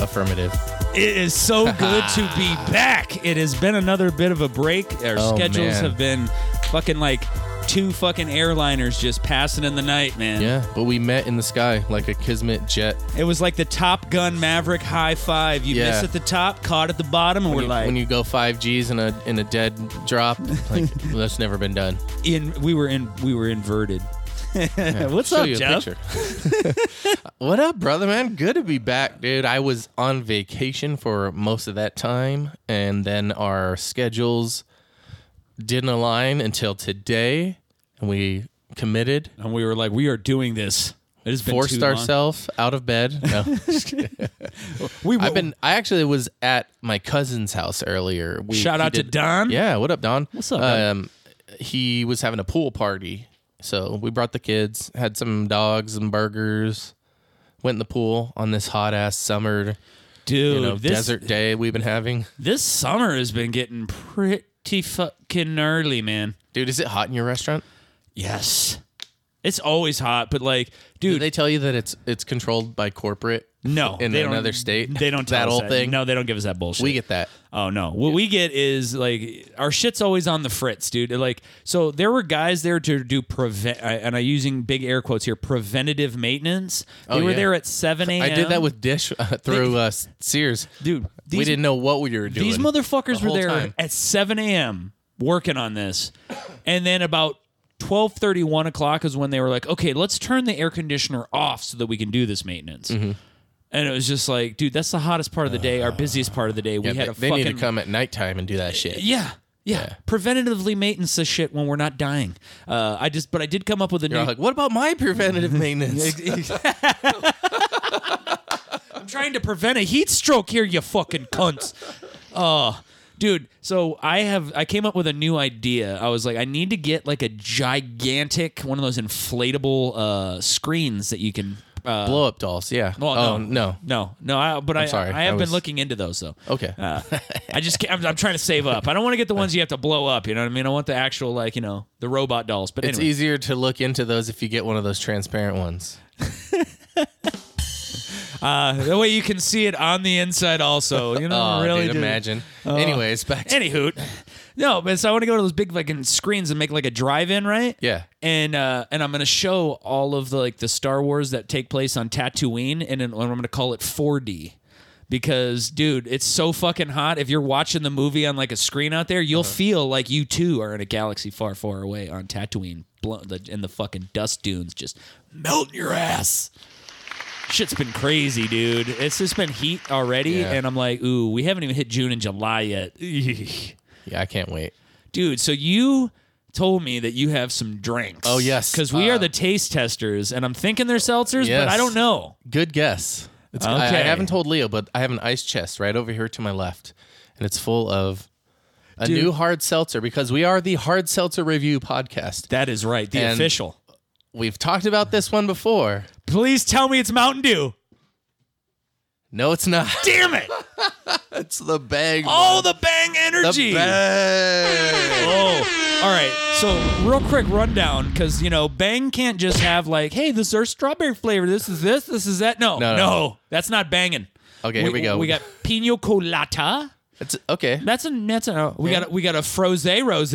affirmative. It is so good to be back. It has been another bit of a break. Our Oh, schedules man. have been fucking like two fucking airliners just passing in the night, man. Yeah, but we met in the sky like a kismet jet. It was like the Top Gun Maverick high five. You Yeah. miss at the top, caught at the bottom, and When we're you, like, when you go five G's in a in a dead drop, like that's never been done. in we were in we were inverted. What's Show up, you a Jeff? picture. what up, brother man? Good to be back, dude. I was on vacation for most of that time, and then our schedules didn't align until today, and we committed, And we were like, we are doing this. It has been too forced long. ourselves out of bed. No, just kidding. We I've been. I actually was at my cousin's house earlier. We, shout he out to did- Don. Yeah, what up, Don? What's up, man? Um, he was having a pool party, so we brought the kids, had some dogs and burgers, went in the pool on this hot ass summer, dude. you know, this desert day we've been having. this summer has been getting pretty fucking early, man. Dude, is it hot in your restaurant? Yes. It's always hot, but like, Did dude, they tell you that it's it's controlled by corporate? no. in they don't- another state? They don't tell That us whole that. thing? No, they don't give us that bullshit. We get that. Oh no. What we get is like our shit's always on the fritz, dude. Like so there were guys there to do prevent and I'm using big air quotes here, preventative maintenance. They Oh, were yeah. there at 7 a.m. I did that with Dish uh, through uh, Sears. Dude, we these- didn't know what we were doing. These motherfuckers the were whole there time. at 7 a.m. working on this, and then about 12:30, 1 o'clock is when they were like, "Okay, let's turn the air conditioner off so that we can do this maintenance." Mm-hmm. And it was just like, dude, that's the hottest part of the day, our busiest part of the day. we Uh, Yeah, had they, a they fucking need to come at nighttime and do that shit. yeah. Yeah. preventatively maintenance this shit when we're not dying. Uh, I just, but I did come up with a They're new. like, what about my preventative maintenance? I'm trying to prevent a heat stroke here, you fucking cunts. Oh, dude. So I have I came up with a new idea. I was like, I need to get like a gigantic one of those inflatable uh, screens that you can. Uh, Blow up dolls, yeah. well, oh, no, no. no, no. I, but i sorry, I have I been was- looking into those though. Okay. Uh, I just can't, I'm, I'm trying to save up. I don't want to get the ones you have to blow up. You know what I mean? I want the actual like you know the robot dolls. But it's anyway. easier to look into those if you get one of those transparent ones. That way you can see it on the inside also. You know, Oh, really dude, do- Uh, imagine. Anyways, back to Anyhoot. No, but so I want to go to those big fucking screens and make like a drive-in, right? Yeah. And uh, and I'm gonna show all of the like the Star Wars that take place on Tatooine, and then I'm gonna call it 4D. Because, dude, it's so fucking hot. If you're watching the movie on like a screen out there, Uh-huh. you'll feel like you too are in a galaxy far, far away on Tatooine, blown, the, and the fucking dust dunes just melting your ass. Shit's been crazy, dude. It's just been heat already, Yeah. and I'm like, ooh, we haven't even hit June and July yet. Yeah, I can't wait. Dude, so you told me that you have some drinks. Oh, yes. Because we Uh, are the taste testers, and I'm thinking they're seltzers, but Yes. I don't know. Good guess. It's, I- I, Okay. haven't told Leo, but I have an ice chest right over here to my left, and it's full of a Dude. new hard seltzer because we are the Hard Seltzer Review podcast. That is right, the And- official. We've talked about this one before. Please tell me it's Mountain Dew. No, it's not. Damn it! It's the bag. All the bang the energy. bag. Oh, all right. So, real quick rundown because, you know, Bang can't just have, like, hey, this is our strawberry flavor. This is this. This is that. No, no, No, no. that's not banging. Okay, here we go. We got Pino Colata. It's okay. That's a, that's a, we got, a, we got a Froze Rose.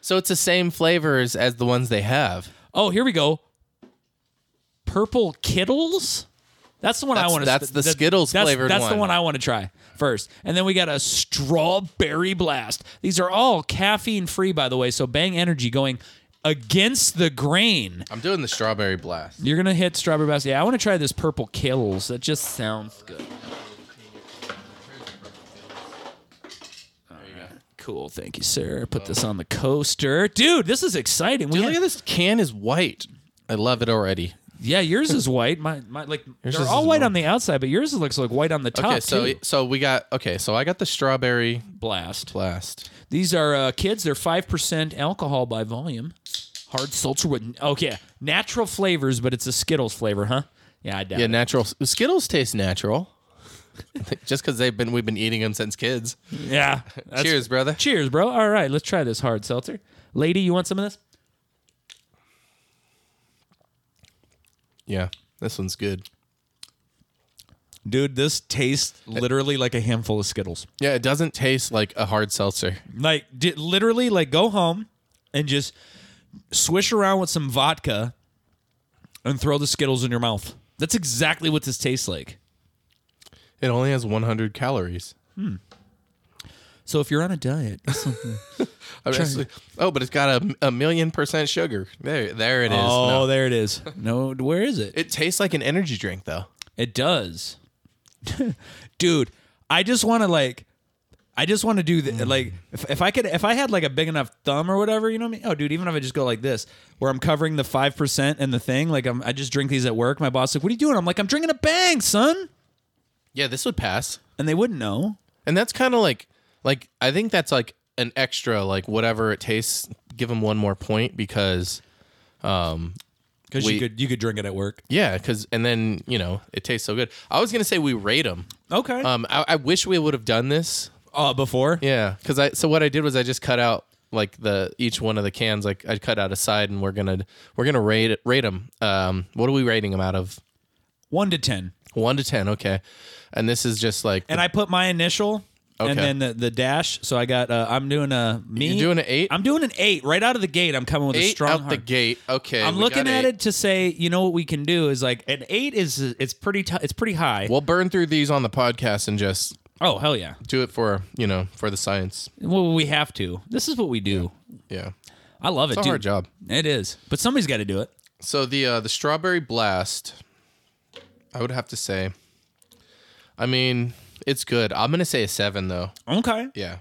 So it's the same flavors as the ones they have. Oh, here we go. Purple Kittles? That's the one I That's- want to that's the Skittles that's, flavored That's the one. one I want to try first. And then we got a strawberry blast. These are all caffeine free, by the way. So Bang Energy going against the grain. I'm doing the strawberry blast. You're going to hit strawberry blast. Yeah, I want to try this purple Kittles. That just sounds good. Cool. Thank you, sir. Put this on the coaster. Dude, this is exciting. We Dude, had- look at this can is white. I love it already. Yeah, yours is white. My, my like they're is all white more- on the outside, but yours looks like white on the top Okay, so too. so we got okay, so I got the strawberry Blast. blast. These are uh, kids. They're five percent alcohol by volume. Hard seltzer with okay natural flavors, but it's a Skittles flavor, huh? Yeah, I doubt. Yeah, it. natural Skittles taste natural. Just because they've been we've been eating them since kids. yeah. that's- Cheers, brother. cheers, bro. All right, let's try this hard seltzer. Lady, you want some of this? Yeah, this one's good. Dude, this tastes Uh, literally like a handful of Skittles. Yeah, it doesn't taste like a hard seltzer. Like di- literally, like go home and just swish around with some vodka and throw the Skittles in your mouth. That's exactly what this tastes like. It only has 100 calories. So if you're on a diet, I mean, it's- oh, but it's got a, a million percent sugar. There, there it is. oh, No. there it is. No, where is it? It tastes like an energy drink, though. It does. Dude, I just want to like I just want to do the, like if, if I could if I had like a big enough thumb or whatever, you know what I mean? Oh dude, even if I just go like this, where I'm covering the 5% and the thing, like I'm I just drink these at work. My boss like, "What are you doing?" I'm like, "I'm drinking a bang, son." Yeah, this would pass. And they wouldn't know. And that's kind of like, like I think that's like an extra, like whatever it tastes. Give them one more point because, Cuz We- you could you could drink it at work. yeah, because and then you know it tastes so good. I was gonna say we rate them. Okay. Um, I, I wish we would have done this. uh before? Yeah, because I so what I did was I just cut out like the each one of the cans. Like I cut out a side, and we're gonna we're gonna rate it rate them. Um, what are we rating them out of 1 to 10. one to ten? Okay, and this is just like And I put my initial Okay. and then the, the dash, so I got uh, I'm doing a me. You're doing an eight? I'm doing an 8 right out of the gate. I'm coming with a eight strong out the heart. gate. Okay, I'm we looking got at eight. it to say, you know what we can do is like an eight is it's pretty t- it's pretty high. We'll burn through these on the podcast and just oh hell yeah! do it for you know for the science. Well, we have to. This is what we do. Yeah, I love it. it's a dude. hard job. It is, but somebody's got to do it. So the uh, the strawberry blast, I would have to say. I mean, it's good. I'm gonna say a seven though. Okay, Yeah.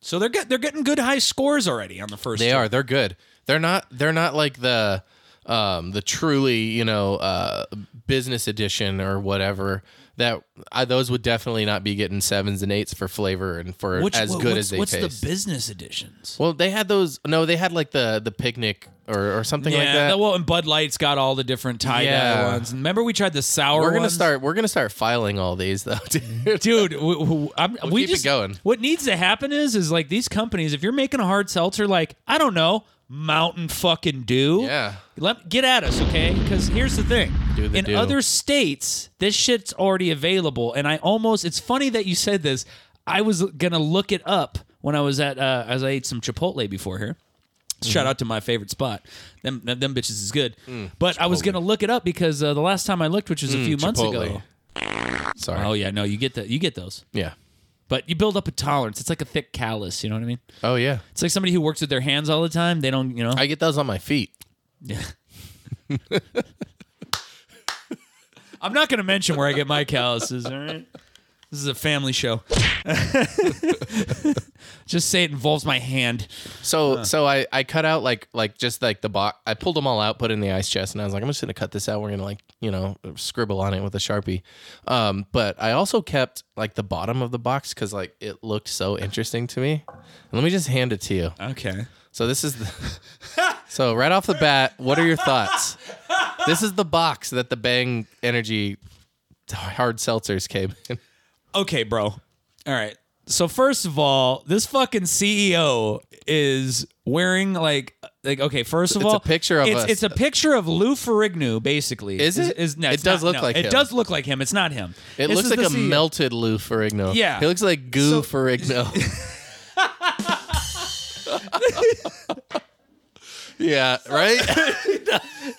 so they're get, they're getting good high scores already on the first. They two. are. They're good. They're not. They're not like the, um, the truly you know, uh, business edition or whatever. That I, those would definitely not be getting sevens and eights for flavor and for Which- as what- good what's, as they What's taste. the business editions? well, they had those. No, they had like the the picnic or or something like yeah, that. well, and Bud Light's got all the different tie dye Yeah. ones. And Remember, we tried the sour. we're gonna ones? start. We're gonna start filing all these though, dude. dude. We, we, I'm, we keep it just going. What needs to happen is, is like these companies. If you're making a hard seltzer, like I don't know, Mountain fucking Dew. Yeah. Let get at us, okay? Because here's the thing. Do the In do. other states, this shit's already available, and I almost. It's funny that you said this. I was gonna look it up when I was at uh, as I ate some Chipotle before here. Mm-hmm. Shout out to my favorite spot. Them them them bitches is good. Mm, but I was gonna look it up because uh, the last time I looked, which was a few months ago. Chipotle. Sorry. Oh yeah, no, you get that. You get those yeah. but you build up a tolerance. It's like a thick callus. You know what I mean? Oh yeah. It's like somebody who works with their hands all the time. They don't, you know. I get those on my feet. I'm not going to mention where I get my calluses. All right, this is a family show. Just say it involves my hand. So so I I cut out like like just like the box. I pulled them all out, put it in the ice chest, and I was like, I'm just gonna cut this out. We're gonna like you know scribble on it with a sharpie. Um, but I also kept like the bottom of the box because like it looked so interesting to me. And let me just hand it to you. Okay. So this is the. so right off the bat, what are your thoughts? This is the box that the Bang Energy hard seltzers came in. Okay, bro. All right. So first of all, this fucking CEO is wearing like like okay. First of It's a all, picture of it's, us. it's a picture of Lou Ferrigno, basically. Is it? Is, no, It it's does not- look no. like it him. does look like him. It's not him. It This is looks like the E a CEO. melted Lou Ferrigno. Yeah. he looks like goo So- Ferrigno. yeah, right.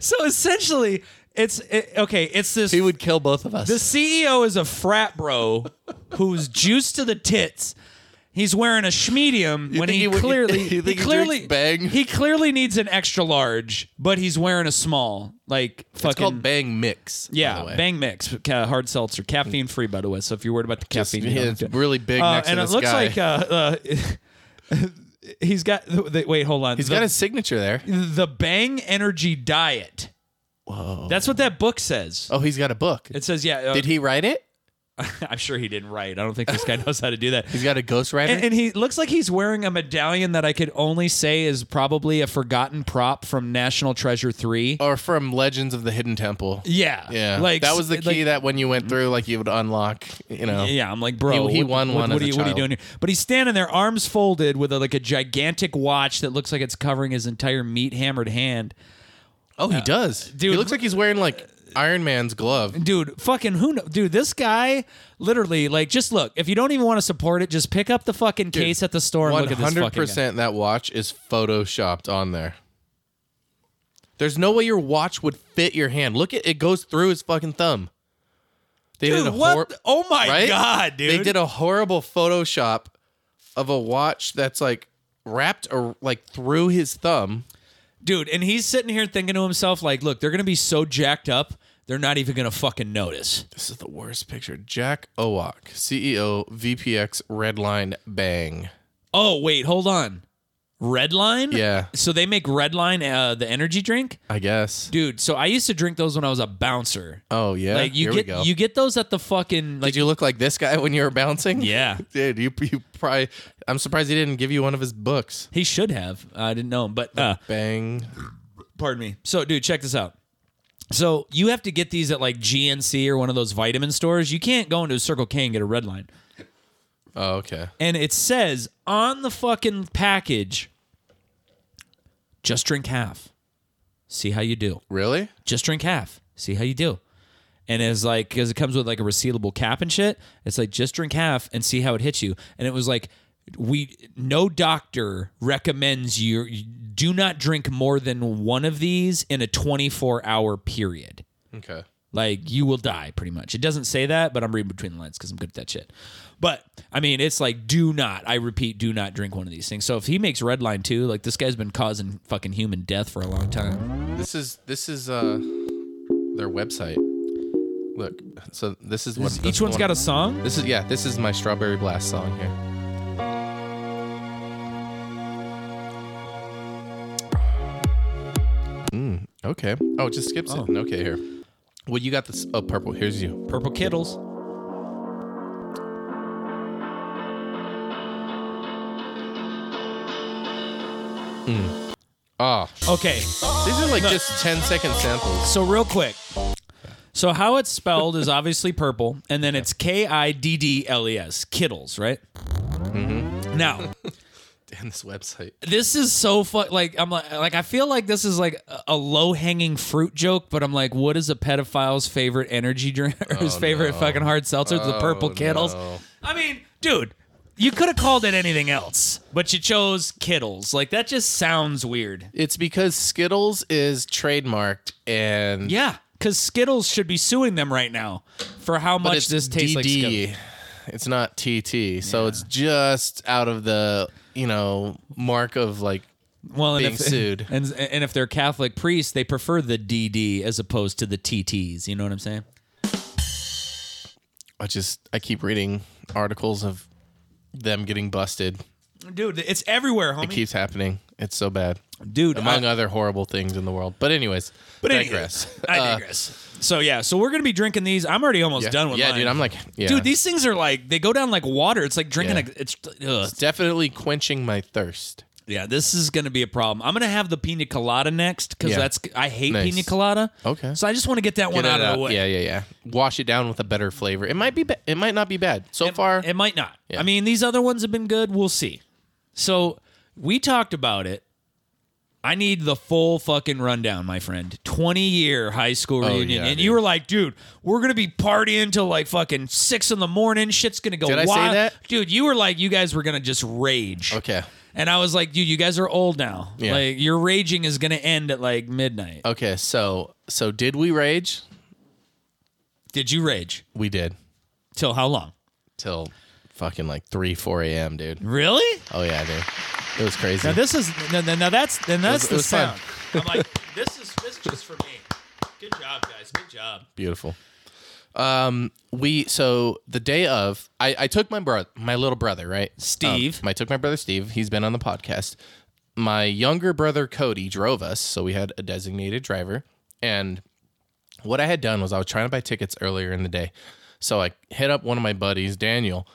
So essentially, it's it, okay. It's this. he would kill both of us. the CEO is a frat bro who's juiced to the tits. He's wearing a schmedium when think he, he would- clearly you think he he clearly drinks Bang? he clearly needs an extra large, but he's wearing a small like fucking it's called Bang Mix. by the yeah way. bang mix ca- hard seltzer caffeine free by the way. So if you're worried about the caffeine, you Yeah, don't it's have to- really big Uh, next and to it this looks guy. like uh, uh, he's got the, the- wait hold on He's got his signature there. the Bang Energy Diet. Whoa, that's what that book says. Oh, he's got a book. It says yeah. uh, Did he write it? I'm sure he didn't write. I don't think this guy knows how to do that. He's got a ghostwriter. And, and he looks like he's wearing a medallion that I could only say is probably a forgotten prop from National Treasure Three. or from Legends of the Hidden Temple. Yeah, Oh. Yeah, Like that was the key like- that when you went through, like you would unlock. You know, yeah, I'm like, bro, He- he what, won what, one What, as are a you, what are you child. doing here? But he's standing there, arms folded, with a, like a gigantic watch that looks like it's covering his entire meat hammered hand. Oh, he does. Dude, Uh, dude, he looks like he's wearing like Iron Man's glove. dude fucking who know dude this guy literally like just look if you don't even want to support it just pick up the fucking case at the store and One look at this hundred fucking guy. percent that watch is photoshopped on there. There's no way your watch would fit your hand. Look at it goes through his fucking thumb. They dude did a what hor- the- oh my right? god dude They did a horrible Photoshop of a watch that's like wrapped or like through his thumb. dude and he's sitting here thinking to himself like look they're gonna be so jacked up they're not even gonna fucking notice This is the worst picture. Jack Owak, E CEO, VPX, Redline, Bang. oh wait hold on redline Yeah, so they make redline uh, the energy drink I guess. dude so i used to drink those when i was a bouncer Oh yeah. like you Here we go. get you get those at the fucking like Did you look like this guy when you were bouncing? yeah Dude, you, you probably. I'm surprised he didn't give you one of his books. he should have i didn't know him but uh Bang. Pardon me. So, dude, check this out. So you have to get these at like GNC or one of those vitamin stores. You can't go into a Circle K and get a red line. Oh, okay. And it says on the fucking package, just drink half. See how you do. Really? Just drink half. See how you do. And it's like, because it comes with like a resealable cap and shit. It's like, just drink half and see how it hits you. And it was like, we, no doctor recommends you you do not drink more than one of these in a 24 hour period. Okay. Like you will die pretty much. It doesn't say that, but I'm reading between the lines because I'm good at that shit. But I mean, it's like do not. I repeat, do not drink one of these things. So if he makes red line too, like this guy's been causing fucking human death for a long time. This is this is uh their website. Look, so this is what Each one's got a song. This is yeah. This is my strawberry blast song here. Mm, okay. Oh, it just skips it. Okay, here. Well, you got this. Oh, purple. Here's you. Purple Kittles. Oh, Okay, these are like just 10 second samples. so real quick. So how it's spelled is obviously purple, and then it's K I D D L E S Kittles, right? Mm-hmm. Now. Damn, this website. this is so fuck. Like I'm like, like I feel like this is like a- a low hanging fruit joke, but I'm like, what is a pedophile's favorite energy drink? or his favorite fucking hard seltzer? It's the purple Oh, Kittles. no. I mean, dude, you could have called it anything else, but you chose Kittles. Like that just sounds weird. It's because Skittles is trademarked and Yeah, because Skittles should be suing them right now for how but much it's this tastes like. Skittles. DD. It's not TT. So it's just out of the, you know, mark of like Well, and being if, sued. and and if they're Catholic priests, they prefer the DD as opposed to the TTs. You know what I'm saying? I just I keep reading articles of them getting busted. Dude, it's everywhere, homie. It keeps happening. It's so bad. Dude, Among I- other horrible things in the world. But anyways, but anyway, digress. I Uh, digress. so yeah, so we're gonna be drinking these. I'm already almost yeah, done with yeah, mine. dude. I'm like, yeah, Dude, these things are like they go down like water. It's like drinking Yeah. a. It's ugh. definitely quenching my thirst. yeah. This is gonna be a problem. I'm gonna have the pina colada next because Yeah. that's I hate Nice. pina colada. Okay. So I just want to get that one Get out it of the out. way. Yeah, yeah, yeah. Wash it down with a better flavor. It might be. Ba- it might not be bad so far. It might not. Yeah. I mean, these other ones have been good. We'll see. So we talked about it. I need the full fucking rundown, my friend. 20 year high school reunion. Oh, yeah, and dude. you were like, dude, we're going to be partying till like fucking six in the morning. Shit's going to go Did I say wild. that? Dude, you were like, you guys were going to just rage. okay. And I was like, dude, you guys are old now. Yeah. Uh, Like, your raging is going to end at like midnight. Okay. So so did we rage? Did you rage? We did Till how long? till fucking like three four a.m. Dude. Really? Oh yeah, dude. It was crazy. Now this is now, now- now that's then that's was- it the was fun. sound. I'm like, this is this just for me. Good job, guys. Good job. Beautiful. Um, we so the day of, I, I took my brother, my little brother, right, Steve. Um, I took my brother Steve. He's been on the podcast. My younger brother Cody drove us, so we had a designated driver. And what I had done was I was trying to buy tickets earlier in the day, so I hit up one of my buddies, Daniel,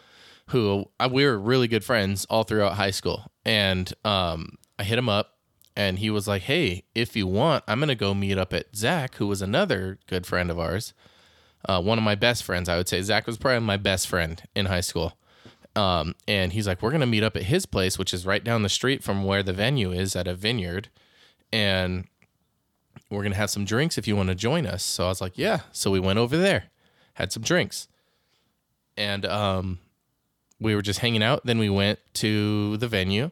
who I, we were really good friends all throughout high school. And um, I hit him up, and he was like, "Hey, if you want, I'm gonna go meet up at Zach, who was another good friend of ours." uh, one of my best friends. I would say Zach was probably my best friend in high school. Um, and he's like, we're gonna meet up at his place, which is right down the street from where the venue is at a vineyard, and we're gonna have some drinks if you want to join us. So I was like, yeah. So we went over there, had some drinks, and um, we were just hanging out. Then we went to the venue,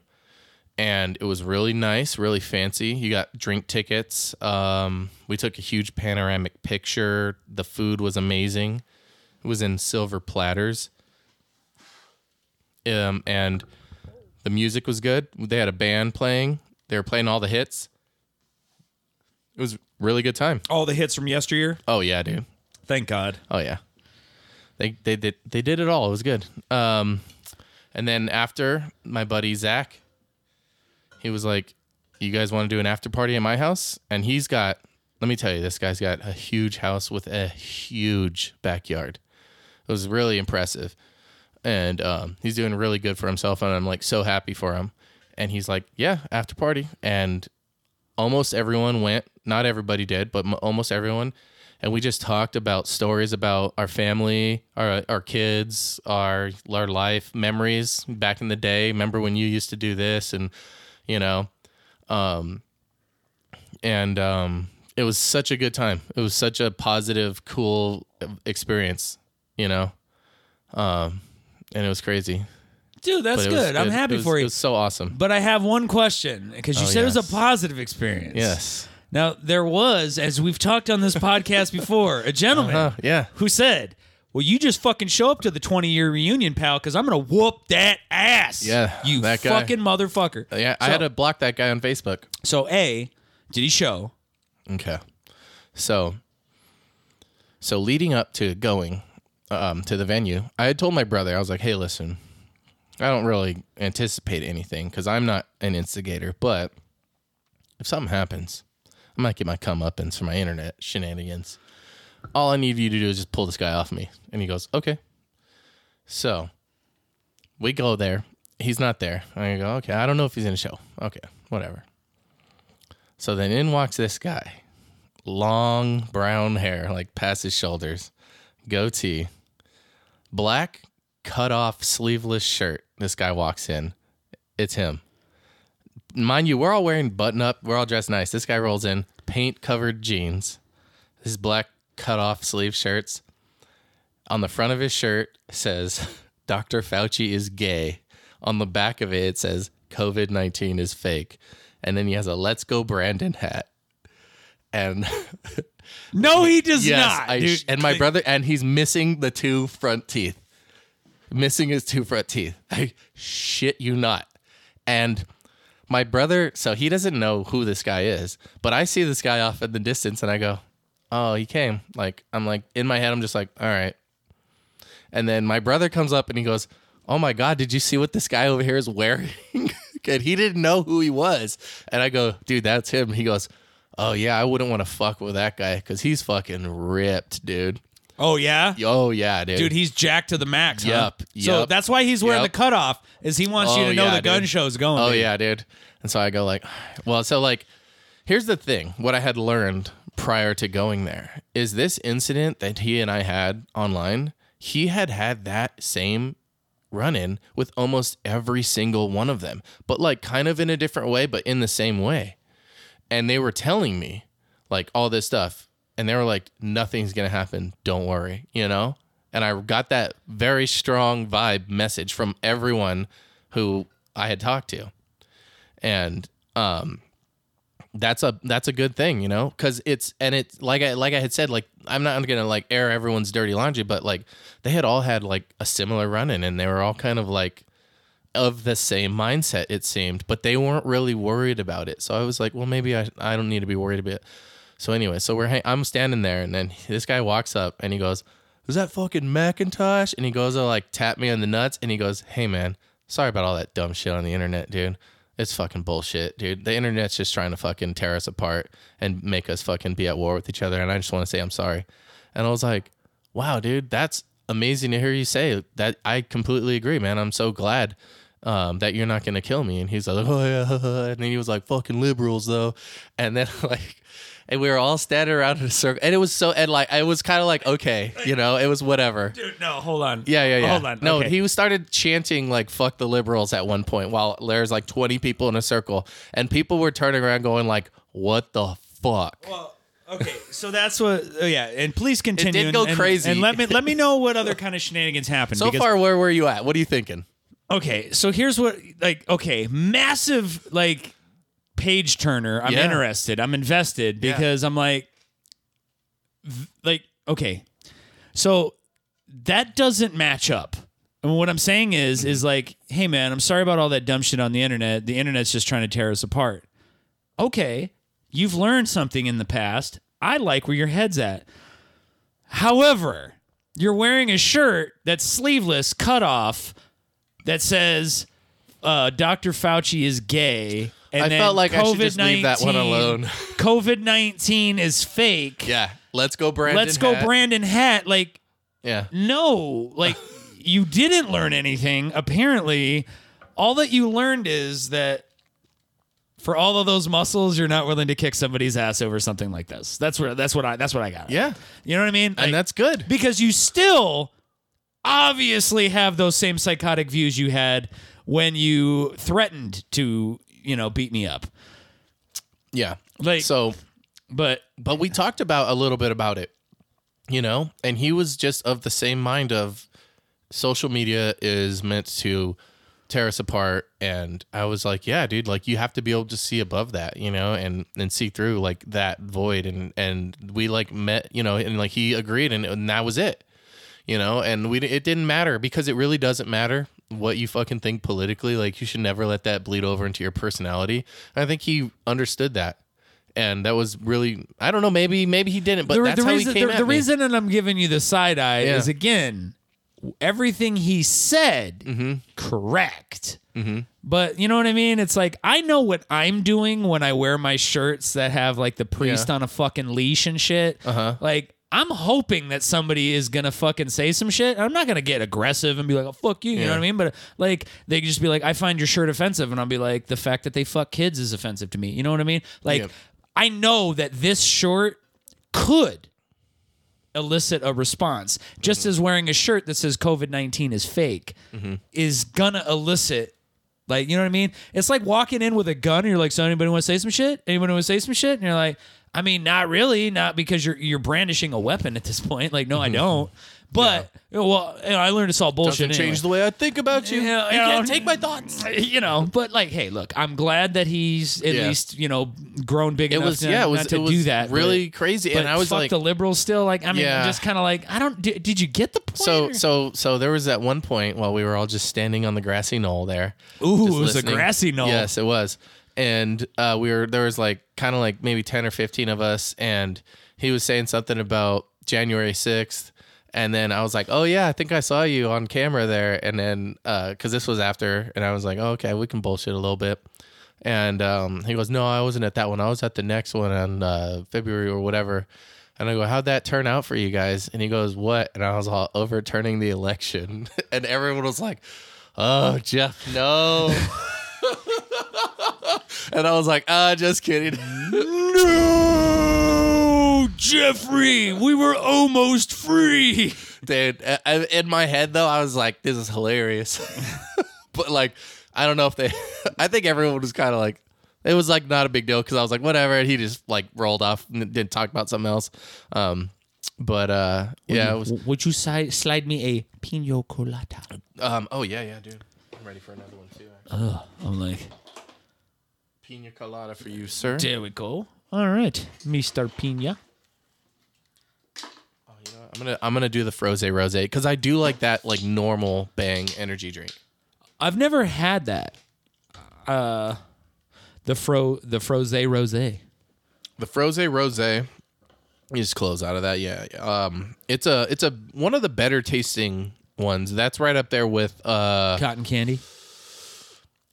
and it was really nice, really fancy. You got drink tickets. Um, we took a huge panoramic picture. The food was amazing. It was in silver platters. Um, and the music was good. They had a band playing. They were playing all the hits. It was a really good time. All the hits from yesteryear. Oh yeah, dude. Thank God. Oh yeah. They they did they did it all. It was good. Um and then after my buddy Zach, he was like, You guys want to do an after party at my house? And he's got let me tell you, this guy's got a huge house with a huge backyard. It was really impressive. And um, he's doing really good for himself, and I'm like so happy for him. And he's like, Yeah, after party. And almost everyone went. Not everybody did, but m- almost everyone. And we just talked about stories about our family, our our kids, our our life memories back in the day. Remember when you used to do this, and you know, um, and um, it was such a good time. It was such a positive, cool experience. You know, um, and it was crazy. Dude, that's But it good. was I'm happy It was- for It you. was so awesome. But I have one question because you Oh, said it was yes. a positive experience. Yes. Now, there was, as we've talked on this podcast before, a gentleman Uh, yeah. who said, Well, you just fucking show up to the 20 year reunion, pal, because I'm going to whoop that ass. Yeah, You that guy. Uh, fucking motherfucker. Yeah, I So- had to block that guy on Facebook. So, A, did he show? Okay. So, so leading up to going um, to the venue, I had told my brother, I was like, hey, listen, I don't really anticipate anything because I'm not an instigator, but if something happens, I might get my comeuppance for my internet shenanigans. All I need you to do is just pull this guy off me. And he goes, okay. So we go there. He's not there. I go, okay, I don't know if he's in a show. Okay, whatever. So then in walks this guy, long brown hair, like past his shoulders, goatee, black cut off sleeveless shirt. This guy walks in. It's him. Mind you, we're all wearing button up. We're all dressed nice. This guy rolls in, paint covered jeans, his black cut off sleeve shirts. On the front of his shirt says, Dr. Fauci is gay. On the back of it, it says, COVID 19 is fake. And then he has a Let's Go Brandon hat. And No, he does yes, not. I dude. sh- and my brother, and he's missing the two front teeth, missing his two front teeth. I shit you not. And my brother, so he doesn't know who this guy is, but I see this guy off in the distance, and I go, "Oh, he came." Like I'm like in my head, I'm just like, "All right." And then my brother comes up and he goes, "Oh my god, did you see what this guy over here is wearing?" and he didn't know who he was. And I go, "Dude, that's him." He goes, "Oh yeah, I wouldn't want to fuck with that guy because he's fucking ripped, dude. oh, yeah? Oh yeah, dude. Dude, he's jacked to the max. huh? Yup, So yup, that's why he's wearing yup. the cutoff, is he wants you Oh, to know yeah, the gun dude. show's going. Oh dude. yeah, dude. And so I go like, well, so like, here's the thing. What I had learned prior to going there is this incident that he and I had online. He had had that same run-in with almost every single one of them, but like kind of in a different way, but in the same way. And they were telling me like all this stuff, and they were like, nothing's gonna happen. Don't worry, you know. And I got that very strong vibe message from everyone who I had talked to and um that's a that's a good thing you know because it's and it's like i like i had said like i'm not gonna like air everyone's dirty laundry but like they had all had like a similar run-in and they were all kind of like of the same mindset it seemed but they weren't really worried about it so i was like well maybe i, I don't need to be worried about it so anyway so we're hang- i'm standing there and then this guy walks up and he goes is that fucking macintosh and he goes to like tap me on the nuts and he goes hey man sorry about all that dumb shit on the internet dude it's fucking bullshit dude the internet's just trying to fucking tear us apart and make us fucking be at war with each other and i just want to say i'm sorry and i was like wow dude that's amazing to hear you say that i completely agree man i'm so glad um, that you're not gonna kill me and he's like oh yeah and then he was like fucking liberals though and then like and we were all standing around in a circle and it was so and like it was kind of like okay you know it was whatever Dude, no, hold on. yeah, yeah, yeah. Hold on. No, Okay. he was started chanting like "fuck the liberals" at one point while there's like 20 people in a circle, and people were turning around going like, "What the fuck. Oh, Okay, so that's what. Oh yeah, and please continue. and- go and- crazy. And let me let me know what other kind of shenanigans happened. So because- far, where were you at? What are you thinking? okay. So here's what like okay, massive like page turner. I'm Yeah. interested. I'm invested because I'm like, th- like okay, so that doesn't match up. And what I'm saying is, is like, hey man, I'm sorry about all that dumb shit on the internet. The internet's just trying to tear us apart. Okay, you've learned something in the past. I like where your head's at. However, you're wearing a shirt that's sleeveless, cut off, that says uh, Dr. Fauci is gay. And I then felt like I should just COVID-19 leave that one alone. COVID 19 is fake. Yeah, let's go, Brandon. Let's go, Hat. Brandon Hat. Like, Yeah, no, like you didn't learn anything. Apparently, all that you learned is that for all of those muscles, you're not willing to kick somebody's ass over something like this. That's where that's what I that's what I got. yeah, you know what I mean. Like, and that's good. because you still obviously have those same psychotic views you had when you threatened to you know beat me up. Yeah. Like- so, But but we talked about a little bit about it, you know, and he was just of the same mind of social media is meant to tear us apart and I was like, yeah, dude, like you have to be able to see above that, you know, and and see through like that void and and we like met, you know, and like he agreed and, and that was it. You know, and we it didn't matter because it really doesn't matter what you fucking think politically. Like you should never let that bleed over into your personality. And I think he understood that. And that was really I don't know, maybe maybe he didn't, but the, that's the how reason, he came the, at the me. reason that I'm giving you the side eye Yeah. is again everything he said Mm-hmm. correct. But you know what I mean? It's like I know what I'm doing when I wear my shirts that have like the priest on a fucking leash and shit. Uh-huh. Like I'm hoping that somebody is gonna fucking say some shit. I'm not gonna get aggressive and be like, "Oh fuck you," you know what I mean? But like they could just be like, "I find your shirt offensive," and I'll be like, "The fact that they fuck kids is offensive to me." You know what I mean? Like Yep. I know that this shirt could elicit a response. Just Mm-hmm. as wearing a shirt that says COVID 19 is fake is gonna elicit, like, you know what I mean? It's like walking in with a gun and you're like, so anybody wanna say some shit? Anybody wanna say some shit? And you're like, I mean, not really, not because you're you're brandishing a weapon at this point. Like, no, I don't. But well, you know, I learned it's all bullshit. Mm-hmm. doesn't anyway change the way I think about you. Yeah, you yeah. can't take my thoughts. you know, but like, hey, look, I'm glad that he's at Yeah. least you know grown big It enough was to, yeah, it not was to it was do that. really but, crazy, but and I was fuck like, the liberals still. Like, I mean, Yeah. just kind of like, I don't. Did, did you get the point? so so so there was that one point while we were all just standing on the grassy knoll there. Ooh, just it was a listening. grassy knoll. Yes, it was, and uh, we were there was like kind of like maybe ten or fifteen of us, and he was saying something about January sixth. And then I was like, "Oh yeah, I think I saw you on camera there." And then, because this was after, and I was like, oh, "Okay, we can bullshit a little bit." And um, he goes, No, I wasn't at that one. I was at the next one on uh, February or whatever. And I go, How'd that turn out for you guys? And he goes, What? And I was all overturning the election. and everyone was like, Oh, Jeff, no. and I was like, Ah, just kidding. No, Jeffrey, we were almost free. Dude, I, I- in my head, though, I was like, This is hilarious. but like, I don't know if they, I think everyone was kind of like, it was like not a big deal because I was like, whatever. And he just like rolled off and didn't talk about something else. Um, but uh, yeah, it was. W- Would you si- slide me a pino colada? Um, oh yeah, yeah, dude. I'm ready for another one too. actually. I'm like, Pina colada for you, sir. there we go. All right, Mister Pina. Oh, you know what? I'm gonna I'm gonna do the froze rose because I do like that like normal bang energy drink. I've never had that. Uh, the fro the froze rose. The froze rose. You just close out of that, yeah. Um, it's a it's a one of the better tasting ones. That's right up there with uh, cotton candy.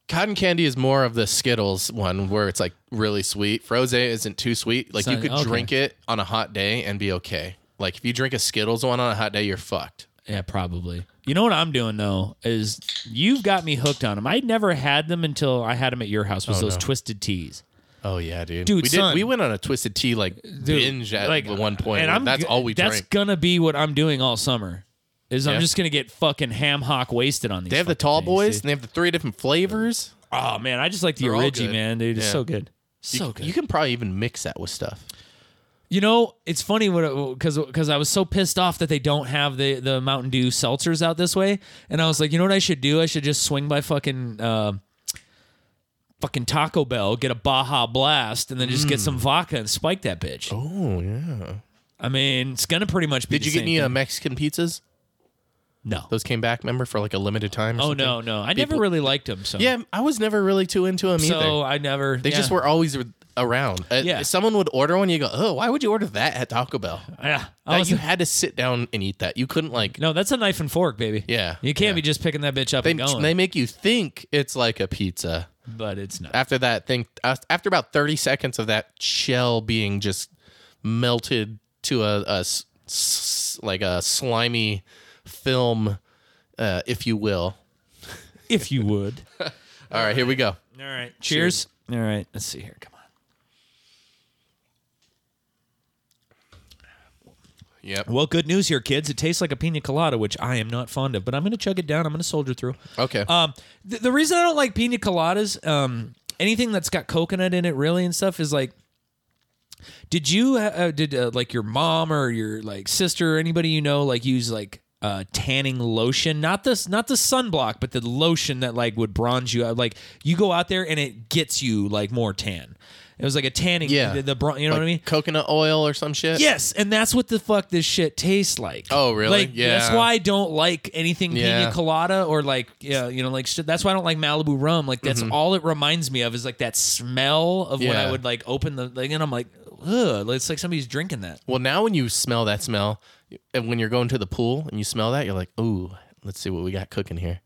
cotton candy is more of the Skittles one where it's like really sweet. Froze isn't too sweet. Like So- you could okay. drink it on a hot day and be okay. Like if you drink a Skittles one on a hot day, you're fucked. Yeah, probably. You know what I'm doing though is you've got me hooked on them. I never had them until I had them at your house. Was those twisted teas? Oh yeah, dude. Dude, we son. we went on a twisted tea like binge at like, one point. and where I'm that's g- all we That's drank. gonna be what I'm doing all summer. Is I'm Yeah. just gonna get fucking ham hock wasted on these. They have the fucking tall things, boys dude. and they have the three different flavors. Oh man, I just like the They're all origi, good. man, dude. It's Yeah. so good. So good. You can probably even mix that with stuff. You know, it's funny because because I was so pissed off that they don't have the the Mountain Dew seltzers out this way, and I was like, you know what I should do? I should just swing by fucking. Uh, Fucking Taco Bell, get a Baja Blast, and then just get some vodka and spike that bitch. Mm. Oh yeah. I mean, it's gonna pretty much be. Did the you get same any thing. uh, Mexican pizzas? No. Those came back, remember, for like a limited time. Or Oh something? no, no. I People- never really liked them. So Yeah, I was never really too into them So either. I never. They just were always r- around. Uh, Yeah. if Someone would order one, you go, oh, why would you order that at Taco Bell? Yeah. I That was you had to sit down and eat that. You couldn't like. Oh, No, that's a knife and fork, baby. Yeah, You can't yeah. be just picking that bitch up They, and going. they make you think it's like a pizza. but it's not. After that thing, af- after about 30 seconds of that shell being just melted to a, a s- s- like a slimy film, uh, if you will. if you would. All All right, here we go. right. Cheers. All right. Let's see here. Come on. Yep. Well, good news here, kids. It tastes like a pina colada, which I am not fond of, but I'm going to chug it down. I'm going to soldier through. Okay. Um, th- the reason I don't like pina coladas, um, anything that's got coconut in it, really, and stuff, is like, did you uh, uh, did uh, like your mom or your like sister or anybody you know like use like uh, tanning lotion? Not this, not the sunblock, but the lotion that like would bronze you out. Like you go out there and it gets you like more tan. It was like a tanning, Yeah. The, the bron- you know what I mean? Coconut oil or some shit. Yes, and that's what the fuck this shit tastes like. Oh, really? Like, That's Yeah. why I don't like anything Yeah. pina colada or like yeah, you know, like shit. That's why I don't like Malibu rum. Like that's all it reminds me of is like that smell of when I Mm-hmm. Yeah. would like open the like, and I'm like, ugh, it's like somebody's drinking that. Well, now when you smell that smell, and when you're going to the pool and you smell that, you're like, ooh, let's see what we got cooking here.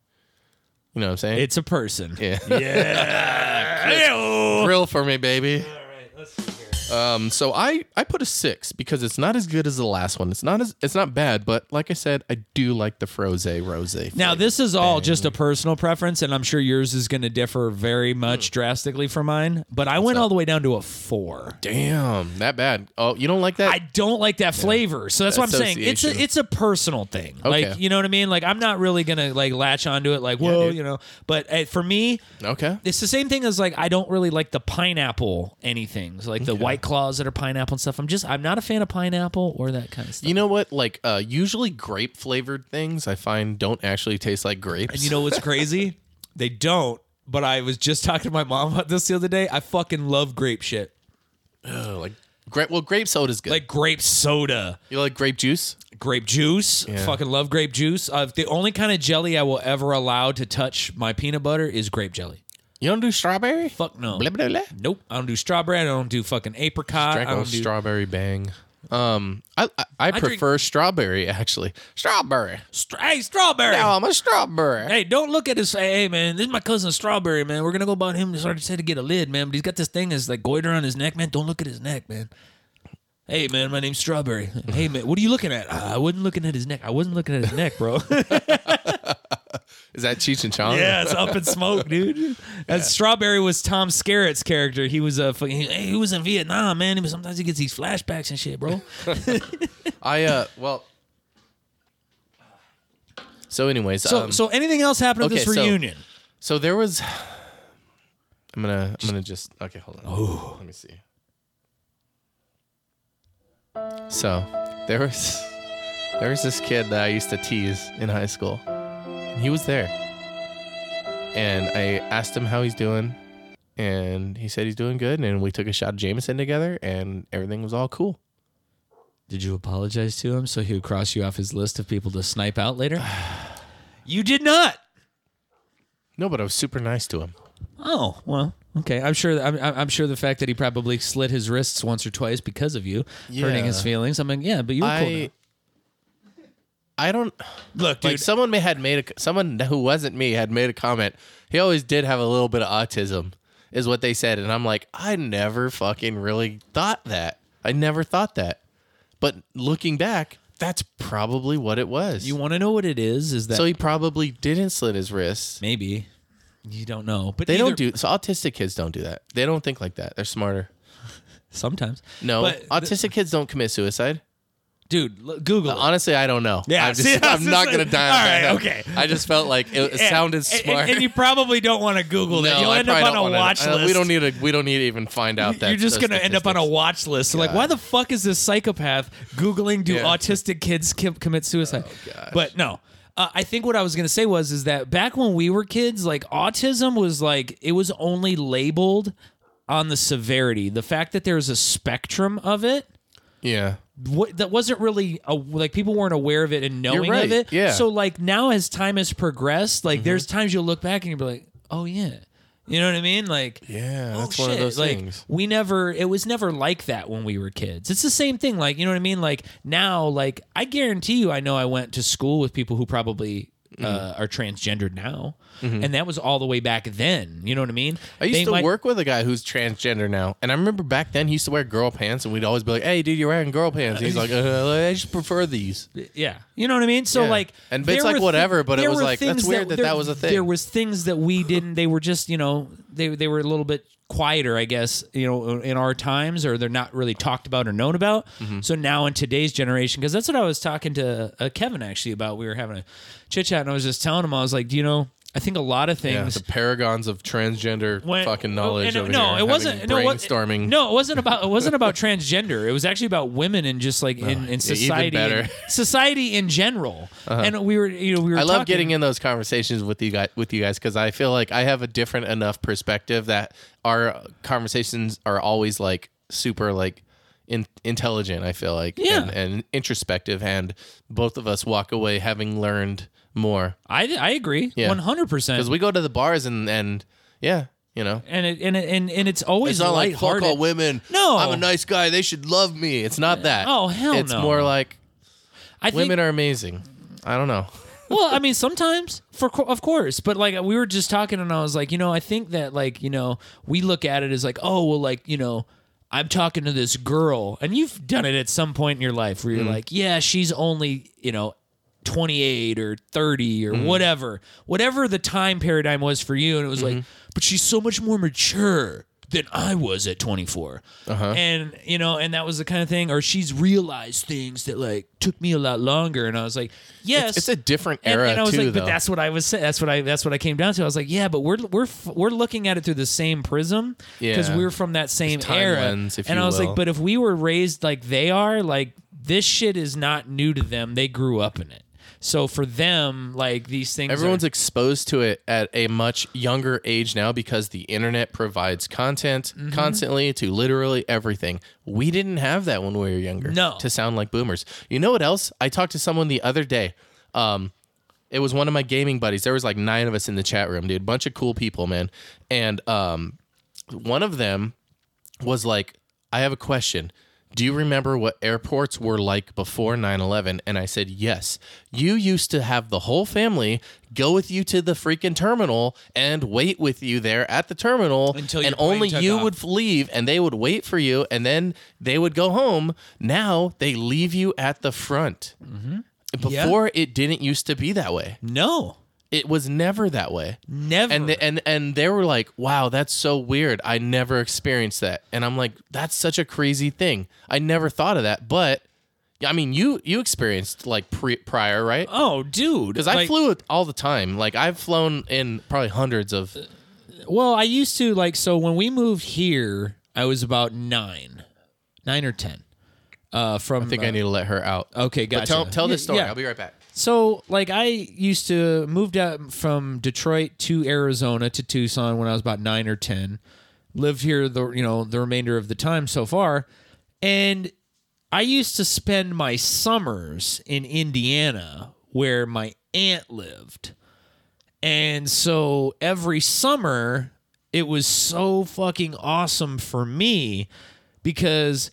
You know what I'm saying? It's a person. yeah. Yeah. Grill for me, baby. All right, let's see here. Um, so I I put a six because it's not as good as the last one. It's not as it's not bad, but like I said, I do like the froze rose. Now, this is all just a personal preference, and I'm sure yours is going to differ very Hmm. much drastically from mine. But I went all the way down to a four. damn that bad. Oh, you don't like that? I don't like that flavor. So that's what I'm saying. It's a Association. it's a personal thing. Okay. Like you know what I mean? Like I'm not really gonna like latch onto it. Like whoa, dude. you know. But uh, for me, okay. it's the same thing as like I don't really like the pineapple anything. So, like the white claws that are pineapple and stuff. I'm just I'm not a fan of pineapple or that kind of stuff. You know what? Like uh, usually grape flavored things I find don't actually taste like grapes. And you know what's crazy? they don't. But I was just talking to my mom about this the other day. I fucking love grape shit. Ugh, Oh, like grape. Well, grape soda's good. Like grape soda. you like grape juice? grape juice. Fucking love grape juice. Uh, the only kind of jelly I will ever allow to touch my peanut butter is grape jelly. You don't do strawberry? Fuck no. Blah, blah, blah. Nope. I don't do strawberry. I don't do fucking apricot. I Drank a don't do. strawberry bang. Um, I I, I drink- prefer strawberry actually. Strawberry. Stra- hey, strawberry. Oh, I'm a strawberry. Hey, don't look at this. Hey, hey, man, this is my cousin Strawberry, man. We're gonna go about him. It's hard to say to get a lid, man, but he's got this thing that's like goiter on his neck, man. Don't look at his neck, man. Hey, man, my name's Strawberry. Hey, man, what are you looking at? "Ah, I wasn't looking at his neck. I wasn't looking at his neck, bro. Is that Cheech and Chong? Oh, Yeah, it's up in smoke, dude. That strawberry was Tom Skerritt's character. He was a fucking- he, he was in Vietnam, man. He was, sometimes he gets these flashbacks and shit, bro. I uh well. So, anyways, So, um, so anything else happened at okay, this so- reunion? so there was. I'm gonna I'm gonna just okay hold on. Oh, let me see. So, there was there was this kid that I used to tease in high school. And he was there, and I asked him how he's doing, and he said he's doing good. And we took a shot of Jameson together, and everything was all cool. Did you apologize to him so he would cross you off his list of people to snipe out later? you did not. No, but I was super nice to him. Oh well, okay. I'm sure. I'm, I'm I'm sure the fact that he probably slit his wrists once or twice because of you hurting his Yeah. feelings. I mean, yeah, but you were cool. I I don't Look, like someone may had made a someone who wasn't me had made a comment. He always did have a little bit of autism, is what they said, and I'm like, I never fucking really thought that. I never thought that, but looking back, that's probably what it was. you want to know what it is? Is that so he probably didn't slit his wrists. maybe you don't know? But They either, don't do so. Autistic kids don't do that. They don't think like that. They're smarter. sometimes. No, But autistic kids don't commit suicide. dude. l- Google. it. Honestly, I don't know. Yeah, I'm, just, see, I was I'm just not like- gonna die. all on right, that. okay. I just felt like it, it And- sounded and- smart. And, you probably don't want to Google that. No, You'll I end up probably on a don't wanna- watch I- list. We don't need to. We don't need to even find out that You're just those going to end up on a statistics. watch list. So like, why the fuck is this psychopath Googling do Yeah. Oh, autistic kids com- commit suicide? gosh. but no. Uh, I think what I was going to say was is that back when we were kids, like autism was like it was only labeled on the severity. The fact that there is a spectrum of it Yeah. what, that wasn't really a, like people weren't aware of it and knowing right, of it. yeah. Mm-hmm. So like now, as time has progressed, like there's times you'll look back and you'll be like, oh yeah, you know what I mean? Like Yeah, oh, that's one of shit, those like, things. We never. It was never like that when we were kids. It's the same thing. Like you know what I mean? Like now, like I guarantee you, I know I went to school with people who probably. Mm-hmm. Uh, are transgendered now, and that was all the way back then. You know what I mean? I used They to might- work with a guy who's transgender now, and I remember back then he used to wear girl pants, and we'd always be like, "Hey, dude, you're wearing girl pants." And he's like, uh, "I just prefer these." Yeah, you know what I mean. So Yeah. like, And it's there like were thi- whatever, but it there was were like, that's things weird that there- that was a thing. There was things that we didn't. They were just you know they they were a little bit quieter, I guess. You know, in our times, or they're not really talked about or known about. Mm-hmm. So now in today's generation, because that's what I was talking to uh, Kevin actually about. We were having a chit chat, and I was just telling him I was like, do you know, I think a lot of Yeah, things the paragons of transgender when- oh, fucking knowledge. and- over no, here, it having wasn't. No, what- brainstorming. no, it wasn't about. It wasn't about transgender. It was actually about women and just like in, in society, better. Uh-huh. in- society in general. And we were, you know, we were. I love talking- getting in those conversations with you guys with you guys because I feel like I have a different enough perspective that our conversations are always like super like in, intelligent. I feel like Yeah. and, and introspective, and both of us walk away having learned more I I agree, Yeah. one hundred percent. because we go to the bars and and yeah, you know. And it, and it, and and it's always It's not like fuck lighthearted. all women. No. I'm a nice guy. They should love me. It's not that. Oh, hell It's no. more like I think, women are amazing. I don't know. well, I mean, sometimes for co- of course, but like we were just talking, and I was like, you know, I think that like you know we look at it as like, oh well, like you know. I'm talking to this girl, and you've done it at some point in your life where you're Mm-hmm. like, yeah, she's only, you know, 28 or 30 or Mm-hmm. whatever, whatever the time paradigm was for you. And it was like, Mm-hmm. but she's so much more mature than I was at 24. Uh-huh. And, you know, and that was the kind of thing, or she's realized things that like took me a lot longer. And I was like, yes. It's a different And- era and, I was too, like, though. but that's what I was saying. That's what I. That's what I came down to. I was like, yeah, but we're we're f- we're looking at it through the same prism because Yeah. we're from that same time era. lens, if and you I was will. like, but if we were raised like they are, like this shit is not new to them. They grew up in it. So for them, like these things, Everyone's are, exposed to it at a much younger age now because the internet provides content Mm-hmm. constantly to literally everything. We didn't have that when we were younger. No. To sound like boomers. You know what else? I talked to someone the other day. Um, it was one of my gaming buddies. There was like nine of us in the chat room, dude. Bunch of cool people, man. And um, one of them was like, I have a question. Do you remember what airports were like before 9 11? And I said, Yes. You used to have the whole family go with you to the freaking terminal and wait with you there at the terminal. Until your and plane only took you off. would leave and they would wait for you and then they would go home. Now they leave you at the front. Mm-hmm. Yeah. Before it didn't used to be that way. no, It was never that way. never. And they, and and they were like, "Wow, that's so weird. I never experienced that." And I'm like, "That's such a crazy thing. I never thought of that." But I mean, you you experienced like pre- prior, right? oh, dude, Because I like- flew it all the time. Like I've flown in probably hundreds of. Well, I used to like so when we moved here, I was about nine, nine or ten. Uh, from I think I need to let her out. okay, gotcha. But tell tell this Yeah, story. yeah. I'll be right back. So, like, I used to moved out from Detroit to Arizona to Tucson when I was about nine or ten. Lived here the you know the remainder of the time so far, and I used to spend my summers in Indiana where my aunt lived. And so every summer, it was so fucking awesome for me because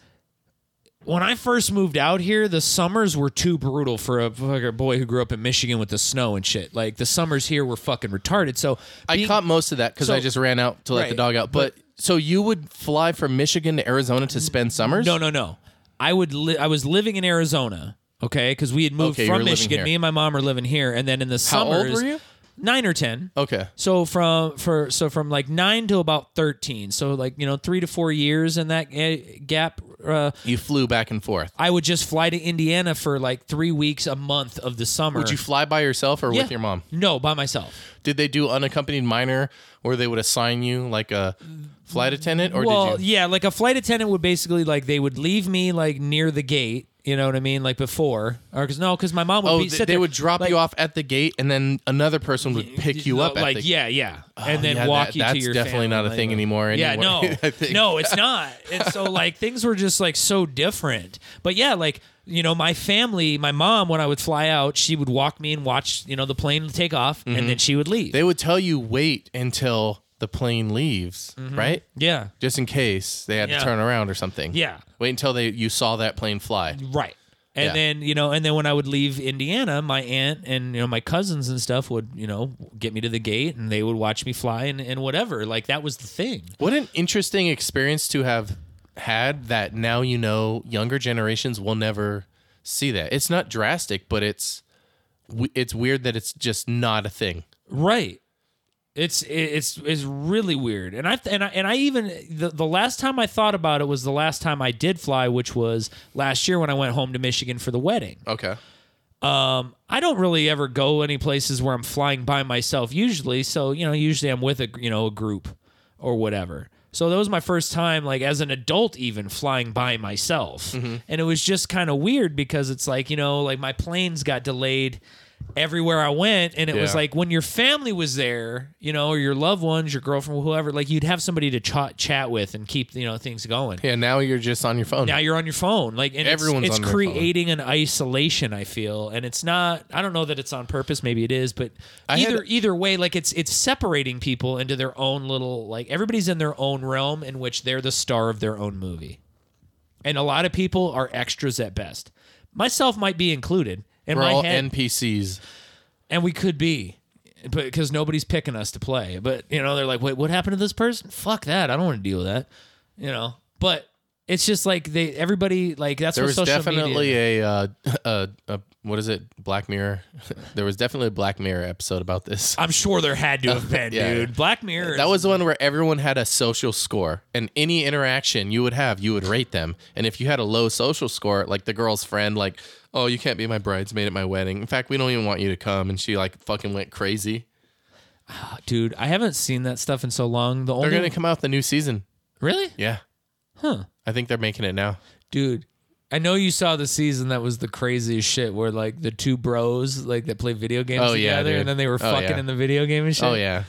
when I first moved out here, the summers were too brutal for a fucking boy who grew up in Michigan with the snow and shit. Like the summers here were fucking retarded. So I being- caught most of that because I So- just ran out to let the Right, dog out. But, so you would fly from Michigan to Arizona to spend summers? No, no, no. I would. Li- I was living in Arizona. Okay, because we had moved Okay, you were from living Michigan. here. Me and my mom are living here, and then in the How old summers, were you? nine or ten. Okay. So from for so from like nine to about thirteen. So like you know three to four years in that ga- gap uh, You flew back and forth. I would just fly to Indiana for like three weeks a month of the summer. Would you fly by yourself or Yeah. with your mom? No, by myself. Did they do unaccompanied minor where they would assign you like a flight attendant or well, did you? yeah, like a flight attendant would basically like they would leave me like near the gate. You know what I mean? Like before, or because no, because my mom would Oh, be th- sit they there, would drop like- you off at the gate, and then another person would pick you No, up. At like the, yeah, yeah, Oh, and then yeah, walk that- you That's to your. definitely family, not a like- thing anymore. Yeah, anymore, no, I think. no, it's not. And so like things were just like so different. But yeah, like you know, my family, my mom, when I would fly out, she would walk me and watch you know the plane take off, and then she would leave. Mm-hmm. They would tell you wait until the plane leaves, right? Mm-hmm. yeah, Just in case they had Yeah. to turn around or something. Yeah. Wait until they you saw that plane fly. Right. And Yeah. then, you know, and then when I would leave Indiana, my aunt and, you know, my cousins and stuff would, you know, get me to the gate and they would watch me fly and, and whatever. Like that was the thing. What an interesting experience to have had that now you know younger generations will never see that. It's not drastic, but it's we- it's weird that it's just not a thing. Right. It's it's it's really weird. And I and I and I even the, the last time I thought about it was the last time I did fly, which was last year when I went home to Michigan for the wedding. Okay. Um, I don't really ever go any places where I'm flying by myself usually. So you know, usually I'm with a you know a group or whatever. So that was my first time, like as an adult, even flying by myself, and it was just kind of weird because it's like you know, like my planes got delayed everywhere I went, and it was Yeah. like when your family was there, you know, or your loved ones, your girlfriend, whoever, like you'd have somebody to ch- chat with and keep you know things going. Yeah, now you're just on your phone. Now you're on your phone. Like and Everyone's it's, on it's their creating an isolation, I feel. And it's not I don't know that it's on purpose, maybe it is, but I had- either either way, like it's it's separating people into their own little like everybody's in their own realm in which they're the star of their own movie. And a lot of people are extras at best. Myself might be included in We're my all head NPCs. and we could be but because nobody's picking us to play but you know they're like wait what happened to this person fuck that i don't want to deal with that you know but it's just like they everybody like that's There what was social definitely media a, uh, a a what is it? Black Mirror. there was definitely a Black Mirror episode about this. i'm sure there had to have been Yeah, dude black mirror That was the one where everyone had a social score, and any interaction you would have, you would rate them. And if you had a low social score, like the girl's friend, like, oh, you can't be my bridesmaid at my wedding. In fact, we don't even want you to come. And she like fucking went crazy. dude i haven't seen that stuff in so long the They're only gonna come out with the new season. really Yeah, huh I think they're making it now. dude I know you saw the season that was the craziest shit where like the two bros like that play video games Oh, yeah, together dude. and then they were Oh, fucking yeah. in the video game and shit. Oh yeah,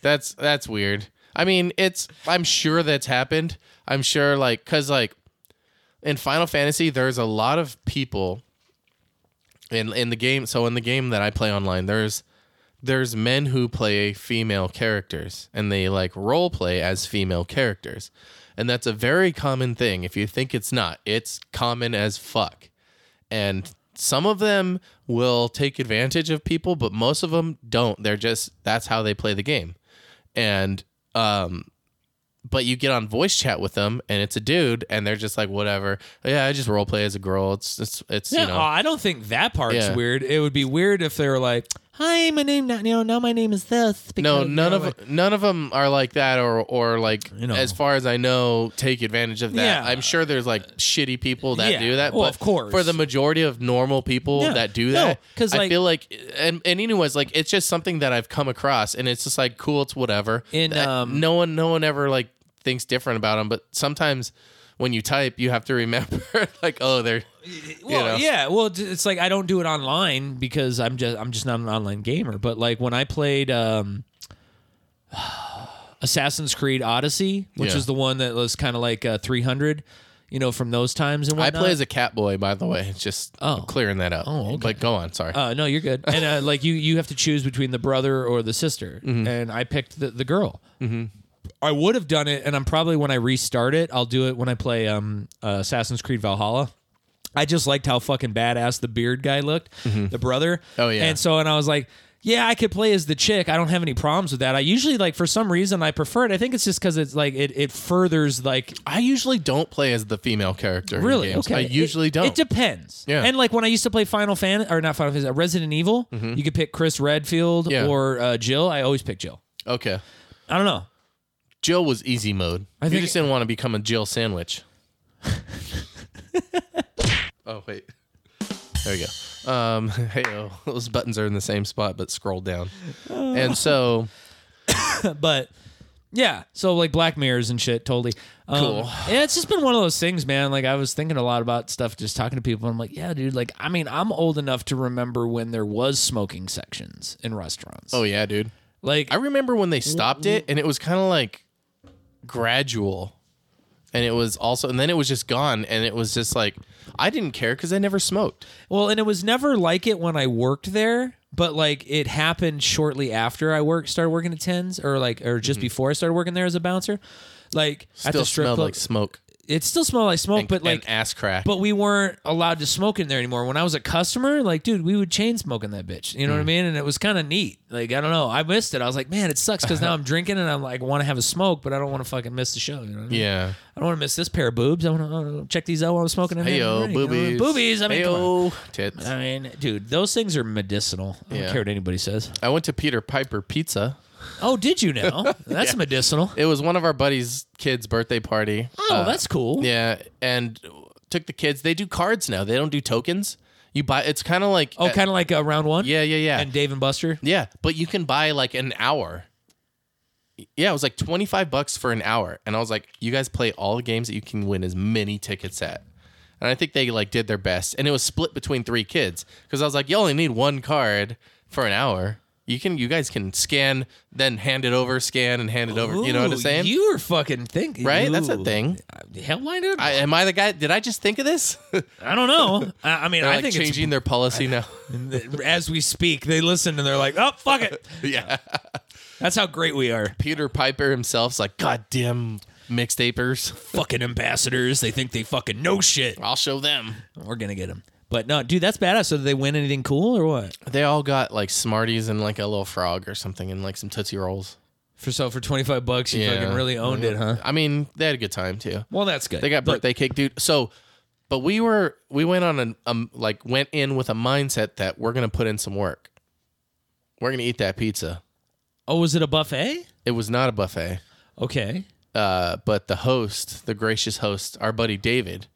that's that's weird. I mean, it's I'm sure that's happened. I'm sure like because like in Final Fantasy, there's a lot of people in in the game. So in the game that I play online, there's there's men who play female characters and they like role play as female characters. And that's a very common thing. If you think it's not, it's common as fuck. And some of them will take advantage of people, but most of them don't. They're just that's how they play the game. And um but you get on voice chat with them and it's a dude and they're just like whatever. Yeah, I just role play as a girl. It's it's it's Yeah, you know. oh, I don't think that part's Yeah. weird. It would be weird if they were like, "Hi, my name now, you know, now my name is this." Because, No, you none know, of like- none of them are like that, or or like You know. as far as I know, take advantage of that. Yeah. I'm sure there's like shitty people that Yeah. do that. Well, but of course. for the majority of normal people Yeah. that do No, that, 'cause, I like- feel like, and and anyways, like it's just something that I've come across, and it's just like cool, it's whatever. In, That- um, no one, no one ever like thinks different about them, but sometimes. When you type, you have to remember, like, oh, they're well, know. yeah, well, d- it's like I don't do it online because I'm just I'm just not an online gamer. But like when I played um, Assassin's Creed Odyssey, which Yeah. is the one that was kind of like uh, 300, you know, from those times and I whatnot. play as a cat boy, by the way. Just Oh. clearing that up. Oh, okay. But go on, sorry. Uh, no, you're good. And uh, like you, you have to choose between the brother or the sister, Mm-hmm. and I picked the, the girl. Mm-hmm. I would have done it, and I'm probably when I restart it, I'll do it when I play um, uh, Assassin's Creed Valhalla. I just liked how fucking badass the beard guy looked, the brother. Oh, yeah. And so, and I was like, yeah, I could play as the chick. I don't have any problems with that. I usually like for some reason I prefer it. I think it's just because it's like it it furthers like I usually don't play as the female character. in Really? games. Okay. I It- usually don't. It depends. Yeah. And like when I used to play Final Fan or not Final Fantasy, Resident Evil, you could pick Chris Redfield Mm-hmm. Yeah. or uh, Jill. I always pick Jill. okay. I don't know. Jill was easy mode. I you think- just didn't want to become a Jill sandwich. Oh wait. There you go. Um, hey, those buttons are in the same spot, but scroll down. Uh, And so, but yeah, so like Black Mirrors and shit, totally. Um, Cool. Yeah, it's just been one of those things, man. Like I was thinking a lot about stuff, just talking to people. I'm like, yeah, dude. Like, I mean, I'm old enough to remember when there was smoking sections in restaurants. oh yeah, dude. like I remember when they stopped it, and it was kind of like gradual, and it was also, and then it was just gone, and it was just like I didn't care because I never smoked. Well, and it was never like it when I worked there, but like it happened shortly after I worked started working at Tens or like or just before I started working there as a bouncer. Like at Mm-hmm. Still the strip smelled club, like smoke, it still smelled like smoke, but like and ass crack. but we weren't allowed to smoke in there anymore. When I was a customer, like dude, we would chain smoke in that bitch. You know what Mm. I mean? And it was kind of neat. Like I don't know, I missed it. I was like, man, it sucks because now I'm drinking and I'm like want to have a smoke, but I don't want to fucking miss the show. You know? What I mean? yeah. I don't want to miss this pair of boobs. I want to check these out while I'm smoking. in Hey there. yo, You know what I mean? boobies. boobies. I mean, hey come on. yo, tits. I mean, dude, those things are medicinal. I don't Yeah. care what anybody says. I went to Peter Piper Pizza. Oh, did you know? That's medicinal. It was one of our buddies' kids' birthday party. Oh, that's cool. Uh, Yeah, and took the kids. They do cards now. They don't do tokens. You buy. It's kind of like Oh, kind of like uh, round one. yeah, yeah, yeah, And Dave and Buster. yeah. But you can buy like an hour. Yeah, it was like twenty five bucks for an hour, and I was like, "You guys play all the games that you can win as many tickets at." And I think they like did their best, and it was split between three kids because I was like, "You only need one card for an hour. You can, you guys can scan, then hand it over, scan and hand it over. you know what I'm Ooh, saying? You were fucking thinking, right? That's a Ooh. thing. Uh, Hell, why not? I, I, am I the guy? Did I just think of this? don't know. I, I mean, They're I like think changing their policy now. it's as we speak, they listen and they're like, "Oh, fuck it." yeah. That's how great we are. Peter Piper himself's like, goddamn mixtapers. Fucking ambassadors. They think they fucking know shit. I'll show them. We're gonna get them. But no, dude, that's badass. So did they win anything cool or what? They all got like Smarties and like a little frog or something and like some Tootsie Rolls. For so for twenty five bucks, you Yeah. fucking really owned it, huh? I mean, they had a good time too. Well, that's good. They got But- birthday cake, dude. So, but we were, we went on an, um, like, went in with a mindset that we're going to put in some work. We're going to eat that pizza. Oh, was it a buffet? It was not a buffet. Okay. uh, but the host, the gracious host, our buddy David,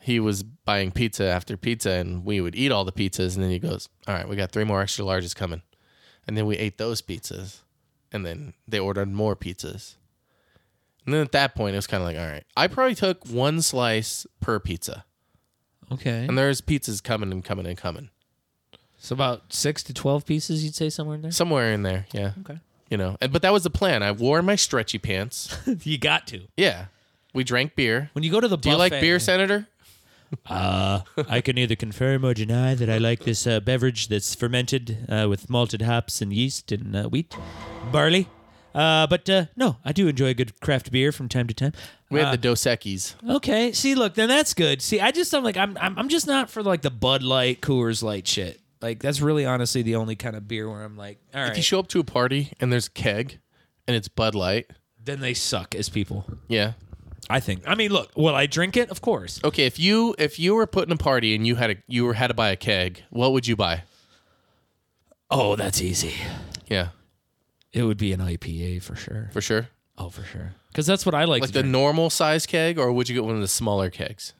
he was buying pizza after pizza, and we would eat all the pizzas, and then he goes, "All right, we got three more extra larges coming," and then we ate those pizzas, and then they ordered more pizzas, and then at that point it was kind of like, "All right, I probably took one slice per pizza, Okay. and there's pizzas coming and coming and coming So about six to twelve pieces, you'd say somewhere in there. somewhere in there, yeah, Okay. you know." And, but that was the plan. I wore my stretchy pants. you got to. yeah, we drank beer. When you go to the Do you like beer, Senator? Uh, I can either confirm or deny that I like this uh, beverage that's fermented uh, with malted hops and yeast and uh, wheat, barley. Uh, but uh, no, I do enjoy a good craft beer from time to time. We had the Dos Equis. Okay. See, look, then that's good. See, I just I'm like I'm I'm, I'm just not for like the Bud Light, Coors Light shit. Like that's really honestly the only kind of beer where I'm like, all If you right, show up to a party and there's a keg and it's Bud Light, then they suck as people. yeah. I think. I mean, look, will I drink it? Of course. Okay, if you if you were putting a party and you had a you were had to buy a keg, what would you buy? Oh, that's easy. Yeah, It would be an IPA for sure. for sure. Oh, for sure. Because that's what I like. Like to the drink. normal size keg, or would you get one of the smaller kegs?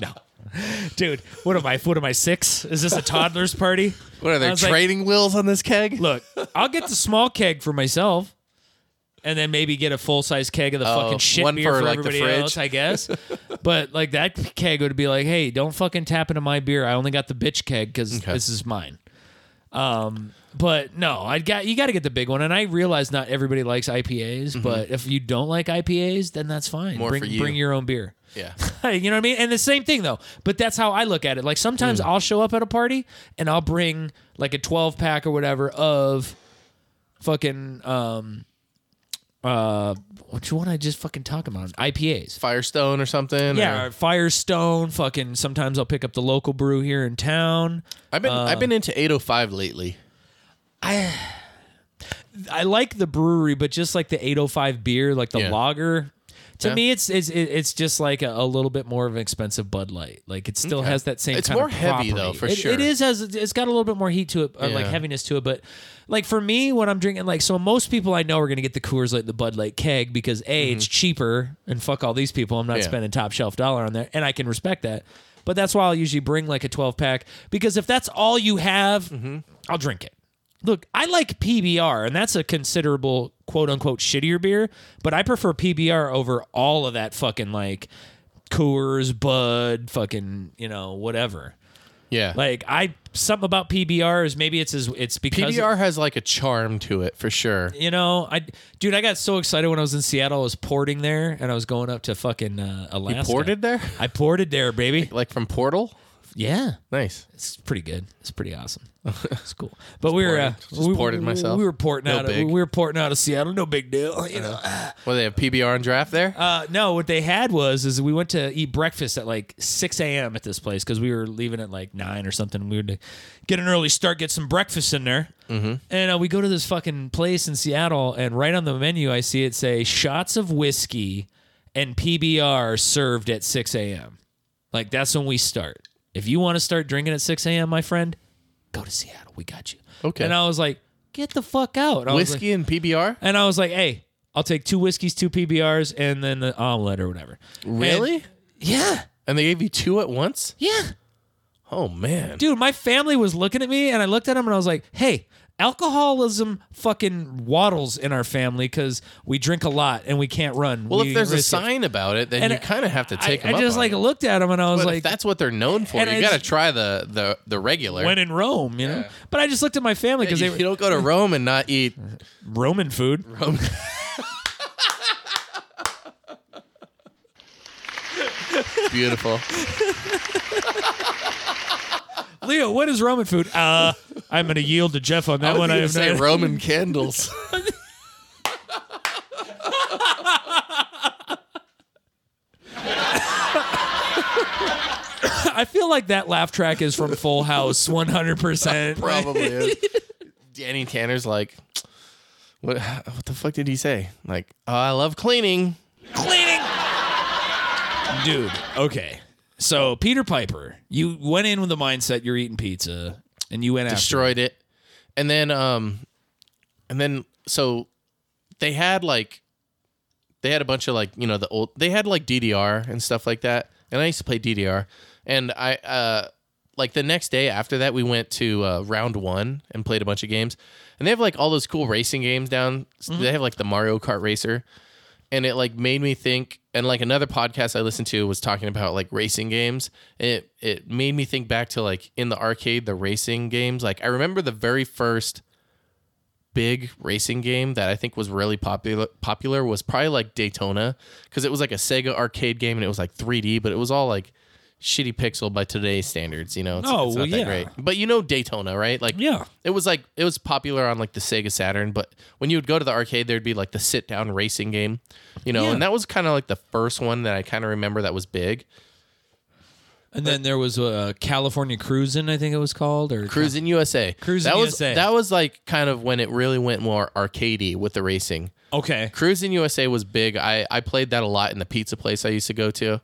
no, dude. What am I? What am I? Six? Is this a toddler's party? What are I there was like- trading wheels on this keg? Look, I'll get the small keg for myself, and then maybe get a full size keg of the fucking shit Oh, one beer for, for, like, the everybody fridge. else, I guess. but like that keg would be like, hey, don't fucking tap into my beer. I only got the bitch keg because this is mine. Um, but no, I got you got to get the big one, and I realize not everybody likes IPAs, but if you don't like IPAs, then that's fine. Mm-hmm. More bring for you. bring your own beer. Yeah, you know what I mean? And the same thing though. But that's how I look at it. Like sometimes I'll show up at a party and I'll bring like a 12 pack or whatever of fucking um uh what you want I just fucking talk about? IPAs. Firestone or something. Yeah, or- or Firestone, fucking sometimes I'll pick up the local brew here in town. I've been I've um, been into 805 lately. I like the brewery, but just like the 805 beer, like the Yeah. lager To Yeah. me, it's it's it- it's just like a, a little bit more of an expensive Bud Light. Like it still has that same. It's kind more of heavy, property. though, for It- sure. It is has it's got a little bit more heat to it, uh, like Yeah. heaviness to it. But like for me, when I'm drinking, like so most people I know are gonna get the Coors Light, and the Bud Light keg because a it's cheaper and fuck all these people. I'm not Mm-hmm. Yeah. spending top shelf dollar on there, and I can respect that. But that's why I'll usually bring like a 12 pack because if that's all you have, Mm-hmm. I'll drink it. Look, I like PBR, and that's a considerable quote unquote shittier beer, but I prefer PBR over all of that fucking like Coors, Bud, fucking, you know, whatever. Yeah. Like I something about PBR is maybe it's as it's because PBR has like a charm to it for sure. you know, I dude, I got so excited when I was in Seattle. I was porting there, and I was going up to fucking uh, Alaska. Ported there? I ported there, baby. Like from Portal? Yeah, Nice. it's pretty good. It's pretty awesome. It's cool. But we were uh, ported. Just we, ported we- myself. We were porting No out. big. we were porting out of Seattle. No big deal. You know. Well, they have PBR and draft there? Uh, no, what they had was is we went to eat breakfast at like 6 a.m. at this place because we were leaving at like nine or something. We were to get an early start, get some breakfast in there, mm-hmm. and uh, we go to this fucking place in Seattle, and right on the menu I see it say shots of whiskey and PBR served at 6 a.m. Like that's when we start. If you want to start drinking at 6 a.m., my friend, go to Seattle. We got you. Okay. And I was like, get the fuck out. I was like- Whiskey and PBR? and I was like, hey, I'll take two whiskeys, two PBRs, and then the omelet or whatever. Really? And- yeah. and they gave you two at once? Yeah. Oh, man. Dude, my family was looking at me and I looked at them and I was like, hey, alcoholism fucking waddles in our family because we drink a lot and we can't run. well, We if there's a risk it. sign about it, then And you kind of have to take I, them I up just on like it. looked at them and I was But if like, that's what they're known for, And you I got to just- try the, the, the regular. when in Rome, you know? But I just looked at my family because you, they you were don't go to Rome and not eat. Roman food. Beautiful. Leo, what is Roman food? Uh, I'm going to yield to Jeff on that I one. want I to have no say idea. Roman candles. I feel like that laugh track is from Full House 100%. Probably is. Danny Tanner's like, what? What the fuck did he say? Like, oh, I love cleaning. cleaning. Dude, okay. So Peter Piper, you went in with the mindset you're eating pizza, and you went after. Destroyed it, and then um, and then so they had like they had a bunch of like you know the old they had like DDR and stuff like that. And I used to play DDR, and I uh like the next day after that we went to uh, round one and played a bunch of games, and they have like all those cool racing games down. They have like the Mario Kart Racer. and it like made me think and like another podcast i listened to was talking about like racing games and it it made me think back to like in the arcade the racing games like i remember the very first big racing game that i think was really popular popular was probably like daytona because it was like a sega arcade game and it was like 3d but it was all like shitty pixel by today's standards you know it's, Oh, it's not well, that yeah. great but you know daytona right like Yeah. it was like it was popular on like the Sega Saturn, but when you would go to the arcade, there'd be like the sit down racing game, you know, Yeah. and that was kind of like the first one that I kind of remember that was big. And then there was uh, California Cruisin', I think it was called, or Cruising USA, Cruisin' that was, USA. That was like kind of when it really went more arcadey with the racing. Okay, Cruising USA was big. I I played that a lot in the pizza place I used to go to.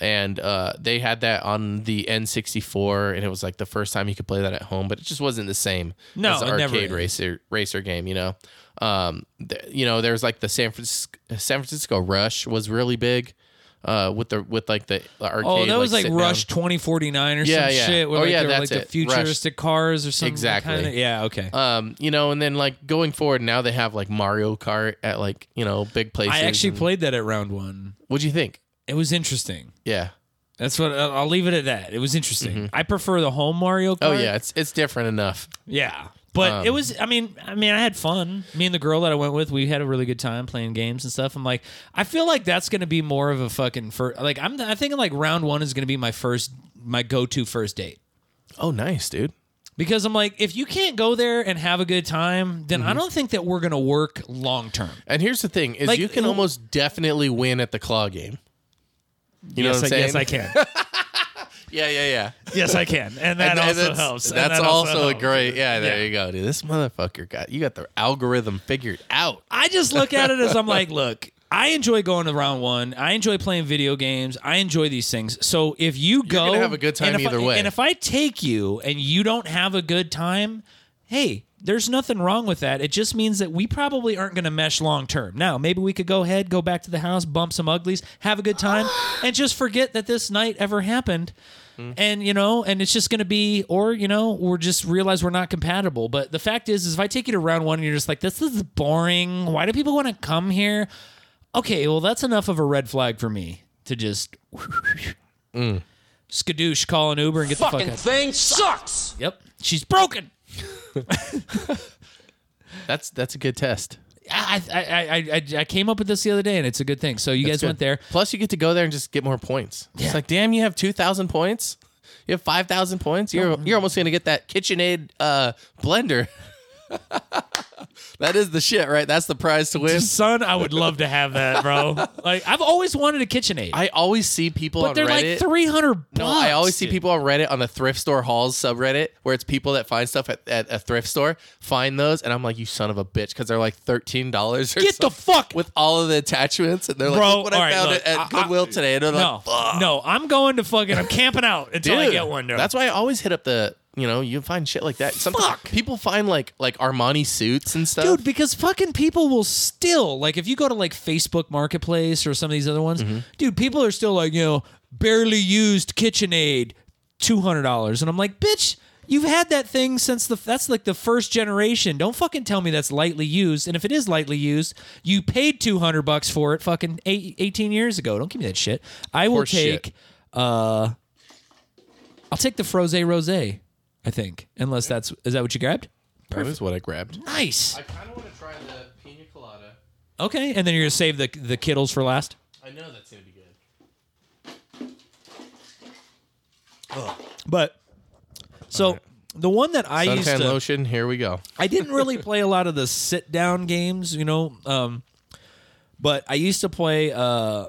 And uh, they had that on the N64, and it was like the first time you could play that at home, but it just wasn't the same No, as the it arcade never is. racer racer game. You know, um, th- you know, there was like the San Francisco San Francisco Rush was really big uh, with the with like the, the arcade. Oh, that was like sit down. Rush 2049 or Yeah, some yeah. shit. Where Oh, like yeah, they were, that's like the it. Rush. futuristic cars or something. Exactly. Kinda. Yeah, okay. Um, you know, and then like going forward, now they have like Mario Kart at like you know big places. I actually and- played that at round one. What'd you think? It was interesting. Yeah. That's what I'll I'll leave it at that. It was interesting. I prefer the home Mario Kart. Mm-hmm. Oh yeah, it's it's different enough. Yeah. But Um, it was I mean I mean I had fun. Me and the girl that I went with, we had a really good time playing games and stuff. I'm like I feel like that's going to be more of a fucking first like I'm I think like round 1 is going to be my first my go-to first date. Oh, nice, dude. Because I'm like if you can't go there and have a good time, then Mm-hmm. I don't think that we're going to work long term. And here's the thing: is Like, you can who- almost definitely win at the claw game. You know yes, what I'm I, saying? yes I can. Yeah, yeah, yeah. yes I can. And that And- and also that's, helps. And That's that also, a helps. great. Yeah, there you go, dude. This motherfucker got you got the algorithm figured out. I just look at it as I'm like, look, I enjoy going to round one. I enjoy playing video games. I enjoy these things. So if you go, gonna have a good time and if either I, way. And if I take you and you don't have a good time, hey, there's nothing wrong with that. It just means that we probably aren't going to mesh long term. Now, maybe we could go ahead, go back to the house, bump some uglies, have a good time, and just forget that this night ever happened. And you know, and it's just going to be, or you know, we're just realize we're not compatible. But the fact is, is if I take you to round one and you're just like, this is boring. Why do people want to come here? okay, well, that's enough of a red flag for me to just skadoosh, call an Uber, and get the fucking fuck out. thing sucks. Yep, she's broken. That's that's a good test. I, I, I, I, I came up with this the other day, and it's a good thing. So you guys Good. went there. Plus, you get to go there and just get more points. It's like, damn, you have two thousand points. You have five thousand points. You're Mm-hmm. you're almost gonna get that KitchenAid uh, blender. that is the shit, right? That's the prize to win. Son, I would love to have that, bro. like I've always wanted a KitchenAid, I always see people but on they're Reddit. like three hundred bucks. no, I always see dude. people on Reddit on the thrift store hauls subreddit where it's people that find stuff at, at a thrift store find those, and I'm like, you son of a bitch, because they're like thirteen dollars. Get the fuck with all of the attachments, and they're like, Bro, look what all I right, found look, at, I- I- at Goodwill today. And they're No, like, fuck. no, I'm going to fucking. I'm camping out until I Dude, get one. Dude. That's why I always hit up the. You know, you find shit like that. Sometimes Fuck. people find like like Armani suits and stuff. dude because fucking people will still like if you go to like facebook marketplace or some of these other ones Mm-hmm. dude people are still like you know barely used kitchenaid $200 and i'm like bitch you've had that thing since the that's like the first generation don't fucking tell me that's lightly used and if it is lightly used you paid 200 bucks for it fucking eight, 18 years ago don't give me that shit i will Horse shit. take uh i'll take the froze rose i think unless that's is that what you grabbed that is what I grabbed. nice kind of want to try the pina colada. Okay, and then you're gonna save the the Kittles for last. I know that's gonna be good. But so the one that I used Suntan to, lotion. Here we go. I didn't really play a lot of the sit down games, you know. Um, but I used to play uh,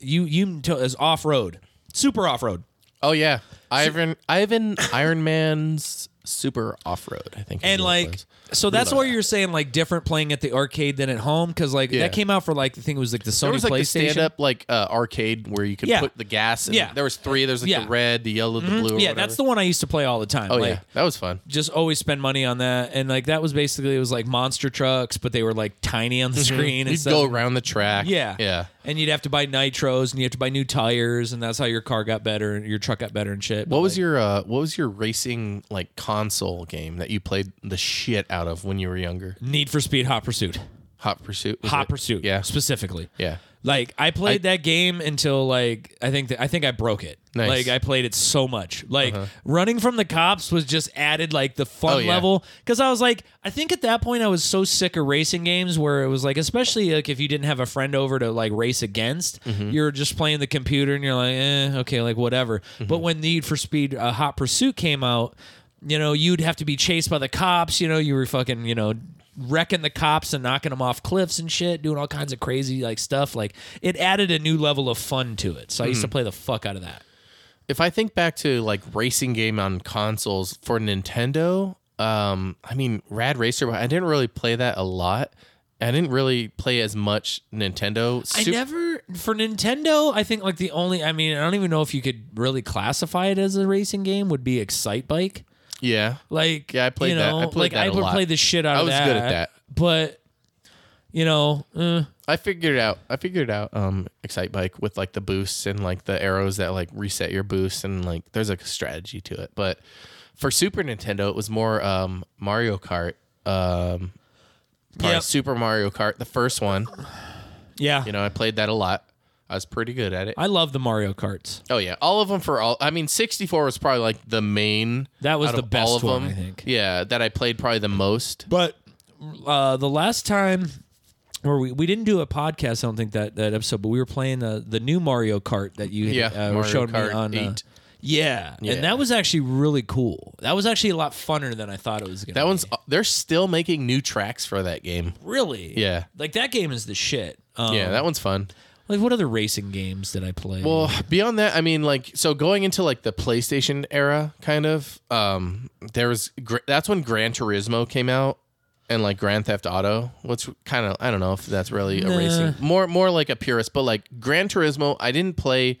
you you to- as off road, super off road. Oh yeah, Ivan Ivan Iron Man's Super Off Road. I think. is and what it like was. so that's where you're saying like different playing at the arcade than at home because like Yeah. that came out for like the thing was like the Sony there was like the PlayStation. stand up like uh, arcade where you could Yeah. put the gas. And Yeah. There was three. There's like Yeah. Mm-hmm. the red, the yellow, the blue. Or yeah, that's the one I used to play all the time. Oh like, yeah, that was fun. just always spend money on that. And like that was basically it was like monster trucks, but they were like tiny on the screen and Mm-hmm. You'd stuff. go around the track. yeah. Yeah. And you'd have to buy nitros and you have to buy new tires and that's how your car got better and your truck got better and shit. What was your uh, what was your racing like console game that you played the shit out of when you were younger? Need for Speed Hot Pursuit? Hot Pursuit. was Hot it? Pursuit. Yeah. Specifically. Yeah. Like I played that game until like I think that I think I broke it. Nice. Uh-huh. Like I played it so much. Like running from the cops was just added like the fun Oh, yeah. level because I was like I think at that point I was so sick of racing games where it was like especially like if you didn't have a friend over to like race against Mm-hmm. you're just playing the computer and you're like eh, okay like whatever. Mm-hmm. But when Need for Speed uh, Hot Pursuit came out, you know you'd have to be chased by the cops. You know you were fucking you know wrecking the cops and knocking them off cliffs and shit, doing all kinds of crazy like stuff. Like it added a new level of fun to it. So I Mm. used to play the fuck out of that. If I think back to like racing game on consoles for Nintendo, um, I mean Rad Racer. but I didn't really play that a lot. I didn't really play as much Nintendo. I Sup- never for Nintendo. I think like the only. I mean, I don't even know if you could really classify it as a racing game. Would be Excite Bike. Yeah. Like Yeah, I played you that. know, I played like that I a would lot. play the shit out I of was that. good at that. but you know, uh, I figured it out. I figured it out um Excite Bike with like the boosts and like the arrows that like reset your boosts and like there's like a strategy to it. But for Super Nintendo, it was more um Mario Kart. Um probably Yep. Super Mario Kart, the first one. yeah. You know, I played that a lot. I was pretty good at it. I love the Mario Karts. oh yeah, all of them for all. I mean, 64 was probably like the main. That was out the of best all of one, them. I think. Yeah, that I played probably the most. But uh, the last time where we, we didn't do a podcast, I don't think that, that episode, but we were playing the the new Mario Kart that you Yeah, uh, Mario showed me Kart on. uh, 8. yeah. and Yeah. that was actually really cool. That was actually a lot funner than I thought it was going to. That one's. They're still making new tracks for that game. really Yeah. Like that game is the shit. Um, Yeah, that one's fun. Like what other racing games did I play? Well, beyond that, I mean, like, so going into like the PlayStation era, kind of, um, there was gr- that's when Gran Turismo came out, and like Grand Theft Auto, which kind of I don't know if that's really a Nah. racing more more like a purist, but like Gran Turismo, I didn't play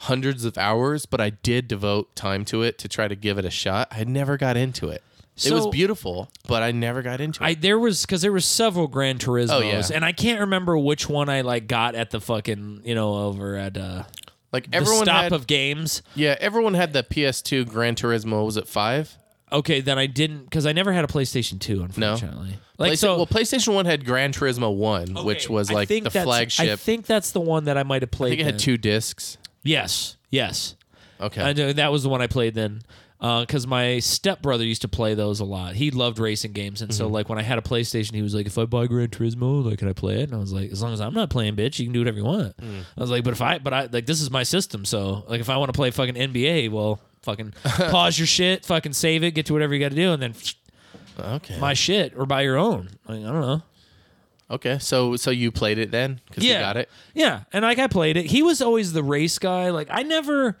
hundreds of hours, but I did devote time to it to try to give it a shot. I never got into it. it was So- beautiful, but I never got into I it. there was because there were several Gran Turismos, Oh, yeah. and I can't remember which one I like got at the fucking you know over at uh, Like the everyone stop had, of games. yeah, everyone had the PS2 Gran Turismo. Was it five? Okay, then I didn't because I never had a PlayStation Two, unfortunately. Like Playsta- so, well, PlayStation One had Gran Turismo One, which okay, was I like think the that's- I flagship. think that's the one that I might have played. I think it had then. two discs. Yes, yes. Okay, I know that was the one I played then, because my stepbrother used to play those a lot. He loved racing games, and so like when I had a PlayStation, he was like, "If I buy Gran Turismo, like can I play it?" And I was like, "As long as I'm not playing, bitch, you can do whatever you want." I was like, "But if I, but I like this is my system, so like if I want to play fucking NBA, well, fucking pause your shit, fucking save it, get to whatever you got to do, and then okay, my shit or buy your own. Like I don't know." okay. So so you played it then because you got it. Yeah, and like I played it. He was always the race guy. Like I never,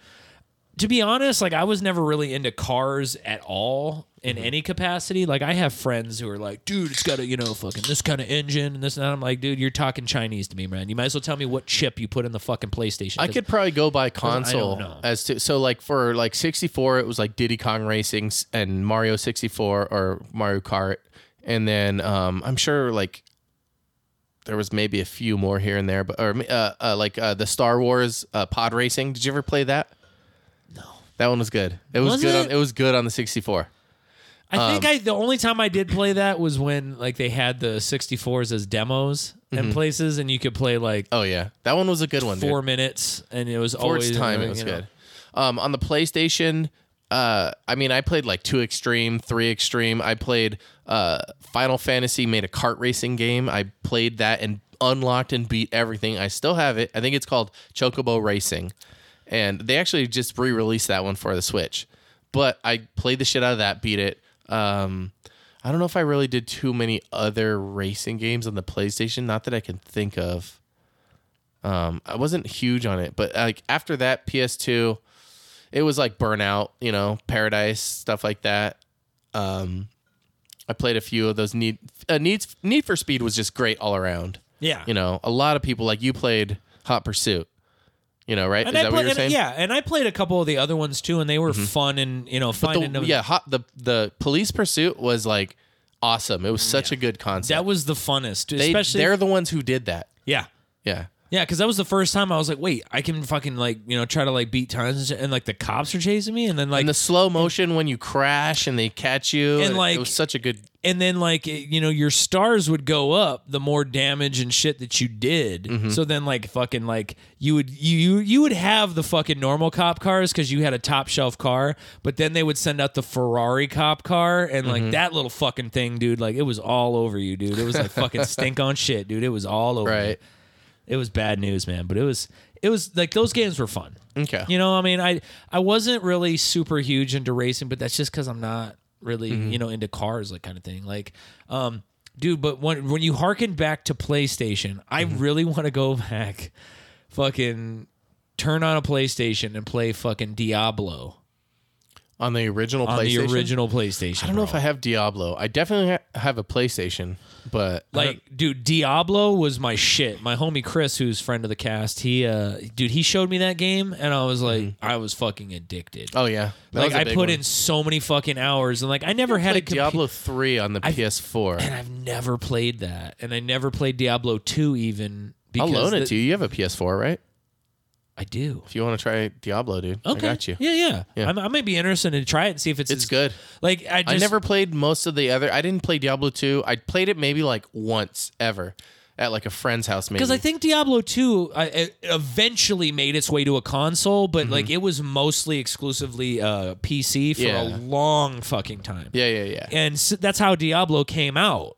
to be honest, like I was never really into cars at all in Mm-hmm. any capacity. Like I have friends who are like, dude, it's got a you know fucking this kind of engine and this and that. I'm like, dude, you're talking Chinese to me, man. You might as well tell me what chip you put in the fucking PlayStation. I 'cause- could probably go by don't console know. as to so like for like 64 it was like Diddy Kong Racing s- and Mario 64 or Mario Kart and then um I'm sure like there was maybe a few more here and there but or uh, uh like uh, the Star Wars uh, Pod Racing did you ever play that? No. That one was good. It was, Was good it? on it was good on the 64. I um, think I the only time I did play that was when like they had the 64s as demos in places, and you could play like Mm-hmm. Oh yeah. That one was a good one. dude. four minutes, and it was for always its time, it was you know. good. Um, on the PlayStation, uh, I mean, I played like two extreme, three extreme. I played uh, Final Fantasy, made a kart racing game. I played that and unlocked and beat everything. I still have it. I think it's called Chocobo Racing, and they actually just re-released that one for the Switch. But I played the shit out of that, beat it. Um, I don't know if I really did too many other racing games on the PlayStation. Not that I can think of. Um, I wasn't huge on it, but like after that PS2, it was like Burnout, you know, Paradise, stuff like that. Um, I played a few of those. Need uh, Needs Need for Speed was just great all around. Yeah, You know, a lot of people like you played Hot Pursuit. You know, right? And Is I that played, what you're and- saying? Mm-hmm. yeah, and I played a couple of the other ones too, and they were fun and you know The- finding them. yeah. Hot, the the Police Pursuit was like awesome. It was such a good concept. Mm, that was the funnest, they, especially they're the ones who did that. yeah, Yeah. yeah, because that was the first time I was like, wait, I can fucking like you know try to like beat times, and, shit, and like the cops are chasing me, and then like And the slow motion when you crash and they catch you, and, like like- it was such a good and then like it- you know your stars would go up the more damage and shit that you did so then like fucking like you would you you, you would have the fucking normal cop cars because you had a top shelf car but then they would send out the ferrari cop car and like that little fucking thing dude like it was all over you dude it was like fucking stink on shit dude it was all over you. right. it was bad news man but it was it was like those games were fun Okay. you know, I mean, I I wasn't really super huge into racing, but that's just because I'm not really Mm-hmm. you know into cars like kind of thing. Like, um, dude, but when when you hearken back to PlayStation, I Mm-hmm. really want to go back, fucking turn on a PlayStation and play fucking Diablo On the original on the PlayStation. original PlayStation. I don't know if I have Diablo. I definitely ha- have a PlayStation, but I don't- like dude diablo was my shit my homie chris who's friend of the cast he uh dude he showed me that game and i was like Mm-hmm. i was fucking addicted oh yeah, That like was a I big put one. in so many fucking hours, and like I never had a Played compu- Diablo three on the PS4. and I've never played that, and I never played Diablo two even. I'll Because loan the- it to you. You have a PS4, right? I do. If you want to try Diablo, dude, Okay. I got you. Yeah, yeah. Yeah. I'm, I might be interested in try it and see if it's It's as- good. Like I just I never played most of the other. I didn't play Diablo two. I played it maybe like once ever at like a friend's house, maybe. because I think Diablo two I, it eventually made its way to a console, but Mm-hmm. like it was mostly exclusively uh, PC for Yeah. a long fucking time. yeah, yeah, yeah. and s that's how Diablo came out.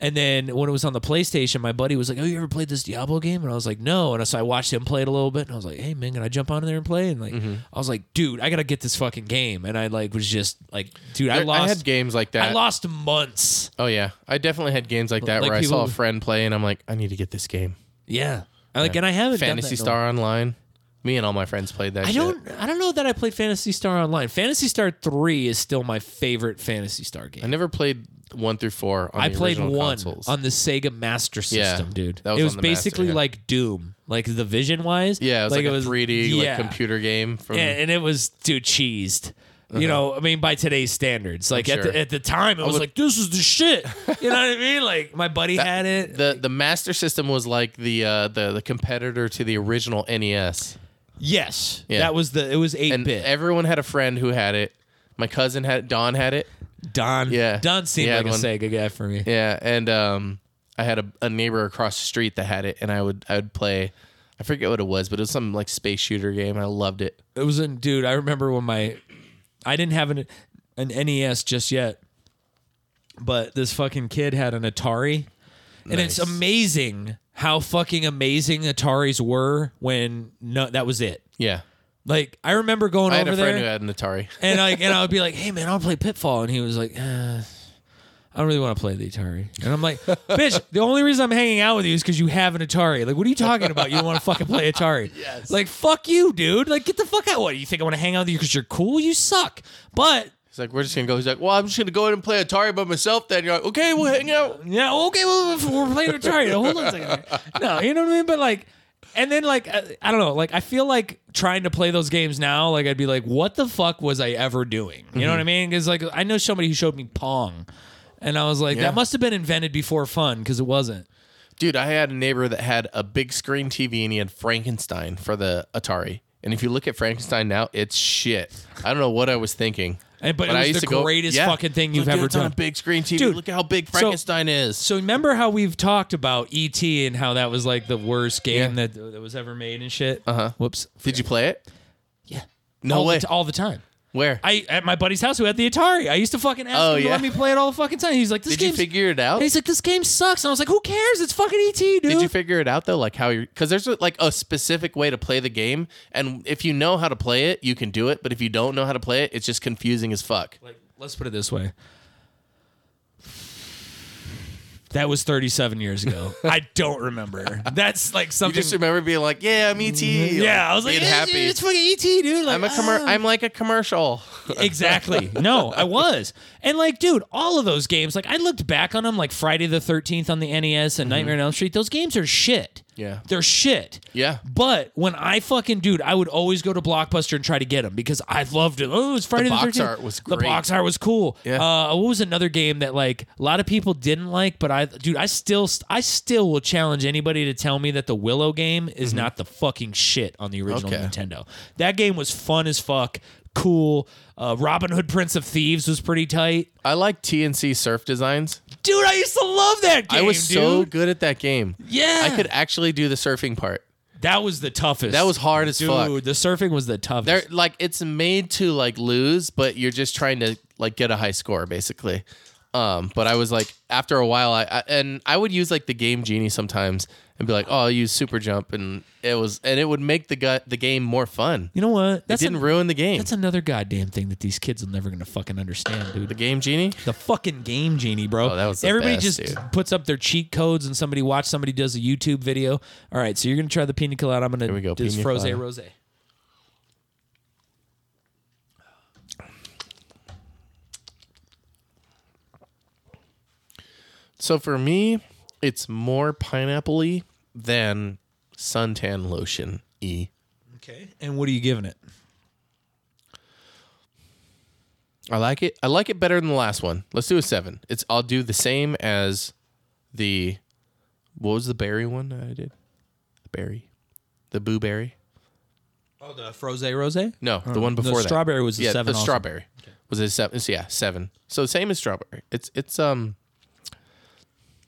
And then when it was on the PlayStation, my buddy was like, "Oh, you ever played this Diablo game?" And I was like, "No." And so I watched him play it a little bit, and I was like, "Hey, man, can I jump on there and play?" And like, Mm-hmm. I was like, "Dude, I gotta get this fucking game." And I like was just like, "Dude, I There- lost, I, had games like that. lost months." oh yeah, I definitely had games like that Like where I saw people- a friend play and I'm like, I need to get this game. Yeah, I, like, and I haven't done Fantasy that in a- Star Online. Me and all my friends played that. I shit. don't. I don't know that I played Fantasy Star Online. Fantasy Star Three is still my favorite Fantasy Star I game. never played one through four. on I the played original one consoles. on the Sega Master System, dude. that was it on was the Master, basically yeah. like Doom, like the vision wise. yeah, it was like, it was a 3D yeah. like computer game from and, and it was dude cheesed. You know, I mean, by today's standards, like at Uh-huh. sure. the at the time, it was would- like this is the shit. You know what I mean? Like my buddy had it. the the Master System was like the uh, the the competitor to the original NES, yes, Yeah. that was the. It was eight and bit. everyone had a friend who had it. My cousin had it. Don had it. Don, Yeah. Don seemed He like had a one. Sega guy for me. Yeah, and um, I had a, a neighbor across the street that had it, and I would I would play. I forget what it was, but it was some like space shooter game. I loved it. It was in, dude. I remember when my, I didn't have an an NES just yet, but this fucking kid had an Atari, and it's Nice. amazing how fucking amazing Ataris were when no, that was it. Yeah, Like I remember going I had over a there, friend who had an Atari. and like, and I would be like, "Hey man, I'll play Pitfall," and he was like, uh, "I don't really want to play the Atari." And I'm like, "Bitch, the only reason I'm hanging out with you is because you have an Atari. Like, what are you talking about? You don't want to fucking play Atari? Yes. Like, fuck you, dude. Like, get the fuck out. What you think I want to hang out with you because you're cool? You suck. But He's like, we're just gonna go. He's like, well, I'm just gonna go in and play Atari by myself. Then you're like, okay, we'll hang out. Yeah, okay, well, if we're playing Atari. Hold on a second. No, you know what I mean? But like, and then like, I, I don't know, like, I feel like trying to play those games now, like, I'd be like, what the fuck was I ever doing? You Mm-hmm. know what I mean? Because like, I know somebody who showed me Pong, and I was like, Yeah. that must have been invented before fun because it wasn't. Dude, I had a neighbor that had a big screen TV and he had Frankenstein for the Atari. And if you look at Frankenstein now, it's shit. I don't know what I was thinking. And- but it I was used the to go- greatest Yeah. fucking thing you've Look, ever it's On done. a big screen TV. Dude, look at how big Frankenstein is. So remember how we've talked about ET and how that was like the worst game Yeah. that that was ever made and shit. Uh huh. Whoops. Did you play it? Yeah. No all way. The t- all the time. Where? I at my buddy's house who had the Atari. I used to fucking ask Oh, him to yeah. let me play it all the fucking time. He's like, "This Did you game." figure it out? he's like, "This game sucks." And I was like, "Who cares? It's fucking ET, dude." Did you figure it out though? Like how you're because there's like a specific way to play the game, and if you know how to play it, you can do it. But if you don't know how to play it, it's just confusing as fuck. like, let's put it this way. That was 37 years ago. I don't remember. That's like You something. just remember being like, "Yeah, I'm ET." Mm-hmm. yeah, I was like, being "Yeah, happy. dude, It's fucking ET, dude. Like, I'm a commer- ah. I'm like a commercial. exactly. No, I was. And like, dude, all of those games, like I looked back on them like Friday the 13th on the NES and Nightmare on Elm Street, those games are shit. Mm-hmm. Yeah. They're shit. Yeah. But when I fucking dude, I would always go to Blockbuster and try to get them because I loved it. Oh, it was Friday the, box 13th. art was The great. box art was cool. Yeah. Uh, what was another game that like a lot of people didn't like, but I dude, I still I still will challenge anybody to tell me that the Willow game is Mm-hmm. not the fucking shit on the original Okay. Nintendo. That game was fun as fuck, cool. Uh, Robin Hood Prince of Thieves was pretty tight. I like TNC surf designs. Dude, I used to love that game. I was so dude. good at that game. yeah. I could actually do the surfing part. that was the toughest. That was hard as Dude, fuck. the surfing was the toughest. They're like it's made to like lose, but you're just trying to like get a high score basically. Um, but I was like after a while, I, I and I would use like the game genie sometimes and be like, oh, I'll use super jump, and it was and it would make the gut the game more fun. you know what? It That's didn't an- ruin the game. That's another goddamn thing that these kids are never gonna fucking understand, the dude. game genie. The fucking game genie, bro. Oh, that was the Everybody just best, dude. puts up their cheat codes, and somebody watch somebody does a YouTube video. All right, so you're gonna try the pina colada. I'm gonna we go, do this pina froze colada. rose. So for me, it's more pineapple-y than suntan lotion e. Okay. And what are you giving it? I like it. I like it better than the last one. Let's do a seven. It's I'll do the same as the what was the berry one that I did? The berry. The boo berry. Oh, the froze rose. No, the one before that. Uh, strawberry was a yeah, seven The also. strawberry was a seven. So yeah, seven. So same as strawberry. It's it's um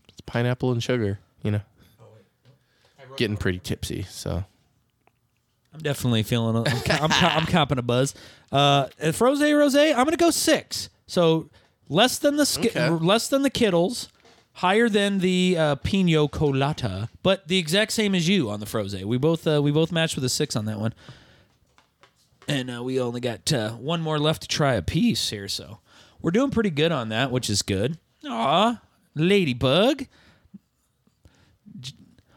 it's pineapple and sugar, you know. Getting pretty tipsy, so I'm definitely feeling. A, I'm, ca- I'm, ca- I'm copping a buzz. Uh, Froze Rose. I'm gonna go six. So less than the sk- Okay. less than the Kittles, higher than the uh, Pino Colata, but the exact same as you on the Froze. We both uh, we both matched with a six on that one, and uh, we only got uh, one more left to try a piece here. So we're doing pretty good on that, which is good. Aw, Ladybug. J-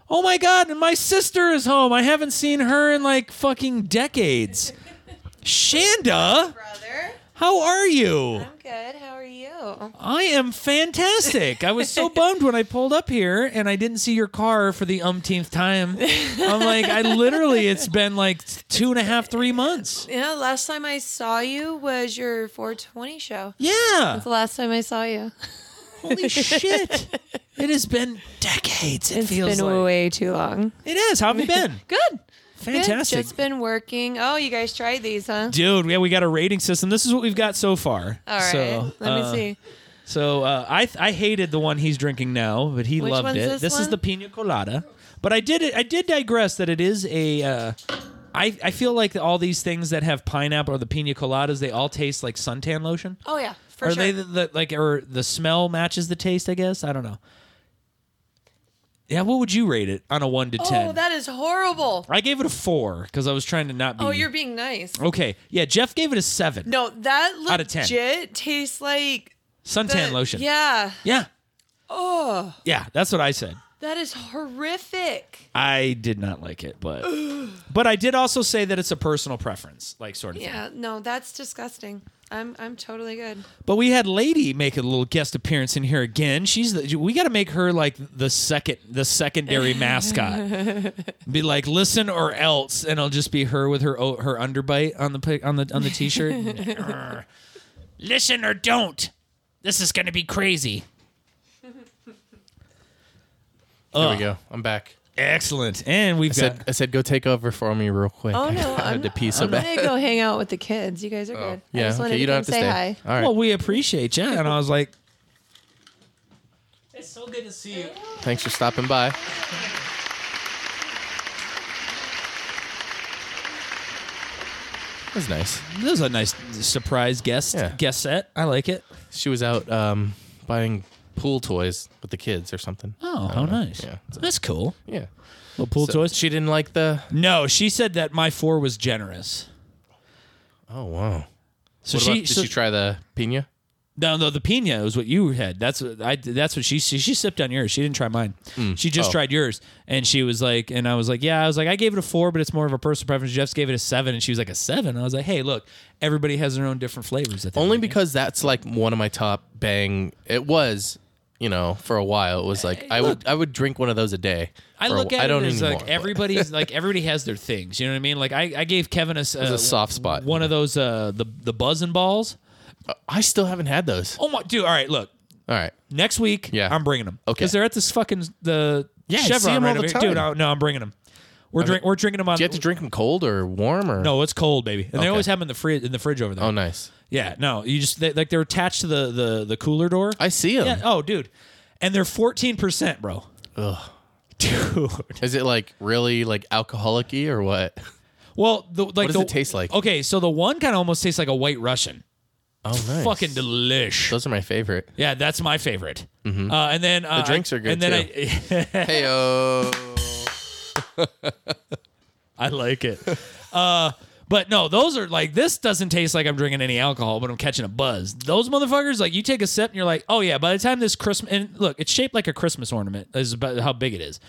oh my god, and my sister is home. I haven't seen her in like fucking decades. Shanda, Brother, how are you? I'm good. How are you? I am fantastic. I was so bummed when I pulled up here and I didn't see your car for the umpteenth time. I'm like, I literally, it's been like two and a half, three months. Yeah, last time I saw you was your 420 show. Yeah. That's the last time I saw you. Holy shit. It has been decades. It It's feels been like. way too long. It is. How have you been? Good. Fantastic. Good. Just been working. Oh, you guys tried these, huh? Dude, yeah, we got a rating system. This is what we've got so far. All right. So, Let uh, me see. So uh, I I hated the one he's drinking now, but he Which loved one's it. this is one? the pina colada. But I did I did digress that it is a. Uh, I, I feel like all these things that have pineapple or the pina coladas, they all taste like suntan lotion. Oh yeah, for or sure. they the, the, like or the smell matches the taste? I guess I don't know. Yeah, what would you rate it on a one to ten? oh, that is horrible. I gave it a four because I was trying to not be. Oh, you're being nice. okay. Yeah, Jeff gave it a seven. No, that legit Out of 10. tastes like the- suntan lotion. Yeah. yeah, Oh, yeah. That's what I said. that is horrific. I did not like it, but but I did also say that it's a personal preference, like sort of. thing. Yeah. No, that's disgusting. I'm I'm totally good. But we had Lady make a little guest appearance in here again. She's the, we got to make her like the second the secondary mascot. be like, listen or else, and I'll just be her with her o- her underbite on the pic- on the on the t shirt. listen or don't. This is going to be crazy. There we go. I'm back. Excellent, and we've I got. said, I said, go take over for me real quick. Oh I no, had I'm, to pee so I'm bad. gonna go hang out with the kids. You guys are good. Oh. I Yeah, just wanted okay, you to don't come have to say stay. hi. All right. Well, we appreciate you, and I was like, it's so good to see you. Thanks for stopping by. That's nice. This was a nice surprise guest Yeah. guest set. I like it. She was out um, buying pool toys with the kids or something. Oh, I how don't know. nice. Yeah. That's cool. Yeah. Little pool So toys. she didn't like the. No, she said that my four was generous. Oh wow. So what she, about, did so- she try the pina? no no the pina was what you had. That's what I. That's what she she, she sipped on yours. She didn't try mine. She just Oh. tried yours, and she was like, and I was like, yeah, I was like, I gave it a four, but it's more of a personal preference. Jeff's gave it a seven, and she was like a seven. I was like, hey, look, everybody has their own different flavors. At the end Only of the because that's like one of my top bang. It was, you know, for a while. It was like I would I would drink one of those a day. I for a look wh- at I don't it as anymore, like but- everybody's like everybody has their things. You know what I mean? Like I, I gave Kevin a, s- uh, soft spot. One of those uh the the buzzing balls. I still haven't had those. Oh my dude! All right, look. All right. Next week, Yeah. I'm bringing them. Okay. because they're at this fucking the Yeah, I see Chevron 'em all right the over here. time. Dude, I, no, I'm bringing them. We're drink we're drinking them on. Do you have to drink them cold or warm or no, it's cold, baby, and they Okay. always have them in the fridge in the fridge over there. Oh, nice. Yeah, no, you just they, like they're attached to the the the cooler door. I see them. yeah. Oh, dude, and they're fourteen percent, bro. Ugh. Dude. Is it like really like alcoholic-y or what? Well, the, like does the, it taste like? Okay, so the one kind of almost tastes like a White Russian. Oh, nice. Fucking delish. Those are my favorite. yeah, that's my favorite. Uh, and then uh, Mm-hmm. The drinks are good, And then I, Hey, oh. I like it. Uh, but no, those are like this doesn't taste like I'm drinking any alcohol, but I'm catching a buzz. Those motherfuckers, like you take a sip and you're like, oh yeah. By the time this Christmas and look, it's shaped like a Christmas ornament. Is about how big it is,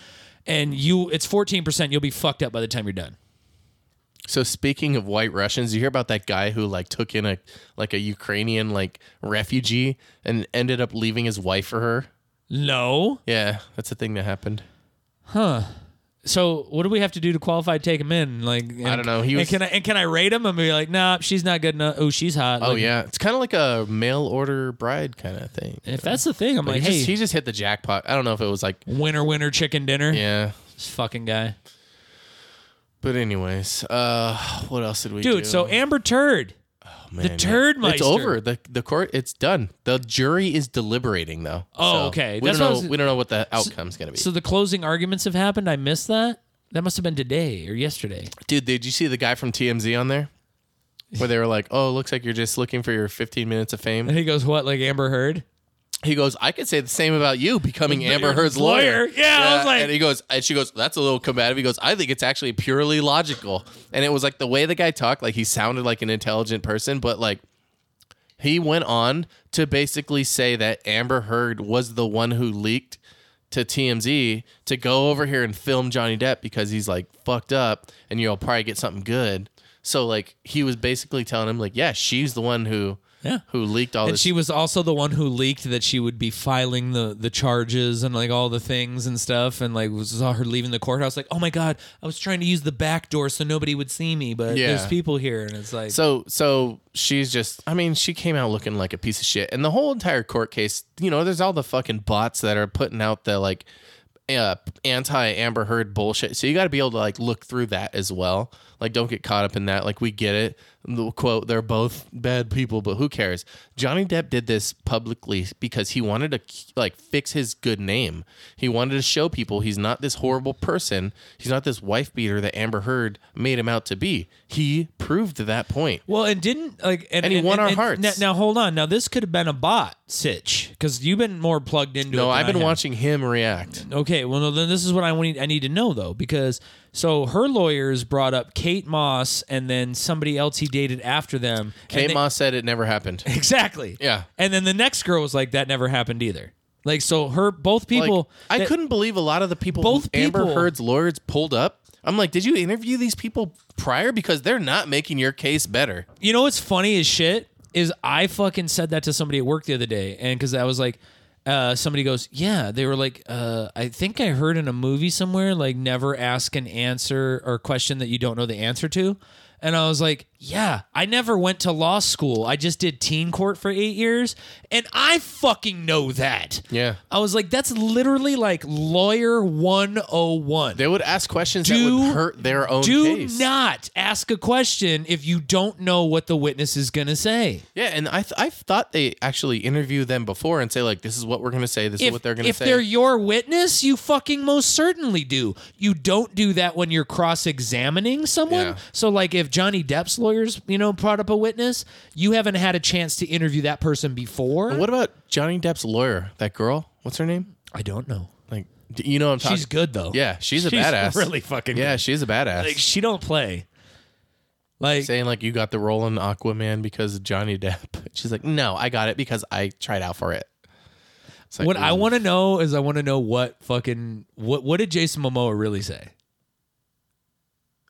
and you it's 14. percent You'll be fucked up by the time you're done. So speaking of white Russians, you hear about that guy who like took in a like a Ukrainian like refugee and ended up leaving his wife for her? No. Yeah, that's a thing that happened. So what do we have to do to qualify to take him in? Like and- I don't know. He and was- can I and can I rate him and be like, nah, she's not good enough. Oh, she's hot. Oh Like, yeah, it's kind of like a mail order bride kind of thing. If that's the thing, I'm Like, like, he, hey, just, he just hit the jackpot. I don't know if it was like winner, winner, chicken dinner. yeah, This fucking guy, but anyways, uh, what else did we do, dude. So Amber Turd. Oh, man, turd It's meister. over. the The court. It's done. The jury is deliberating though. Oh, So okay. We That's what I don't know. was- we don't know what the outcome's gonna be. So the closing arguments have happened. I missed that. That must have been today or yesterday. Dude, did you see the guy from TMZ on there? Where they were like, "Oh, looks like you're just looking for your 15 minutes of fame." And he goes, "What? Like Amber Heard?" He goes, "I could say the same about you becoming Amber Heard's lawyer." lawyer. Yeah, I was like- and he goes, and she goes, "That's a little combative." He goes, "I think it's actually purely logical." And it was like the way the guy talked, like he sounded like an intelligent person, but like he went on to basically say that Amber Heard was the one who leaked to TMZ to go over here and film Johnny Depp because he's like fucked up and you'll probably get something good. So like he was basically telling him like, yeah, she's the one who Yeah. who leaked all And this. she was also the one who leaked that she would be filing the the charges and like all the things and stuff and like was saw her leaving the courthouse like oh my god I was trying to use the back door so nobody would see me but Yeah. there's people here and it's like so so she's just I mean, she came out looking like a piece of shit. And the whole entire court case, you know, there's all the fucking bots that are putting out the like uh, anti Amber Heard bullshit. So you got to be able to like look through that as well. Like, don't get caught up in that. Like, we get it. The quote, they're both bad people, but who cares? Johnny Depp did this publicly because he wanted to like fix his good name. He wanted to show people he's not this horrible person. He's not this wife beater that Amber Heard made him out to be. He proved that point. Well, and didn't like, and, And he won our and- hearts. Now, now, hold on. Now this could have been a bot sitch because you've been more plugged into it. No, than I've I been have. watching him react. Okay, well, no, then this is what I need. I need to know though, because so her lawyers brought up Kate Moss and then somebody else he dated after them. and Kate they- Moss said it never happened. exactly. Yeah. and then the next girl was like, "That never happened either." Like, so her both Like, people. I that- couldn't believe a lot of the people who Both Amber people- Heard's lawyers pulled up. I'm like, did you interview these people prior? Because they're not making your case better. You know what's funny as shit is I fucking said that to somebody at work the other day, and because I was like, uh, somebody goes, yeah, they were like, uh, I think I heard in a movie somewhere, like never ask an answer or question that you don't know the answer to, and I was like, yeah, I never went to law school. I just did teen court for eight years, and I fucking know that. Yeah. I was like, that's literally like lawyer one oh one. They would ask questions Do- that would hurt their own Do case. not ask a question if you don't know what the witness is going to say. yeah, and I, th- I thought they actually interview them before and say like, this is what we're gonna say. This is what they're gonna if say. they're your witness, you fucking most certainly do. You don't do that when you're cross-examining someone. Yeah. So, like, if Johnny Depp's lawyers, you know, brought up a witness, you haven't had a chance to interview that person before. what about Johnny Depp's lawyer? That girl, what's her name? I don't know. Like, d- you know, what I'm talking. She's good though. Yeah, she's a She's badass. Really fucking. Yeah, she's a badass. Good. Like, she don't play. Like, saying like you got the role in Aquaman because of Johnny Depp. She's like, no, I got it because I tried out for it. It's like, what I mm. want to know is, I want to know what fucking what what did Jason Momoa really say?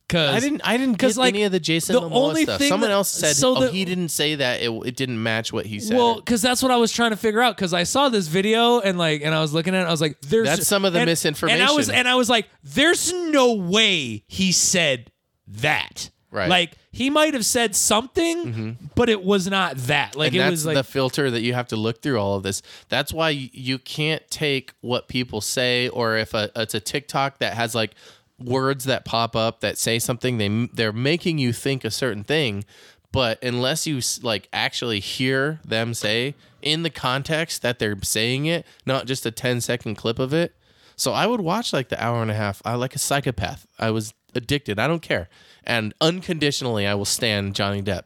Because I didn't. I didn't get 'cause, like, any of the Jason the Momoa only stuff. thing Someone that- else said, so "Oh, the- he didn't say that. It, it didn't match what he said." Well, because that's what I was trying to figure out. Because I saw this video and like, and I was looking at, it, I was like, "There's That's some of the and- misinformation. And I was, and I was like, "There's no way he said that." Right. Mm-hmm. Like he might have said something, but it was not that. Like and it that's was like the filter that you have to look through all of this. That's why you you can't take what people say, or if a, it's a TikTok that has like words that pop up that say something, they they're making you think a certain thing, but unless you s- like actually hear them say in the context that they're saying it, not just a 10 second clip of it. So I would watch like the hour and a half. I like a psychopath. I was addicted. I don't care. And unconditionally, I will stand Johnny Depp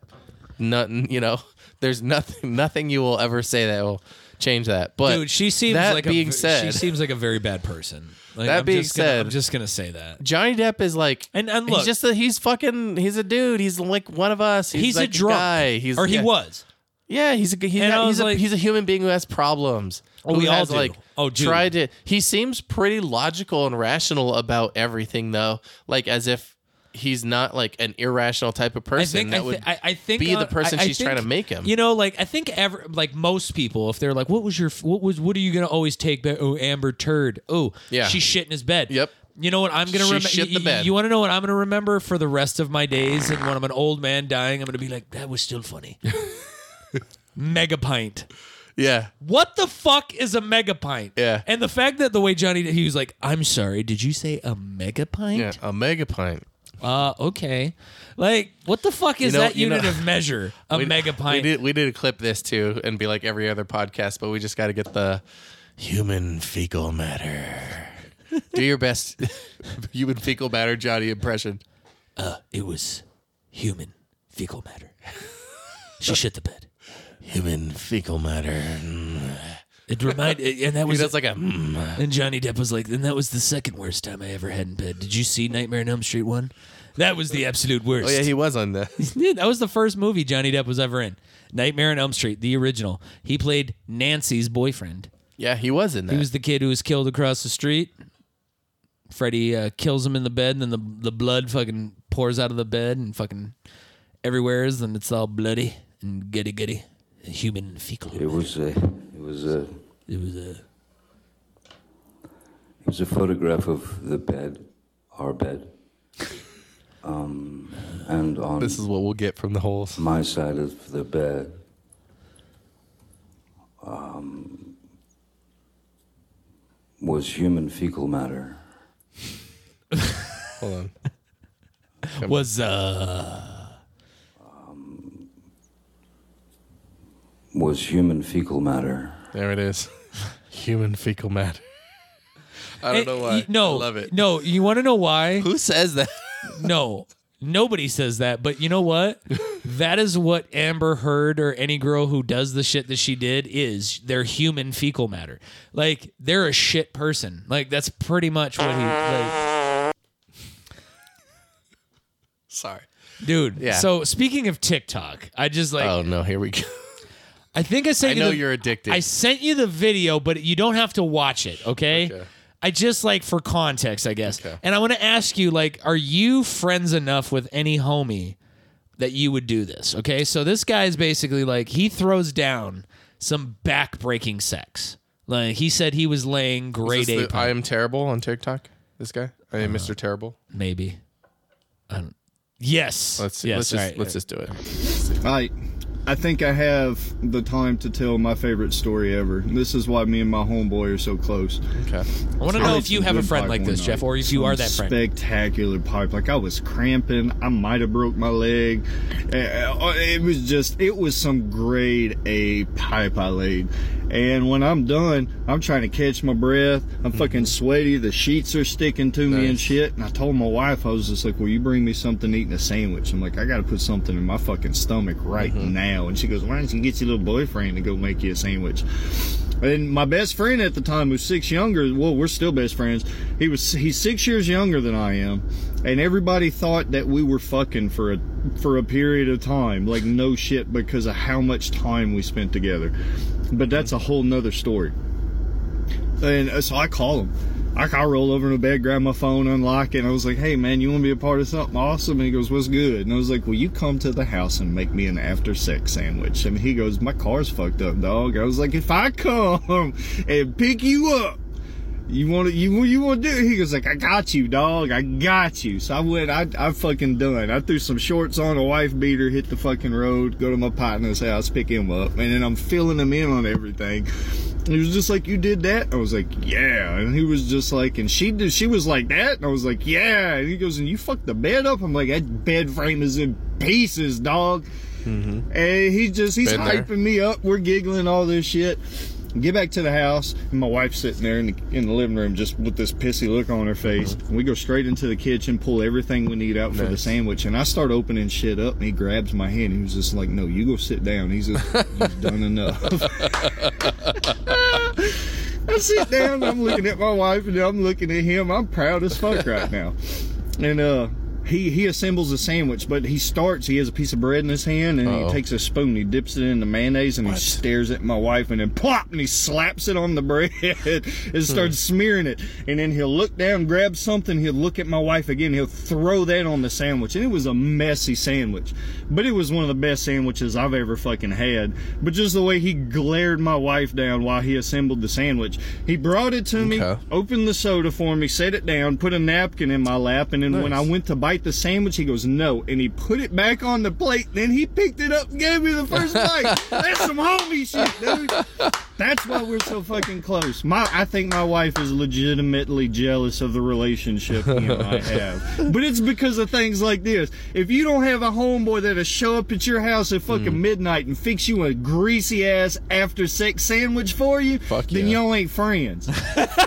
nothing you know there's nothing nothing you will ever say that will change that but dude, she seems that like being a, she said seems like a very bad person. Like, That I'm being just gonna- said- I'm just gonna say that. johnny depp is like And- and look- he's just a, he's fucking he's a dude he's like one of us he's, He's, like a drunk, guy. he's or he yeah. was. yeah he's a he's, And I a, was he's, a, like- he's a human being who has problems Oh, who we all has, do. like Oh, dude. tried to he seems pretty logical and rational about everything though like as if he's not like an irrational type of person I that think, I, would thi- I, I think be the uh, person I- I she's trying think, to make him. You know, like I think ever like most people, if they're like, "What was your f- what was what are you gonna always take?" back? Oh, Amber Turd. Oh, Yeah. she shit in his bed. Yep. You know what I'm gonna She remember? shit the bed. You want to know what I'm gonna remember for the rest of my days? And when I'm an old man dying, I'm gonna be like, "That was still funny." mega pint. yeah What the fuck is a mega pint? Yeah. And the fact that the way Johnny he was like, "I'm sorry, did you say a mega pint?" yeah a mega pint Uh, okay. Like, what the fuck is know- that you know- unit of measure? Um, A mega We pint. did we did a clip this too and be like every other podcast, but we just got to get the human fecal matter. Do your best human fecal matter Johnny impression. It was human fecal matter. she shit the bed. Human fecal matter. It reminded, and that was, That's like a mm. and Johnny Depp was like, and that was the second worst time I ever had in bed. Did you see Nightmare on Elm Street one? That was the absolute worst. oh yeah, he was on the Yeah, that was the first movie Johnny Depp was ever in. Nightmare on Elm Street, the original. He played Nancy's boyfriend. Yeah, he was in that. He was the kid who was killed across the street. Freddy uh, kills him in the bed, and then the the blood fucking pours out of the bed and fucking everywhere is, and it's all bloody and giddy giddy, human fecal. It was a, it was a, it It was a was a photograph of the bed, our bed, um, and on This is what we'll get from the whole. my side of the bed, um, um, was human fecal matter. Hold on. was uh Was human fecal matter. There it is. Human fecal matter. I don't know Eh, why. y- No, I love it. No, you want to know why? Who says that? no, nobody says that. But you know what? that is what Amber Heard or any girl who does the shit that she did is. They're human fecal matter. Like they're a shit person. Like that's pretty much what he. Like, Sorry. dude. Yeah. So speaking of TikTok, I just like Oh no, here we go. I think I sent I you. know the- you're addicted. I sent you the video, but you don't have to watch it. Okay. Okay. I just like for context, I guess. Okay. And I want to ask you, like, are you friends enough with any homie that you would do this? Okay. So this guy is basically like he throws down some back-breaking sex. Like he said, he was laying Is grade this A, the I am terrible on TikTok. This guy, I am Mr. Terrible. maybe. I don't. Yes. Let's see. Yes, let's just all right. let's just do it. I, I think I have the time to tell my favorite story ever. This is why me and my homeboy are so close. Okay. I want to know if you have a friend like this, Jeff, or if you are that friend. Spectacular pipe. Like I was cramping. I might have broke my leg. Uh, uh, It was just. It was some grade A pipe I laid. And when I'm done, I'm trying to catch my breath. Mm-hmm. I'm fucking sweaty. The sheets are sticking to me and Nice. shit. And I told my wife, I was just like, "Will you bring me something to eat and a sandwich?" I'm like, "I got to put something in my fucking stomach right Mm-hmm. now." And she goes, "Why don't you get your little boyfriend to go make you a sandwich?" And my best friend at the time was six younger. Well, we're still best friends. He was he's six years younger than I am, and everybody thought that we were fucking for a for a period of time, like no shit, because of how much time we spent together. But that's a whole nother story. And uh, so I call him. I, I roll over in the bed, grab my phone, unlock it. And I was like, hey, man, you want to be a part of something awesome? And he goes, what's good? And I was like, well, you come to the house and make me an after sex sandwich. And he goes, my car's fucked up, dog. I was like, if I come and pick you up, you want to you you want to do? it?" He goes like, I got you, dog. I got you. So I went. I I fucking done. I threw some shorts on, a wife beater, hit the fucking road, go to my partner's house, pick him up, and then I'm filling him in on everything. He was just like, you did that. I was like, yeah. And he was just like, and she did. She was like that. And I was like, yeah. And he goes, and you fucked the bed up. I'm like, that bed frame is in pieces, dog. And he just he's Been there. hyping me up. We're giggling all this shit. Get back to the house, and my wife's sitting there in the, in the living room, just with this pissy look on her face. And we go straight into the kitchen, pull everything we need out for the Uh-huh. Nice. sandwich, and I start opening shit up. And he grabs my hand. He was just like, "No, you go sit down." He's just, "You've done enough." I sit down and I'm looking at my wife and I'm looking at him. I'm proud as fuck right now. And uh he he assembles a sandwich, but he starts, he has a piece of bread in his hand and Uh-oh. he takes a spoon, he dips it in the mayonnaise and he stares at my wife and then plop and he slaps it on the bread Hmm. and starts smearing it. And then he'll look down, grab something, he'll look at my wife again, he'll throw that on the sandwich. And it was a messy sandwich. But it was one of the best sandwiches I've ever fucking had. But just the way he glared my wife down while he assembled the sandwich. He brought it to me, Okay. opened the soda for me, set it down, put a napkin in my lap, and then when I Nice. went to bite the sandwich, he goes, No. And he put it back on the plate, then he picked it up and gave me the first bite. That's some homie shit, dude. That's why we're so fucking close. My, I think my wife is legitimately jealous of the relationship you and I have, but it's because of things like this. If you don't have a homeboy that'll show up at your house at fucking Mm. midnight and fix you a greasy ass after sex sandwich for you, Fuck then yeah. y'all ain't friends.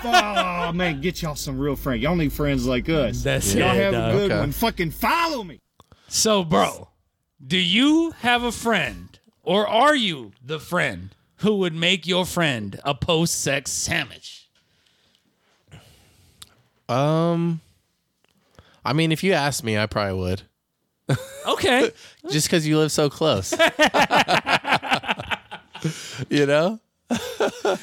oh man, get y'all some real friends. Y'all need friends like us. That's y'all it, have dog. a good Okay. one. Fucking follow me. So, bro, do you have a friend, or are you the friend who would make your friend a post-sex sandwich? Um, I mean, if you asked me, I probably would. Okay, Just because you live so close. you know.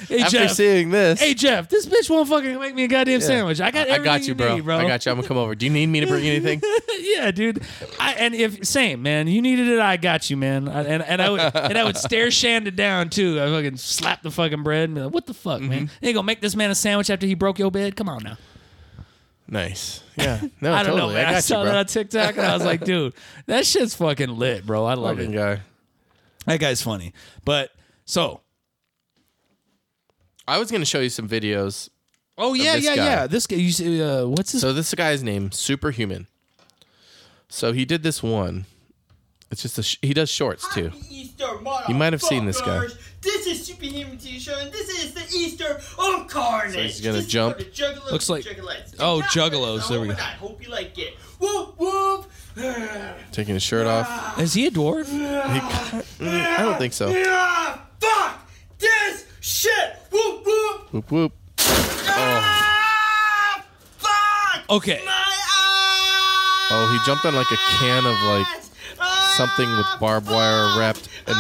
Hey, After Jeff. seeing this, Hey Jeff, this bitch won't fucking make me a goddamn sandwich. I got I everything got you, bro. need, bro. I got you. I'm gonna come over. Do you need me to bring anything? yeah, dude. I, and if same man, you needed it, I got you, man. I, and and I would and I would stare Shanda down too. I fucking slap the fucking bread and be like, "What the fuck, man? Mm-hmm. They gonna make this man a sandwich after he broke your bed? Come on now." nice. Yeah. No, I don't totally. know, man. Oh, I I, got saw you, that bro. on TikTok and I was like, "Dude, that shit's fucking lit, bro. I love Fucking it. guy. That guy's funny." But so I was gonna show you some videos. Oh yeah, this yeah, guy. yeah. This guy, you see, uh, what's his? So this guy's name, Superhuman. So he did this one. It's just a sh- he does shorts too. You might have seen this guy. This is Superhuman T-shirt, and this is the Easter of Carnage. So he's gonna This is jump. for the Juggalos Looks like- and Juggalettes. oh, Check out Juggalos, this, there we oh, go. I hope you like it. Whoop whoop. Taking his shirt off. is he a dwarf? Mm, I don't think so. Ah, fuck this shit. Whoop whoop. Whoop whoop. Oh. Ah, fuck. Okay. My ass. Oh, he jumped on like a can of like Ah, something with barbed wire wrapped and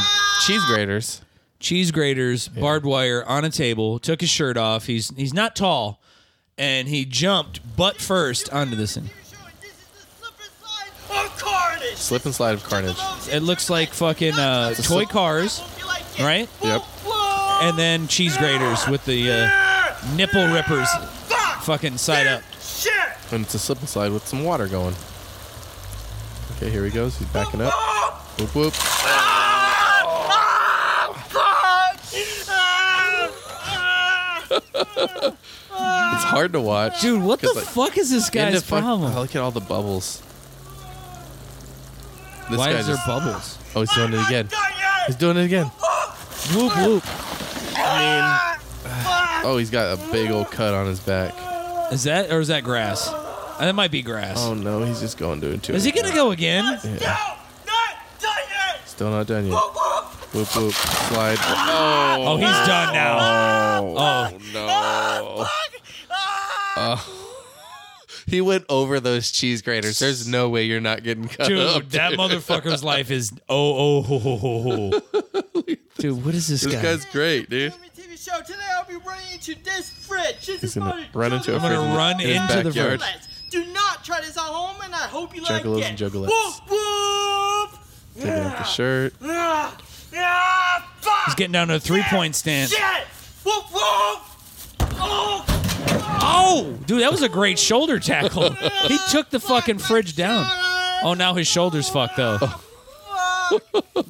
cheese graters. Cheese graters, barbed wire on a table. Took his shirt off. He's he's not tall, and he jumped butt first onto this thing. This is the slip and slide of Carnage. Slip and slide of carnage. It looks like fucking uh, toy cars, right? Yep. and then cheese graters with the uh, nipple rippers, fucking side up. Shit! And it's a slip and slide with some water going. Okay, here he goes. He's backing up. Whoop whoop. It's hard to watch. Dude, what the 'cause, like, fuck is this into guy's fuck- problem? Oh, look at all the bubbles. This Why guy is there just- bubbles? Oh, he's doing it again. He's doing it again. Whoop whoop. I mean, oh, he's got a big old cut on his back. Is that or is that grass? Uh, That might be grass. Oh no, he's just going to it too. Is he gonna go again? Still not done yet. Whoop whoop. Slide. Oh. Oh, he's done now. Oh, no. Oh. He went over those cheese graters. There's no way you're not getting cut up. Dude, that motherfucker's life is oh oh ho ho ho ho. Dude, what is this, This guy? guy's great, dude. TV show. Today I'll be running into this fridge. This He's is gonna my run into a juggalo- I'm gonna fridge in- run in his into the backyard. Juggalettes. Do not try this at home, and I hope you like Juggalos it. and juggalettes. Whoop whoop. Taking off the shirt. Ah, ah, fuck. He's getting down to a three point stance. Shit! Whoop whoop! Oh! Oh, dude, that was a great shoulder tackle. He took the fucking fridge down. Oh, now his shoulder's fucked though. Oh.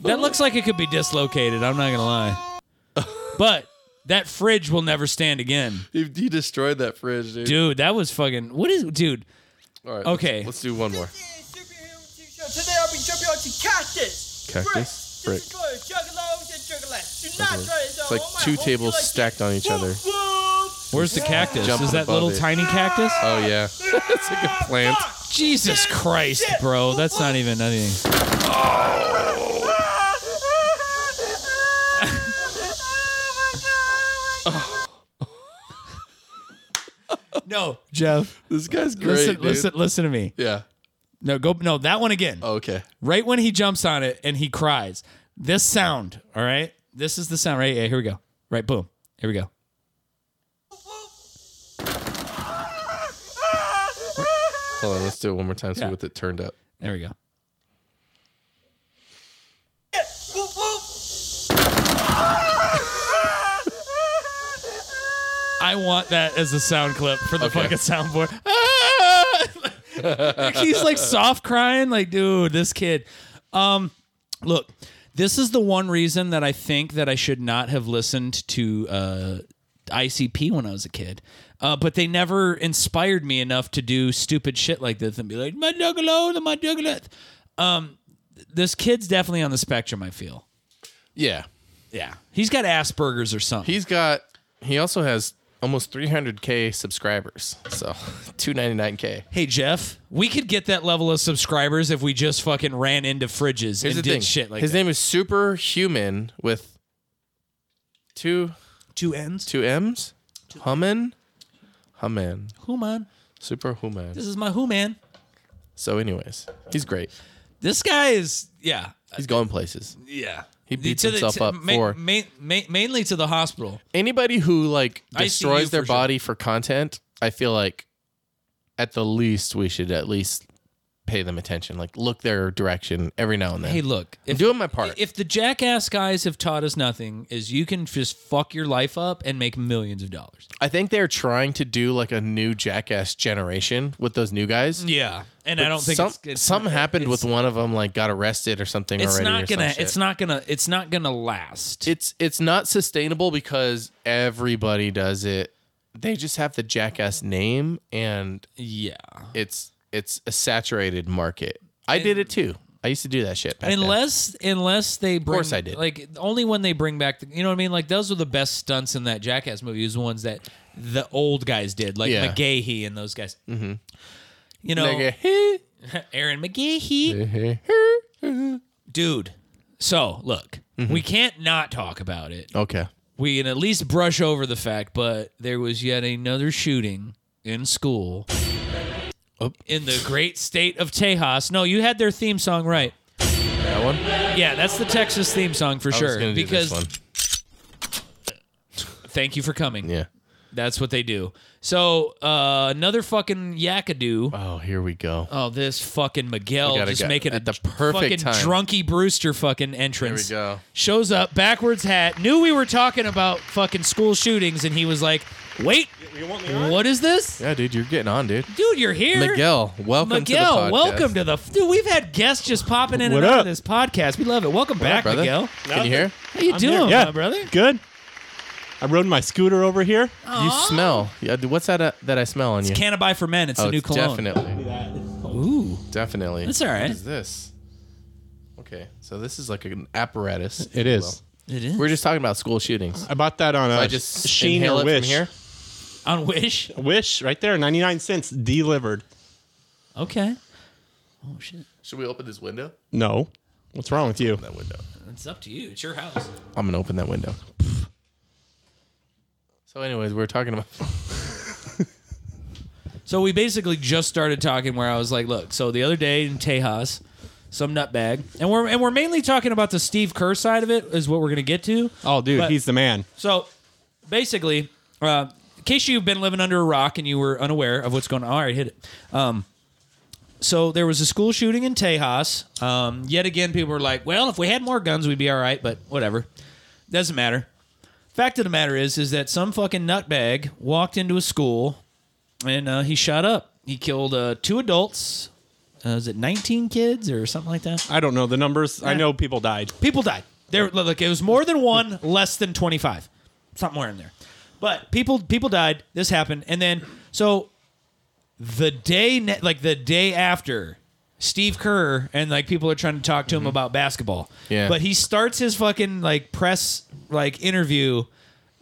That looks like it could be dislocated. I'm not gonna lie, but that fridge will never stand again, He, he destroyed that fridge, dude. dude. That was fucking. What is, dude? All right, Okay. Let's, let's do one more. Today I'll be jumping onto cactus. Cactus? Brick. This is for juggalos and juggalettes. Do not Juggalo- try this at It's like home. I two hope you tables like it. stacked on each other. Whoop, whoop. Where's the cactus? Jumping Is that above little it. tiny cactus? Oh yeah, it's like a plant. Jesus Christ, bro. That's not even anything. Oh. No, Jeff. This guy's great, Listen, dude. listen, listen to me. Yeah. No, go. No, that one again. Oh, okay. Right when he jumps on it and he cries, this sound. All right, this is the sound. Right yeah, here we go. Right, boom. Here we go. Hold on. Let's do it one more time. See Yeah. what it turned up. There we go. I want that as a sound clip for the Okay. fucking soundboard. Ah! He's like soft crying, like, dude, this kid. Um, look, this is the one reason that I think that I should not have listened to uh, ICP when I was a kid. Uh, but they never inspired me enough to do stupid shit like this and be like, my juggalo, my juggalo. Um, this kid's definitely on the spectrum, I feel. Yeah. Yeah. He's got Asperger's or something. He's got. He also has almost 300k subscribers. So 299k. Hey Jeff, we could get that level of subscribers if we just fucking ran into fridges Here's and the did thing. shit like His that. name is Superhuman with two two ends. two M's. Hummin. Hummin. Who man? Superhuman. This is my who man. So, anyways, he's great. This guy is yeah, He's going places. yeah. He beats To the- himself to- up ma- for ma- ma- mainly to the hospital. anybody who like I see you destroys their for sure. body for content. I feel like at the least we should at least pay them attention. Like look their direction every now and then. Hey, look, I'm if doing my part. If the jackass guys have taught us nothing, is you can just fuck your life up and make millions of dollars. I think they're trying to do like a new jackass generation with those new guys. Yeah, and I But don't think some, it's, it's something happened it's- with one of them. Like got arrested or something. It's already or not some gonna. shit. It's not gonna. It's not gonna last. It's it's not sustainable because everybody does it. They just have the jackass name, and yeah. it's it's a saturated market. I did it too. I used to do that shit. Back then. Unless, unless they bring, course I did. Like only when they bring back, the, you know what I mean. Like those were the best stunts in that Jackass movie. Is the ones that the old guys did, like Yeah. McGahee and those guys. Mm-hmm. You know, Like, eh, Aaron McGahee. eh, eh. dude. So look, Mm-hmm. we can't not talk about it. okay. We can at least brush over the fact, but there was yet another shooting in school Oh. in the great state of Tejas. No, you had their theme song right. That one. Yeah, that's the Texas theme song for I was sure. gonna do because this one. thank you for coming. Yeah. That's what they do. So uh, another fucking yakadoo. Oh, here we go. Oh, this fucking We Miguel gotta just go- making at a the perfect fucking time. drunky Brewster fucking entrance. There we go. Shows up, backwards hat. Knew we were talking about fucking school shootings, and he was like, "Wait, what is this, Yeah, dude, you're getting on, dude. dude? You're here, Miguel, welcome Miguel, to the podcast. welcome to the dude. We've had guests just popping in What and out up? of this podcast. We love it. Welcome back, brother. Miguel. Can you hear? How you doing, Yeah, my brother? Good. I rode my scooter over here. You smell. Yeah, dude, what's that? Uh, that I smell on you? Cannabis for men. It's oh, a new it's cologne. definitely, Ooh, definitely. That's all right. What is this? Okay, so this is like an apparatus. if It you is. it is. will. We We're just talking about school shootings. I bought that on a I just Sheen inhale or it Wish. from here. on Wish. Wish right there, ninety nine cents delivered. Okay. Oh shit, Should we open this window? No, what's wrong with you? That window. it's up to you. It's your house. I'm gonna open that window. So, anyways, we're talking about. So we basically just started talking where I was like, look, so the other day in Tejas, some nutbag, and we're and we're mainly talking about the Steve Kerr side of it is what we're gonna get to. Oh, dude, But- he's the man. So basically, uh, in case you've been living under a rock and you were unaware of what's going on, all right, hit it. Um, so there was a school shooting in Tejas. Um, yet again, people were like, well, if we had more guns, we'd be all right, but whatever. Doesn't matter. Fact of the matter is, is that some fucking nutbag walked into a school and uh, he shot up. He killed uh, two adults. Uh, is it 19 kids or something like that? I don't know the numbers. I know people died. people died. There, look, it was more than one, less than twenty-five, somewhere in there. But people, people died. This happened, and then so the day, ne- like the day after, Steve Kerr and like people are trying to talk to him about basketball. Yeah. but he starts his fucking like press like interview.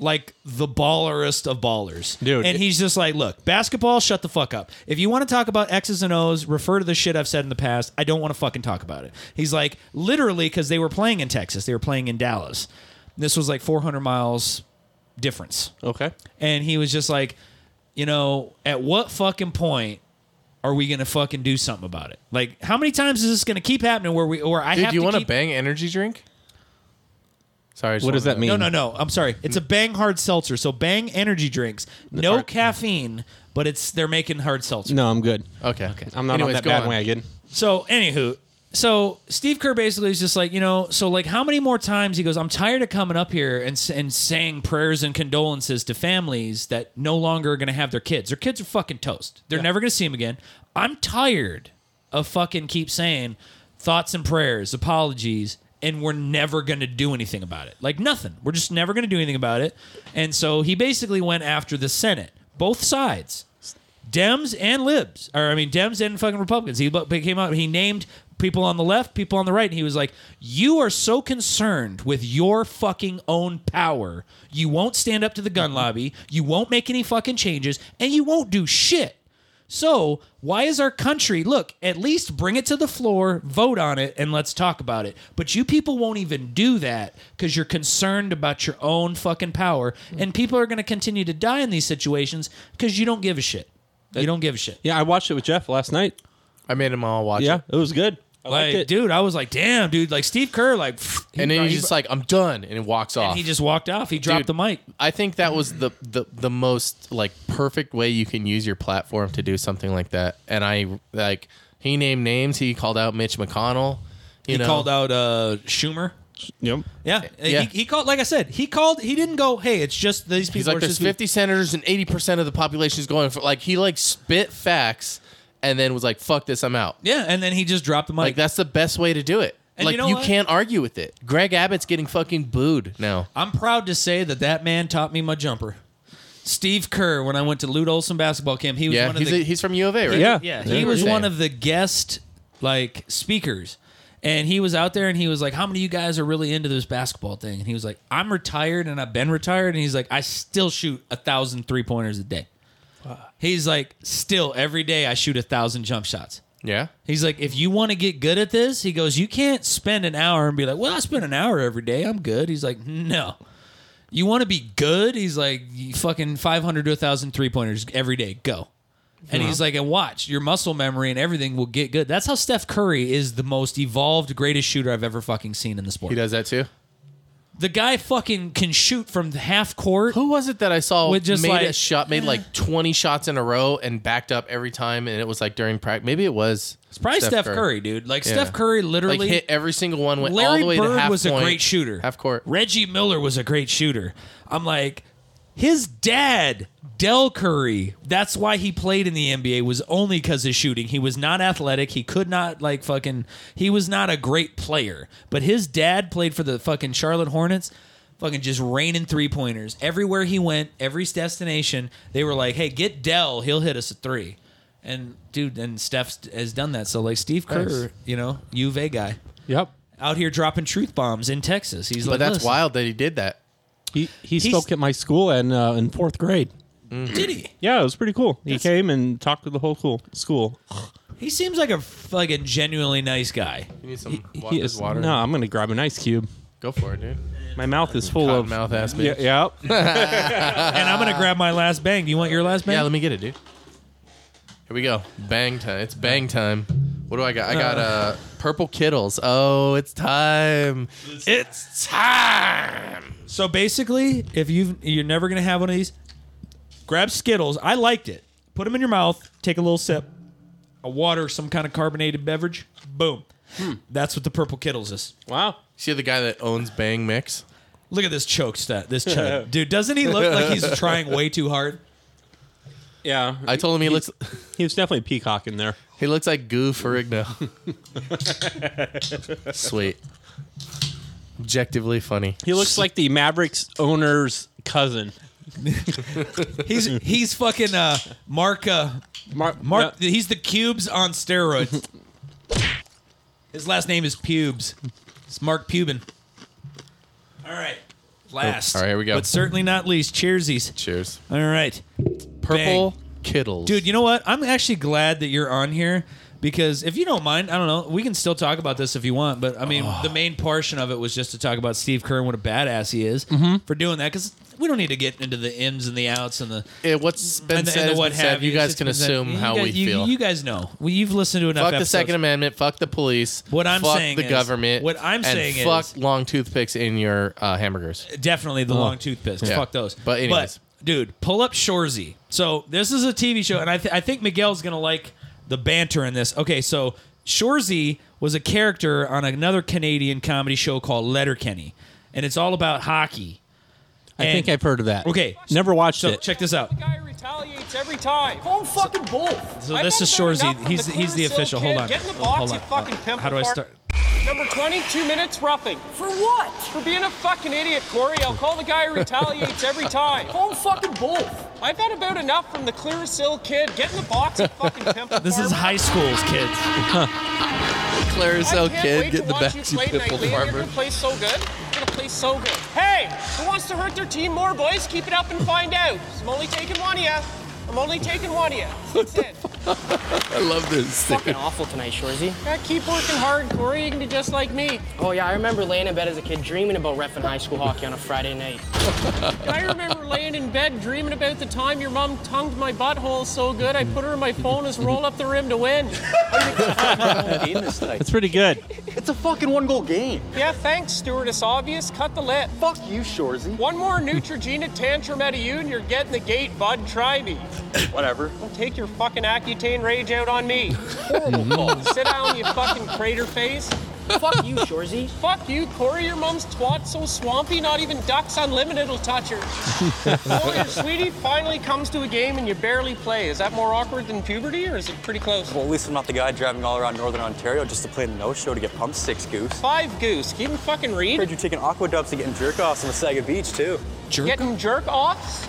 Like the ballerist of ballers, Dude. and he's just like, "Look, basketball, shut the fuck up. If you want to talk about X's and O's, refer to the shit I've said in the past. I don't want to fucking talk about it." He's like, literally, because they were playing in Texas, they were playing in Dallas. This was like 400 miles difference Okay, and he was just like, you know, at what fucking point are we gonna fucking do something about it? Like, how many times is this gonna keep happening? Where we or I Dude, have you to want a keep- bang energy drink? Sorry. I just What does wanted that to- mean? No, no, no. I'm sorry. It's a Bang hard seltzer. So Bang energy drinks, no caffeine, but it's they're making hard seltzer. no, I'm good. Okay. I'm not Anyways, on that go bad wagon. So, anywho, so Steve Kerr basically is just like, you know, so like how many more times he goes, I'm tired of coming up here and s- and saying prayers and condolences to families that no longer are going to have their kids. Their kids are fucking toast. They're never going to see them again. I'm tired of fucking keep saying thoughts and prayers, apologies, and we're never going to do anything about it. Like nothing. We're just never going to do anything about it. And so he basically went after the Senate, both sides. Dems and libs, or I mean, Dems and fucking Republicans. He bu- came out. He named people on the left, people on the right, and he was like, "You are so concerned with your fucking own power, you won't stand up to the gun lobby, you won't make any fucking changes, and you won't do shit." So, why is our country look, at least bring it to the floor, vote on it, and let's talk about it. But you people won't even do that because you're concerned about your own fucking power. And people are going to continue to die in these situations because you don't give a shit. You don't give a shit. Yeah, I watched it with Jeff last night. I made them all watch Yeah, it. it was good. like, dude, I was like, damn, dude, like Steve Kerr, like, he- and then he's he- just like, I'm done, and he walks off. and he just walked off. He dropped Dude. the mic. I think that was the, the the most like perfect way you can use your platform to do something like that. And I like he named names. He called out Mitch McConnell. You He know, called out uh, Schumer. Yep. Yeah, Yeah. He, he called. Like I said, he called. He didn't go. Hey, it's just these people. He's like, are there's just- 50 senators and 80 percent of the population is going for like he like spit facts and then was like, fuck this, I'm out. Yeah, and then he just dropped the mic. Like that's the best way to do it. And like you know what? can't argue with it. Greg Abbott's getting fucking booed now. I'm proud to say that that man taught me my jumper. Steve Kerr, when I went to Lute Olson basketball camp, he was Yeah, one of he's, the a, he's from U of A, right? Yeah. yeah, Yeah. he was Yeah. one of the guest like speakers. And he was out there and he was like, How many of you guys are really into this basketball thing? And he was like, I'm retired and I've been retired. And he's like, I still shoot a thousand three pointers a day. He's like, Still, every day I shoot a thousand jump shots. Yeah. He's like, if you want to get good at this, he goes, you can't spend an hour and be like, well, I spend an hour every day. I'm good. He's like, no. You want to be good? He's like, you fucking 500 to 1,000 three pointers every day. Go. And he's like, and watch, your muscle memory and everything will get good. That's how Steph Curry is the most evolved, greatest shooter I've ever fucking seen in the sport. He does that too. The guy fucking can shoot from the half court. Who was it that I saw With just made like- a shot, made like twenty shots in a row and backed up every time, and it was like during practice. Maybe it was. It's probably Steph, Curry. dude. Like, Yeah. Steph Curry literally. Like hit every single one, went all Larry the way to Bird half was a point, great shooter. half court. Reggie Miller was a great shooter. I'm like, his dad, Del Curry, that's why he played in the NBA was only because of shooting. He was not athletic. He could not like fucking he was not a great player. But his dad played for the fucking Charlotte Hornets. Fucking just raining three pointers. Everywhere he went, every destination, they were like, hey, get Dell. He'll hit us a three. And dude, and Steph has done that. So like Steve Kerr, Nice. you know, UVA guy Yep. out here dropping truth bombs in Texas. He's But like, that's "Listen, wild that he did that. He he spoke at my school and uh, in fourth grade. Did he? Yeah, it was pretty cool. He came and talked to the whole cool school. He seems like a like a genuinely nice guy. You need some He is- No, I'm gonna grab an ice cube. Go for it, dude. My mouth is full Hot of mouth ass bitch. Yeah, yeah. and I'm gonna grab my last bang. Do you want your last bang? Yeah, let me get it, dude. Here we go. Bang time. It's bang time. What do I got? I got uh purple kittles. Oh, it's time. It's time. so basically, if you you're never gonna have one of these, grab Skittles. I liked it. Put them in your mouth. Take a little sip. A water, some kind of carbonated beverage. Boom. That's what the purple Kittles is. wow. See the guy that owns Bang Mix? Look at this choke stat. This chug. dude. Doesn't he look like he's trying way too hard? Yeah. I told him he looks he was definitely peacocking there. he looks like Goo Ferrigno. Sweet. Objectively funny. He looks like the Mavericks owner's cousin. He's he's fucking uh, Mark uh, Mark, Mark, he's the cubes on steroids. His last name is Pubes. It's Mark Pubin. All right, last. Oh, all right, here we go. But certainly not least, cheersies. Cheers. All right, Purple kittles. dude. You know what? I'm actually glad that you're on here because if you don't mind, I don't know. We can still talk about this if you want, but I mean, Oh. the main portion of it was just to talk about Steve Kerr and what a badass he is Mm-hmm. for doing that. Because we don't need to get into the ins and the outs and the Yeah, Eh, what's been and, the- said, and the has what been have said. You guys It's can been said. assume You how guys- we you- feel. You guys know. Well, you've listened to enough. Fuck the episodes. Second Amendment. Fuck the police. What I'm fuck saying the is- government. what I'm and saying is- fuck long toothpicks in your uh, hamburgers. Definitely the long toothpicks. Uh-huh. Yeah. Fuck those. But anyways. dude, pull up Shorzy. So this is a TV show, and I, th- I think Miguel's gonna like the banter in this. Okay, so Shorzy was a character on another Canadian comedy show called Letterkenny, and it's all about hockey. I think I've heard of that. Okay. Never watched So it. check this out. guy retaliates every time. Phone fucking both. So this is Shorzy. He's he's the official. Hold on. Hold on. How do I start? Number 20, two minutes roughing. For what? For being a fucking idiot, Corey, I'll call the guy who retaliates every time. Phone fucking both. I've had about enough from the clear sill kid. Get in the box and fucking pimple. This is high school's kids. Clarisel wait kid, to get in the watch back you you play pimple nightly. You're farmer. gonna play so good. You're gonna play so good. Hey, who wants to hurt their team more, boys? Keep it up and find out. I'm only taking one of ya. I'm only taking one of you. That's it. I love this. Fucking awful tonight, Shorzy. Yeah, keep working hard, Corey. You can be just like me. Oh yeah, I remember laying in bed as a kid dreaming about refing high school hockey on a Friday night. And I remember laying in bed dreaming about the time your mom tongued my butthole so good I put her in my phone as roll up the rim to win. That's pretty good. It's a fucking one goal game. Yeah, thanks, stewardess obvious. Cut the lip. Fuck you, Shorzy. One more Neutrogena tantrum out of you and you're getting the gate, bud. Try me. Whatever. Don't take your fucking Accutane rage out on me. Horrible Mm-hmm. call. Sit down, you fucking crater face. Fuck you, Shorzy. Fuck you, Corey. Your mom's twat so swampy, not even Ducks Unlimited will touch her. oh, your sweetie finally comes to a game and you barely play. Is that more awkward than puberty, or is it pretty close? Well, at least I'm not the guy driving all around northern Ontario just to play the no show to get pumped six goose. Five goose. Can you even fucking Heard read? you're taking aqua dubs to getting jerk offs on Wasaga Beach, too. Getting jerk offs?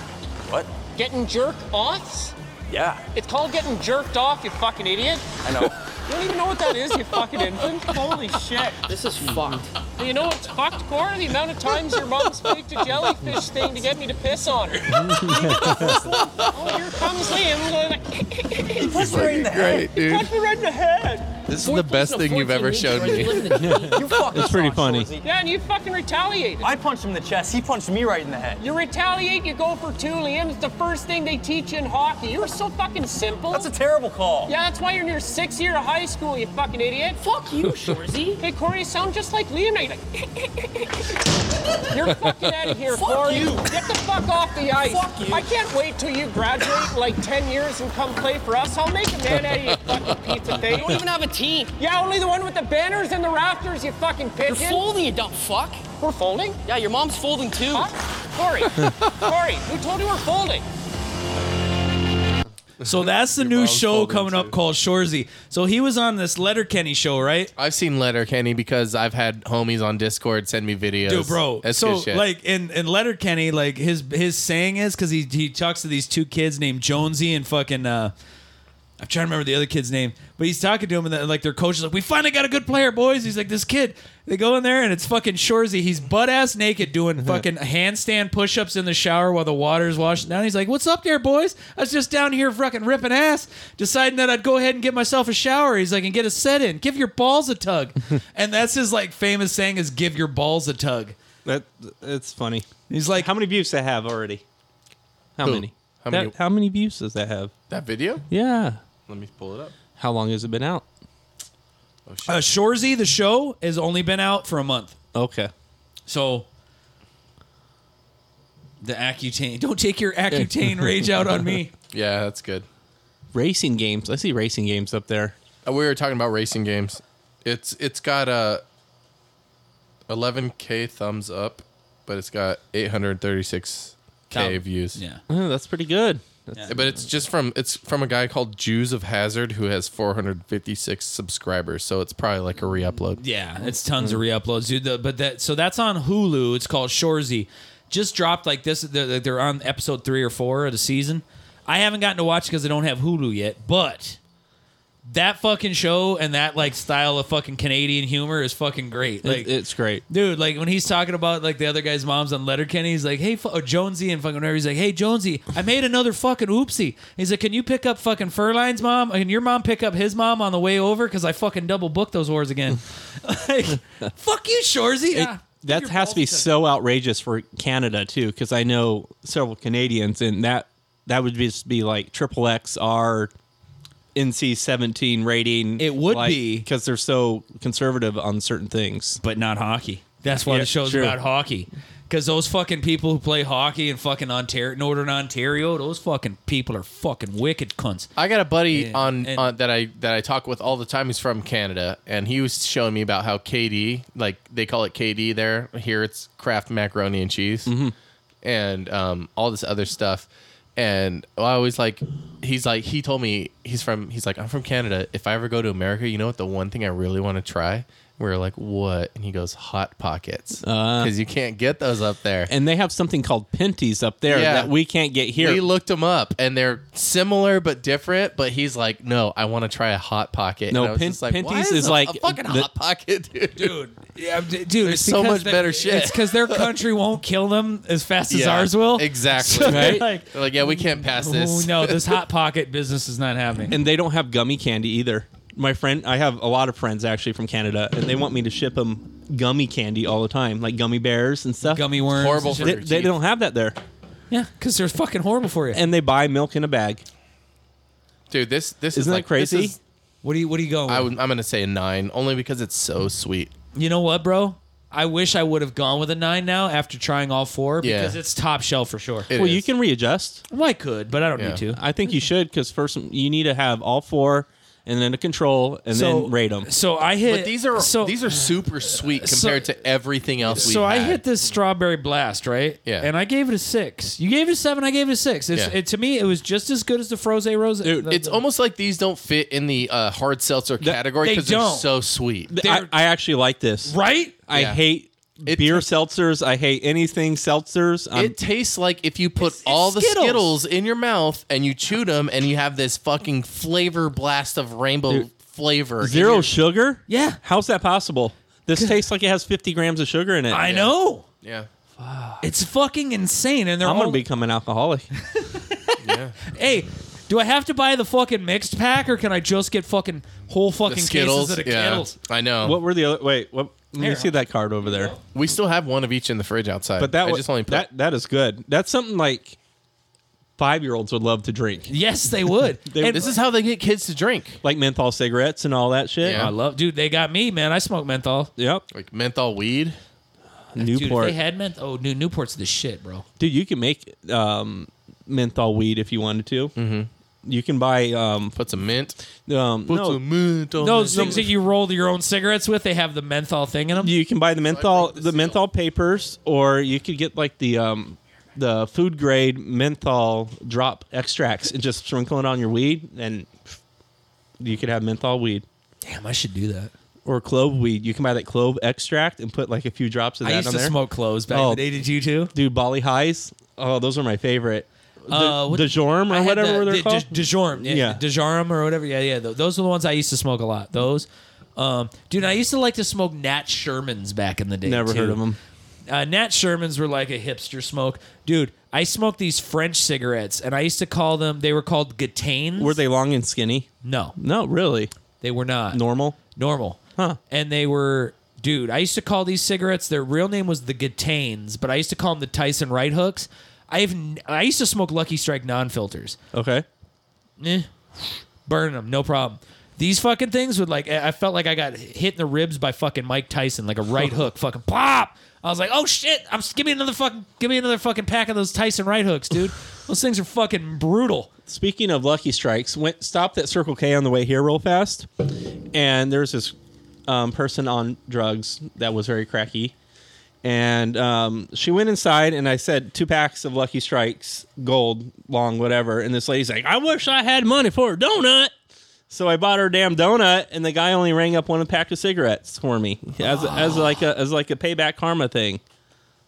What? Getting jerk offs? Yeah, It's called getting jerked off, you fucking idiot. I know. You don't even know what that is, you fucking infant. Holy shit. This is fucked. Well, You know what's fucked, Corey? The amount of times your mom faked a jellyfish thing to get me to piss on her. oh, here comes Liam. What's right in the Great, dude. Punch me right in the head. This is the best thing you've ever shown me. you fucking It's pretty suck, funny. Shorzy. Yeah, and you fucking retaliated. I punched him in the chest. He punched me right in the head. You retaliate, you go for two, Liam. It's the first thing they teach you in hockey. You're so fucking simple. That's a terrible call. yeah, that's why you're in your sixth year of high school, you fucking idiot. Fuck you, Shorzy. Hey, Corey, you sound just like Liam. Now You're, like, You're fucking out of here, Fuck Corey. you. Get the fuck off the ice. Fuck you. I can't wait till you graduate in like 10 years and come play for us. I'll make a man out of you, fucking pizza You thing. don't even have a team. Yeah, only the one with the banners and the rafters, you fucking You're pigeon. folding, you dumb fuck. We're folding? Yeah, your mom's folding too. Huh? Corey, Corey, who told you we're folding? So that's the new mom's show folding coming too. up called Shorzy. So he was on this Letterkenny show, right? I've seen Letter Kenny because I've had homies on Discord send me videos. Dude, bro. That's so good shit. like in in Letterkenny, like his his saying is because he he talks to these two kids named Jonesy and fucking. uh I'm trying to remember the other kid's name, but he's talking to him, and then, like their coach is like, "We finally got a good player, boys." He's like, "This kid." They go in there, and it's fucking Shorzy. He's butt ass naked doing fucking handstand push ups in the shower while the water's washing down. He's like, "What's up there, boys? I was just down here fucking ripping ass, deciding that I'd go ahead and get myself a shower." He's like, "And get a set in. Give your balls a tug." and that's his like famous saying is "Give your balls a tug." That it's funny. He's like, How many views that have already? How Who? many? How That- many- how many views does that have? that video? Yeah. Let me pull it up. How long has it been out? uh, Shorzy, the show has only been out for a month, Okay. so the Accutane. Don't take your Accutane rage out on me. Yeah, that's good. Racing games. I see racing games up there. Uh, We were talking about racing games. It's it's got a 11k thumbs up, but it's got 836k Count. views. Yeah, Oh, that's pretty good. That's, But it's just from it's from a guy called Jews of Hazard who has 456 subscribers, so it's probably like a re-upload. yeah, it's tons of reuploads, dude. The, but that so that's on Hulu. It's called Shorzy. Just dropped like this. They're, they're on episode three or four of the season. I haven't gotten to watch because I don't have Hulu yet, but. That fucking show and that like style of fucking Canadian humor is fucking great. Like it- it's great. Dude, like when he's talking about like the other guy's mom's on Letterkenny, he's like, "Hey, fu- oh, Jonesy," and fucking whatever. He's like, "Hey, Jonesy, I made another fucking oopsie." He's like, "Can you pick up fucking Furline's mom and your mom pick up his mom on the way over? Because I fucking double booked those wars again." like, fuck you, Shorzy. It- Ah, that your has to be balls so outrageous for Canada too, because I know several Canadians, and that that would just be like triple XR, NC seventeen rating. It would be. because they're so conservative on certain things. but not hockey. That's why Yeah, the show's true. about hockey. Because those fucking people who play hockey in fucking Ontario, Northern Ontario, those fucking people are fucking wicked cunts. I got a buddy on, and- on that I that I talk with all the time. He's from Canada, and he was showing me about how KD, like they call it KD there. Here it's Kraft macaroni and cheese, Mm-hmm. and um, all this other stuff. And I always like, he's like, he told me he's from, he's like, I'm from Canada. If I ever go to America, you know what? The one thing I really want to try We were like, what? And he goes, Hot Pockets. Uh. Because you can't get those up there. And they have something called Pinties up there Yeah. that we can't get here. We looked them up and they're similar but different. But he's like, no, I want to try a Hot Pocket. No, and I was Pin- just like, Pinties why is a- like a fucking the- Hot Pocket, dude. dude. Yeah, d- dude, There's it's so because much better shit. It's because their country won't kill them as fast as Yeah, ours will. exactly. So they're Right? Like, They're like, yeah, we can't pass oh this. no, this hot pocket business is not happening. and they don't have gummy candy either. My friend, I have a lot of friends actually from Canada, and they want me to ship them gummy candy all the time, like gummy bears and stuff. Gummy worms. Horrible and shit. for They, your they teeth. don't have that there, Yeah, because they're fucking horrible for you. and they buy milk in a bag. dude. This this is Isn't that like this crazy? is- what do you What are you going? With? I would, I'm gonna say a nine only because it's so sweet. you know what, bro? I wish I would have gone with a nine now after trying all four Yeah. because it's top shelf for sure. It well, you is. can readjust. well, I could, but I don't Yeah. need to. I think you should because first you need to have all four, and then a control, and then rate them. So I hit. But these are so, these are super sweet so- compared to everything else. So we've I had. hit this strawberry blast, right? Yeah. And I gave it a six. You gave it a seven. I gave it a six. It's, Yeah. it, to me, it was just as good as the froze rose. the- It's the- almost like these don't fit in the uh, hard seltzer category they because they're don't. so sweet. I, I actually like this. right. I Yeah. hate It- beer seltzers. I hate anything seltzers. I'm, it tastes like if you put all the Skittles. Skittles. in your mouth and you chewed them and you have this fucking flavor blast of rainbow flavor. in zero your- sugar. Yeah. how's that possible? This tastes like it has 50 grams of sugar in it. I know. yeah. It's fucking insane. And they're I'm all- gonna become an alcoholic. Hey, do I have to buy the fucking mixed pack or can I just get fucking whole The fucking Skittles. cases of the yeah. Skittles? I know. what were the other? Wait, what? Let me Here. see that card over there. we still have one of each in the fridge outside. But that I was just only put that that is good. That's something like five year olds would love to drink, Yes, they would. They- And- This is how they get kids to drink. like menthol cigarettes and all that shit. Yeah. I love, dude. They got me, man. I smoke menthol. Yep, Like menthol weed. Dude, Newport. if they had menthol. Oh, dude, Newport's the shit, bro. Dude, you can make um, menthol weed if you wanted to. Mm-hmm. You can buy um, Put some mint. um Put no, some mint on Those this. things that you roll your own cigarettes with, they have the menthol thing in them. you can buy the menthol break the the seal. menthol papers, or you could get like the um, the food grade menthol drop extracts and just sprinkle it on your weed, and you could have menthol weed. Damn, I should do that. or clove weed. You can buy that clove extract and put like a few drops of that I used on to there. smoke cloves back Oh. in the day. Did you too? Dude, Bali highs. Oh, those are my favorite. The, Uh, what- DeJorm I or had whatever the, they're the, called. De, DeJorm, yeah, Yeah. DeJorm or whatever. Yeah, yeah. tho- Those are the ones I used to smoke a lot. Those, um, dude. I used to like to smoke Nat Sherman's back in the day. Never too. heard of them. Uh, Nat Sherman's were like a hipster smoke, dude. I smoked these French cigarettes, and I used to call them. They were called Gatanes. Were they long and skinny? No, No, really. they were not Normal. normal. Huh. And they were, dude, I used to call these cigarettes, their real name was the Gatanes, but I used to call them the Tyson right hooks. I've n- I used to smoke Lucky Strike non filters. Okay. Eh, burn them, no problem. These fucking things would like, I I felt like I got hit in the ribs by fucking Mike Tyson, like a right hook, fucking pop. I was like, oh shit, I'm give me another fucking, give me another fucking pack of those Tyson right hooks, dude. those things are fucking brutal. Speaking of Lucky Strikes, went stopped at Circle K on the way here real fast, and there's this um, person on drugs that was very cracky, and um, she went inside, and I said two packs of Lucky Strikes, gold, long, whatever, and this lady's like, I wish I had money for a donut. So I bought her a damn donut, and the guy only rang up one pack of cigarettes for me as, as like a as like a payback karma thing.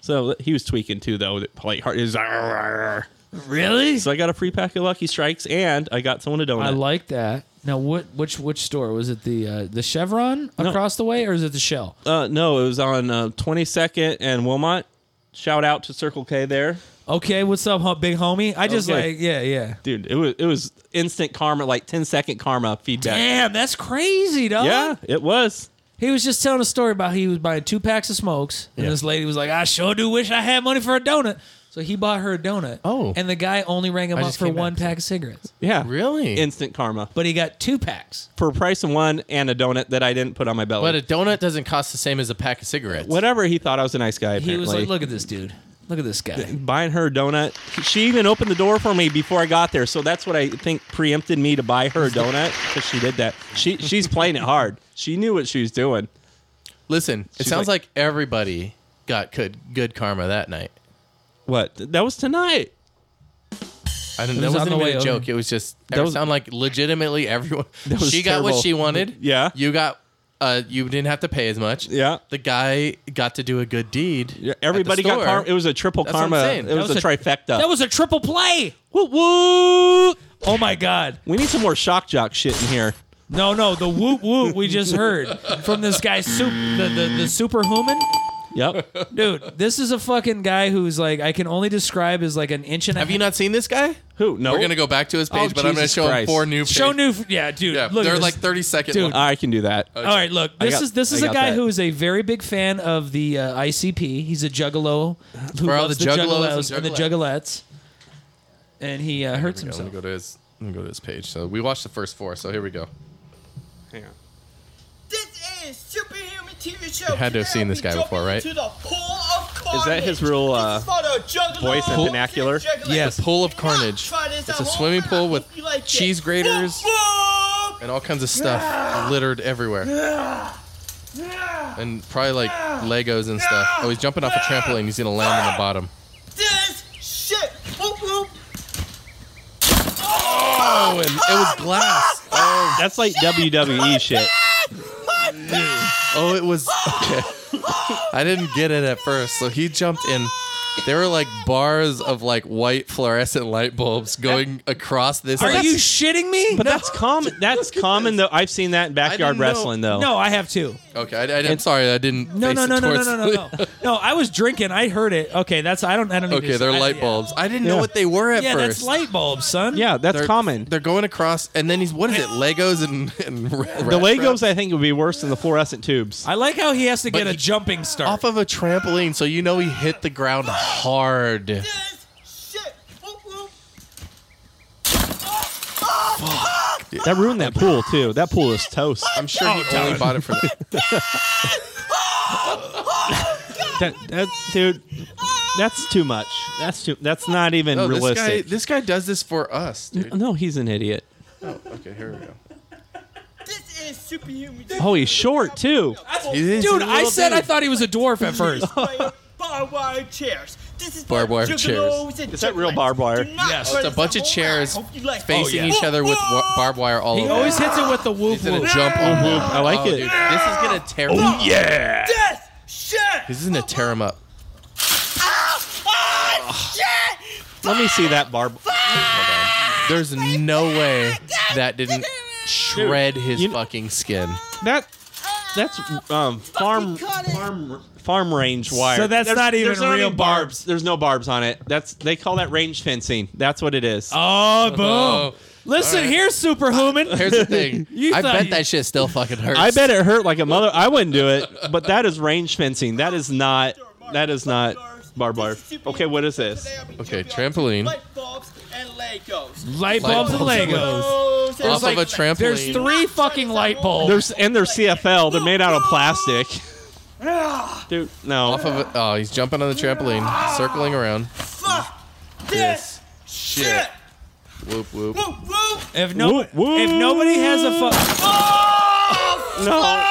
So he was tweaking too, though. Like, hard, he was like, Really? so I got a free pack of Lucky Strikes, and I got someone a donut. I like that. Now, what which which store was it? The uh, the Chevron across the way, or is it the Shell? uh, no, it was on Twenty Second and Wilmot. Shout out to Circle K there, Okay, what's up, ho- big homie? I just Okay. like yeah, yeah. dude. It was it was instant karma, like 10 second karma feedback. Damn, that's crazy, dog. Yeah, it was. He was just telling a story about he was buying two packs of smokes, and this lady was like, "I sure do wish I had money for a donut." So he bought her a donut. Oh. and the guy only rang him I up just for came one back. pack of cigarettes, Yeah, Really? instant karma but he got two packs. for a price of one and a donut that I didn't put on my belly. But a donut doesn't cost the same as a pack of cigarettes. Whatever he thought, I was a nice guy. Apparently. He was like, "Look at this dude. Look at this guy." Buying her a donut. She even opened the door for me before I got there. So that's what I think preempted me to buy her a donut because she did that. She she's playing it hard. She knew what she was doing. Listen, it She's sounds like- like, everybody got good good karma that night. What? Th- That was tonight. I It was didn't. that on wasn't the even way a over. joke. It was just. That was- sounded like legitimately everyone. That was she got what terrible. she wanted. Yeah. You got Uh, you didn't have to pay as much. Yeah. The guy got to do a good deed. Yeah, everybody got karma. It was a triple That's what I'm karma. saying. It That was, was a, a- trifecta. That was a triple play. woo woo. Oh my god. We need some more shock jock shit in here. No, no, the whoop whoop we just heard from this guy, soup, the, the, the superhuman. Yep. Dude, this is a fucking guy who's like, I can only describe as like an inch and a Have you not seen this guy? Who? No. We're gonna go back to his page, Oh, but I'm gonna Jesus show Christ. him four new. Show pages. new, yeah, dude. Yeah, look at they're this. like 30 second. Dude. long. I can do that. Oh, All right, look. This got- is this is I a got guy that. who is a very big fan of the uh, ICP. He's a juggalo who For all loves the juggalos juggalos and and the juggalettes, and he uh, hurts Here we go. Let me himself. go to his. Let me go to his page. So we watched the first four. So here we go. This is superhuman TV show. You had to have seen this guy before, right? To the pool of carnage. Is that his real, uh, This is for the juggalos voice and and vernacular? juggalos. Yes. The pool of carnage. Try this It's at a home, swimming and I pool hope with you like it. cheese graters Whoop, whoop. and all kinds of stuff littered everywhere. And probably like Legos and stuff. Oh, he's jumping off a trampoline. He's gonna land on the bottom. This shit. Whoop, whoop. Oh, and it was glass. Oh, That's like WWE shit. oh, it was. Okay. I didn't get it at first. So he jumped in. There were like bars of like white fluorescent light bulbs going across this. Are like, you shitting me? But that's common. That's common though. I've seen that in backyard didn't know- wrestling though. No, I have two. Okay, I, I, am sorry, I didn't. No, face no, no, it no, no, towards no, no, no. No, I was drinking. I heard it. Okay, that's I don't. I don't. need Okay, to- they're I- light yeah. bulbs. I didn't know Yeah. what they were at Yeah, first. that's light bulbs, son. Yeah, that's They're- common. They're going across, and then he's what is it? Legos and and The Legos, I think, would be worse than the fluorescent tubes. I like how he has to get a he- jumping start. off of a trampoline, so you know he hit the ground hard. This shit. Whoop, whoop. That ruined that pool too. That pool is toast. I'm sure he only bought it for that. That- that- dude, that's too much. That's too. That's not even No, oh, this guy, realistic. Oh, this guy does this for us, dude. no, he's an idiot. Okay, here we go. This is superhuman. Oh, he's short too. dude, I said I thought he was a dwarf at first. barbed wire chairs. This is Barbed wire Is that real barbed wire? Yes. It's a bunch of chairs facing Oh, yeah. each other with wa- barbed wire all He over. always hits it with the whoop He's gonna whoop. jump on them. I like Oh, it. dude, this is gonna tear. him up. Yeah. This shit. This is gonna tear him up. Ah, shit. Let me see that barb. There's no way that didn't shred his you kn- fucking skin. That that's um farm farm farm range wire. So that's not even there's real any barbs. There's no barbs on it. That's they call that range fencing. That's what it is. Oh, boom. Oh. Listen All right. here, superhuman. Here's the thing. You I thought bet you- that shit still fucking hurts. I bet it hurt like a mother. I wouldn't do it, but that is range fencing. That is not. That is not barb wire. Okay, what is this? Okay, trampoline. Light bulbs and Legos. Light Light bulbs and bulbs. Legos. Those and Off of a trampoline. There's three fucking light bulbs. There's and they're CFL. They're made out of plastic. Dude, no. Off of a, oh, he's jumping on the trampoline, circling around. Fuck this shit. Shit. Whoop whoop. Woo, woo. if no, Whoop, whoop. if nobody has a fuck, no.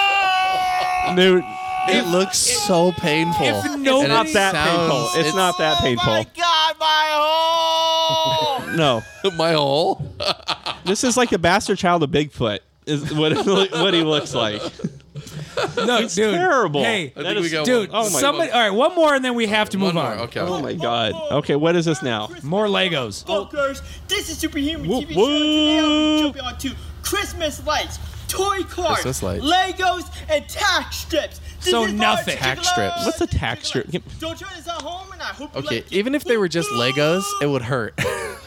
Dude, It looks so painful. if no- And it's it not that painful. sounds- It's, not that painful. God, my hole. No. my hole. This is like the bastard child of Bigfoot. Is what what he looks like. look, dude, Terrible. Hey, I think we got dude, Oh my somebody. All right, one more, and then we have to move One more. on. Okay. Oh my god. Okay, what is this now? More Legos. Fuckers, this is Superhuman Whoop, TV show. Today I'll whoop. be jumping onto Christmas lights, toy cars, Christmas lights. Legos, and tack strips. This So is for nothing. jiggalos Tack strips. What's a and tack strip? jiggalos. Give- Don't try this at home, and I hope you Okay, like it. even if they were just Legos, it would hurt.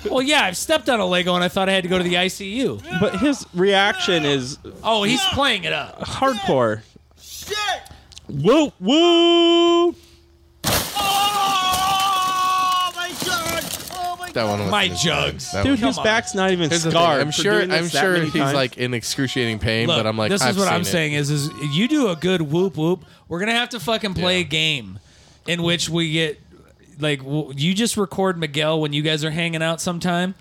Well, yeah, I've stepped on a Lego, and I thought I had to go to the ICU. But his reaction is Oh, he's playing it up. hardcore. Shit! Woo woo. Oh my god! Oh my That god! one was My jugs. Dude, Come his on. back's not even Here's the thing, scarred. I'm for sure. doing I'm this that sure many he's times. like in excruciating pain, Look, but I'm like, this I've is what seen I'm it. saying is, is you do a good whoop whoop. We're gonna have to fucking play a game in which we get like w- you just record Miguel when you guys are hanging out sometime,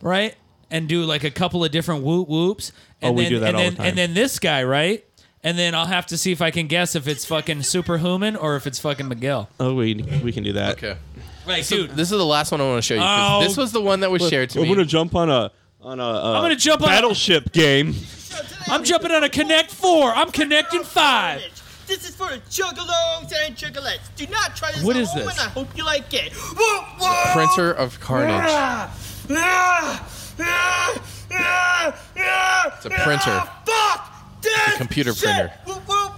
right? And do like a couple of different whoop whoops. And Oh, we then, do that and all the then, time. And then this guy, right? And then I'll have to see if I can guess if it's fucking superhuman or if it's fucking Miguel. Oh, we we can do that. Okay. Like, dude, This is the last one I want to show you. Oh. 'cause This was the one that was shared to I'm gonna me. jump on a on a. I'm gonna jump on. battleship game. So today I'm jumping on a Connect Four. I'm connecting five. This is for the juggalos and juggalettes. Do not try this What at is home, this? and I hope you like it. Whoa, whoa! Printer of Carnage. Ah, ah, ah, ah, ah, It's a printer. fuck this computer shit. printer. Whoa, whoa.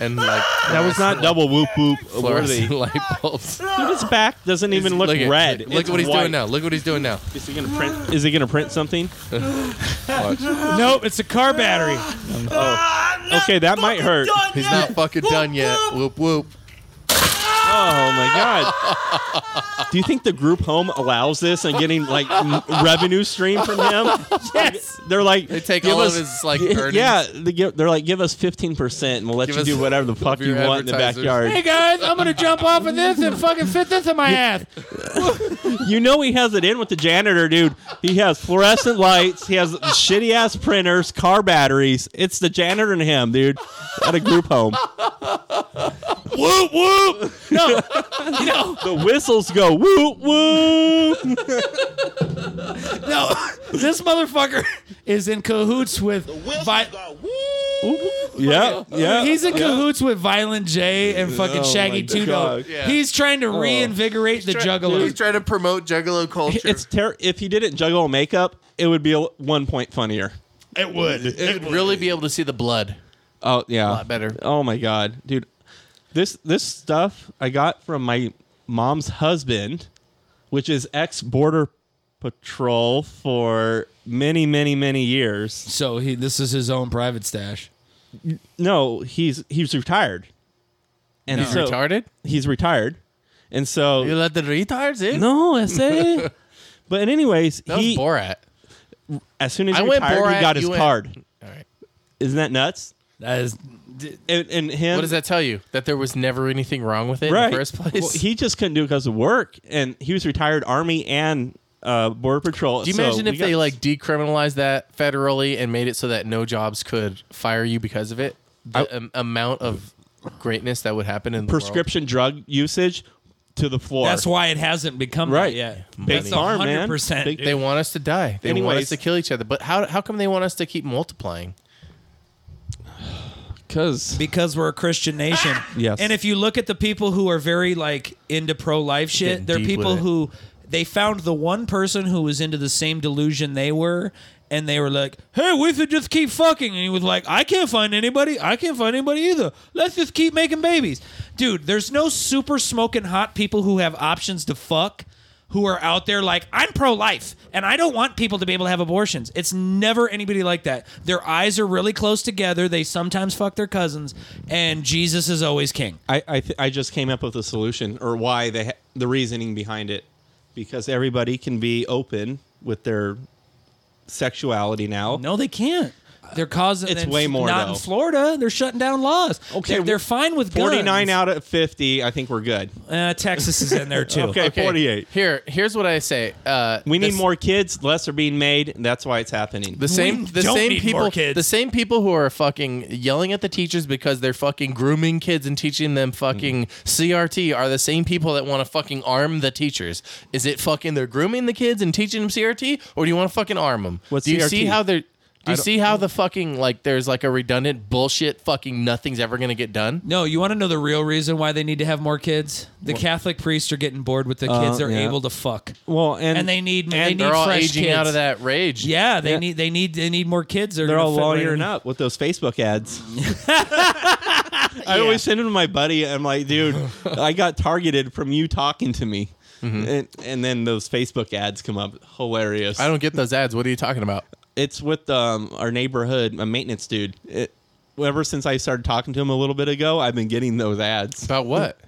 And like That was not double whoop whoop. fluorescent worthy. light bulbs. His back doesn't even look, at- red. Look, It's at what he's white. doing now. Look what he's doing now. Is he gonna print? Is he gonna print something? Watch. Nope, it's a car battery. I'm not Um, oh. Okay, that might fucking hurt. done He's yet. not fucking Whoop, done yet. whoop. Whoop whoop. Oh my god! Do you think the group home allows this and getting like m- revenue stream from him? Yes. They're like They take give all us, of his like Yeah, earnings. Yeah, they give, they're like, give us fifteen percent, and we'll let Give you us do whatever the fuck your you want in the advertisers. backyard. Hey guys, I'm gonna jump off of this and fucking fit this in my ass. You know he has it in with the janitor, dude. He has fluorescent lights. He has shitty ass printers, car batteries. It's the janitor and him, dude, at a group home. whoop whoop! No, you know the whistles go whoop whoop. No, this motherfucker is in cahoots with. Vi- Yeah, yeah. He's in cahoots with Violent J and fucking Oh Shaggy my Two God. Oh. Dope. He's trying to reinvigorate the He's Juggalos. trying to promote Juggalo culture. It's ter- if he didn't juggle makeup, it would be a- one point funnier. It would. You'd really be able to see the blood. Oh yeah, a lot better. Oh my god, dude, this this stuff I got from my mom's husband, which is ex border patrol for many many many years. So he, this is his own private stash. No, he's he's retired, and He's so- retarded. He's retired, and so You let the retards in. no, I say. but anyways, that was he Borat. as soon as I he went retired, Borat, he got you his went- card. All right. Isn't that nuts? That is And, and him, What does that tell you? That there was never anything wrong with it in the first place. Well, he just couldn't do it because of work, and he was retired Army and uh, Border Patrol. Do you So imagine we if they got- like decriminalized that federally and made it so that no jobs could fire you because of it? The am- amount of greatness that would happen in the world. prescription drug usage to the floor? that's why it hasn't become that Right. yet. Big That's farm, man. 100%, Big- dude. They want us to die. They want us Anyways. to kill each other. But how how come they want us to keep multiplying? because because we're a Christian nation. Yes. And if you look at the people who are very like into pro life shit, Getting they're deep people with it. who they found the one person who was into the same delusion they were. And they were like, "Hey, we should just keep fucking." And he was like, "I can't find anybody. I can't find anybody either. Let's just keep making babies, dude." There's no super smoking hot people who have options to fuck, who are out there like, "I'm pro-life and I don't want people to be able to have abortions." It's never anybody like that. Their eyes are really close together. They sometimes fuck their cousins, and Jesus is always king. I I, th- I just came up with a solution or why they ha- the reasoning behind it because everybody can be open with their sexuality now. No, they can't. They're causing Oh. It's and way more, Not though. in Florida, they're shutting down laws. Okay, they're, they're fine with guns. Forty nine out of fifty, I think we're good. Uh, Texas is in there too. Okay, Okay, forty eight. Here here's what I say. Uh, We need this- more kids. Less are being made. and that's why it's happening. The same, the don't same need people, more kids. the same people who are fucking yelling at the teachers because they're fucking grooming kids and teaching them fucking CRT are the same people that want to fucking arm the teachers. Is it fucking they're grooming the kids and teaching them CRT, or do you want to fucking arm them? What's do you CRT? see how they're? Do you see how the fucking like there's like a redundant bullshit fucking nothing's ever gonna get done? No, you want to know the real reason why they need to have more kids? The Catholic priests are getting bored with the kids they're Uh, yeah. able to fuck. Well, and, And they need they and need They're all fresh aging kids. out of that rage. Yeah, they Yeah. need they need they need more kids. They're all lawyering lawyering up with those Facebook ads. I always send them to my buddy. I'm like, dude, I got targeted from you talking to me. And, and then those Facebook ads come up. Hilarious. Mm-hmm. I don't get those ads. What are you talking about? it's with um, our neighborhood, a maintenance dude. It, ever since I started talking to him a little bit ago, I've been getting those ads. About what?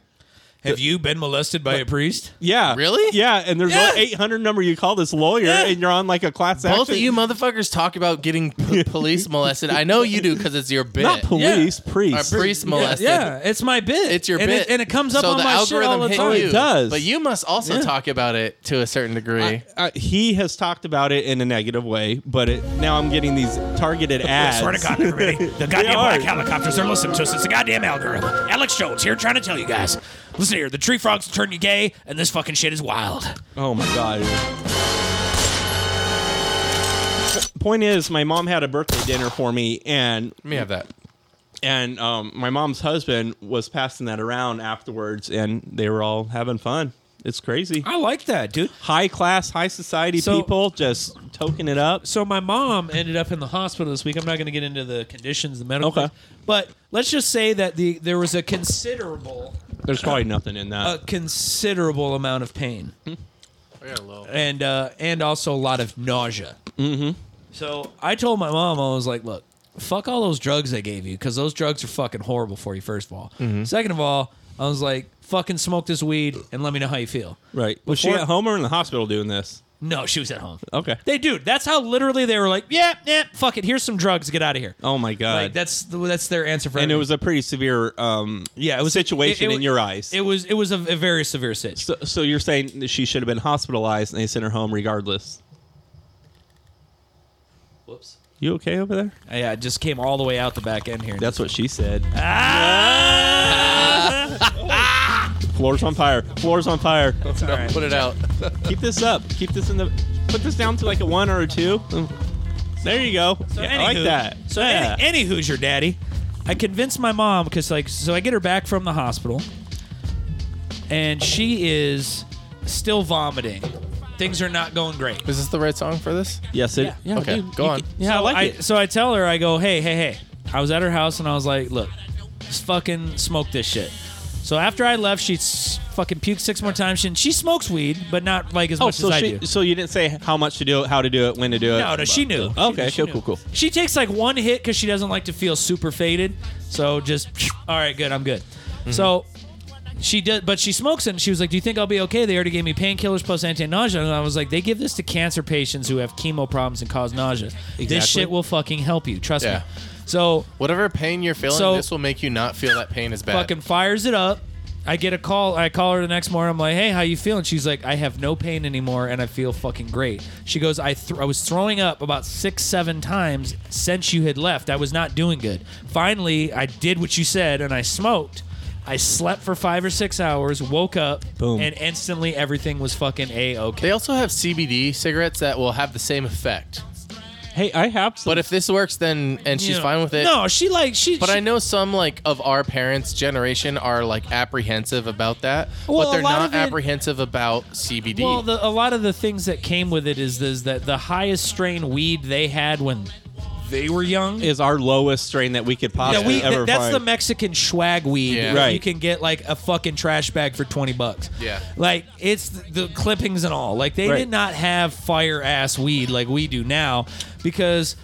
Have you been molested by a priest? Yeah. Really? Yeah. And there's an 800 number you call this lawyer and you're on like a class action. Both of you motherfuckers talk about getting p- police molested. I know you do because it's your bit. Not police, priest. Or priest molested. Yeah, it's my bit. It's your and bit. it, and it comes up so on the my shit algorithm all the hit time. You. It does. But you must also talk about it to a certain degree. uh, he has talked about it in a negative way, but it, now I'm getting these targeted ads. everybody. The goddamn They are. black helicopters are listening to us. It's a goddamn algorithm. Alex Jones here trying to tell you guys. Listen here, the tree frogs turn you gay, and this fucking shit is wild. Oh my god! point is, my mom had a birthday dinner for me, and Let me have that. and um, my mom's husband was passing that around afterwards, and they were all having fun. It's crazy. I like that, dude. High class, high society So- people just toking it up. So my mom ended up in the hospital this week. I'm not going to get into the conditions, the medical, Okay. things, but let's just say that the there was a considerable, There's probably nothing in that. a considerable amount of pain, and uh, and also a lot of nausea. Mm-hmm. So I told my mom, I was like, look, fuck all those drugs they gave you because those drugs are fucking horrible for you. First of all, Mm-hmm. second of all, I was like, fucking smoke this weed and let me know how you feel. right. Was she Before- at home or in the hospital doing this? No, she was at home. Okay. They dude, that's how literally they were like, yeah, yeah, fuck it, here's some drugs, get out of here. Oh my god. Like that's the, that's their answer for. and it everything. was a pretty severe um, yeah, it was situation it- it- in your eyes. It was it was a, a very severe situation. so, so you're saying that she should have been hospitalized and they sent her home regardless. Whoops. You okay over there? Yeah, it just came all the way out the back end here. That's what she said. Floor's on fire. Floor's on fire. Put it out. Keep this up. Keep this in the. Put this down to like a one or a two. There you go. Yeah, I like Anywho- that. So yeah. any, any Hoosier daddy, I convinced my mom because like so I get her back from the hospital, and she is still vomiting. Things are not going great. Is this the right song for this? yes, it. yeah, Okay, dude, go you on. can- Yeah, I like it. So I tell her, I go, hey, hey, hey. I was at her house and I was like, look, just fucking smoke this shit. So after I left, she s- fucking puked six more times. She, she smokes weed, but not like as Oh, much so as I she, do. so you didn't say how much to do it, how to do it, when to do it. No, no, she knew. Okay, She- she cool, cool, cool. She takes like one hit because she doesn't like to feel super faded. So just, all right, good, I'm good. Mm-hmm. So she did, but she smokes it and she was like, Do you think I'll be okay? They already gave me painkillers plus anti nausea. And I was like, They give this to cancer patients who have chemo problems and cause nausea. This Exactly. shit will fucking help you. Trust Yeah. me. So Whatever pain you're feeling, So- this will make you not feel that pain as bad. fucking fires it up. I get a call. I call her the next morning. I'm like, "Hey, how you feeling?" She's like, "I have no pain anymore, and I feel fucking great." She goes, "I th- I was throwing up about six, seven times since you had left. I was not doing good. Finally, I did what you said, and I smoked. I slept for five or six hours. Woke up, Boom. and instantly everything was fucking a okay. They also have CBD cigarettes that will have the same effect. Hey, I have. Some, But if this works, then and she's fine with it. No, she like she. But she, I know some like of our parents' generation are like apprehensive about that, Well, but a they're lot not of it- apprehensive about CBD. Well, the, a lot of the things that came with it is, is that the highest strain weed they had when they were young is our lowest strain that we could Yeah, possibly we, ever th- that's find. the Mexican swag weed. Yeah. that You Right. can get like a fucking trash bag for 20 bucks. Yeah. Like it's the, the clippings and all. Like they Right. did not have fire ass weed like we do now because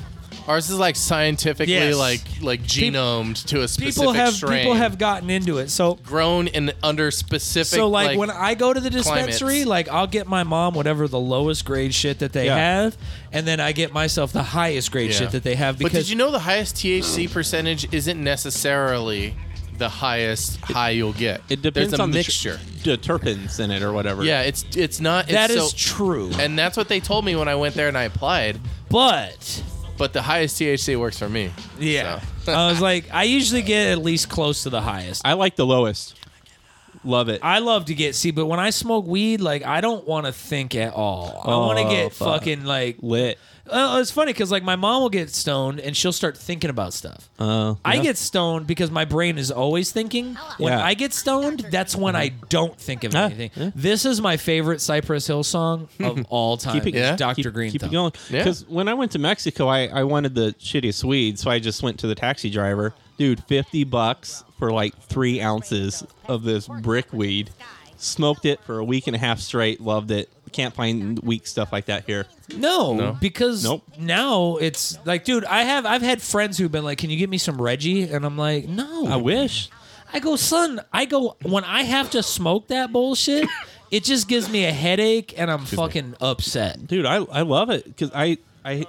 Ours is like scientifically Yes. like like genomed to a specific people have strain. people have gotten into it. So grown in under specific. so like, when I go to the dispensary, climates. like I'll get my mom whatever the lowest grade shit that they Yeah. have and then I get myself the highest grade Yeah. shit that they have but because did you know the highest THC percentage isn't necessarily the highest high you'll get? it depends There's a on mixture. the, tr- the terpenes in it or whatever. yeah, it's it's not. It's that is so- true. and that's what they told me when I went there and I applied. but But the highest THC works for me. Yeah. So. I was like, I usually get at least close to the highest. I like the lowest. Love it. I love to get see, but when I smoke weed, like I don't want to think at all. I want to Oh, get fuck. fucking like. Lit. Uh, it's funny because like my mom will get stoned and she'll start thinking about stuff. Uh, I yeah. get stoned because my brain is always thinking. When Yeah. I get stoned, that's when I don't think of Yeah, anything. yeah. This is my favorite Cypress Hill song of all time. Keep it- yeah. It's Dr. Keep- Green. Keep it Thumb. going. Yeah. Because when I went to Mexico, I, I wanted the shittiest weed, so I just went to the taxi driver. Dude, fifty bucks for like three ounces of this brick weed. Smoked it for a week and a half straight. Loved it. Can't find weak stuff like that here. No, because Nope. now it's like, dude, I have I've had friends who've been like, "Can you get me some Reggie?" And I'm like, "No." I wish. I go, son. I go when I have to smoke that bullshit. it just gives me a headache, and I'm fucking upset. Dude, I I love it because I I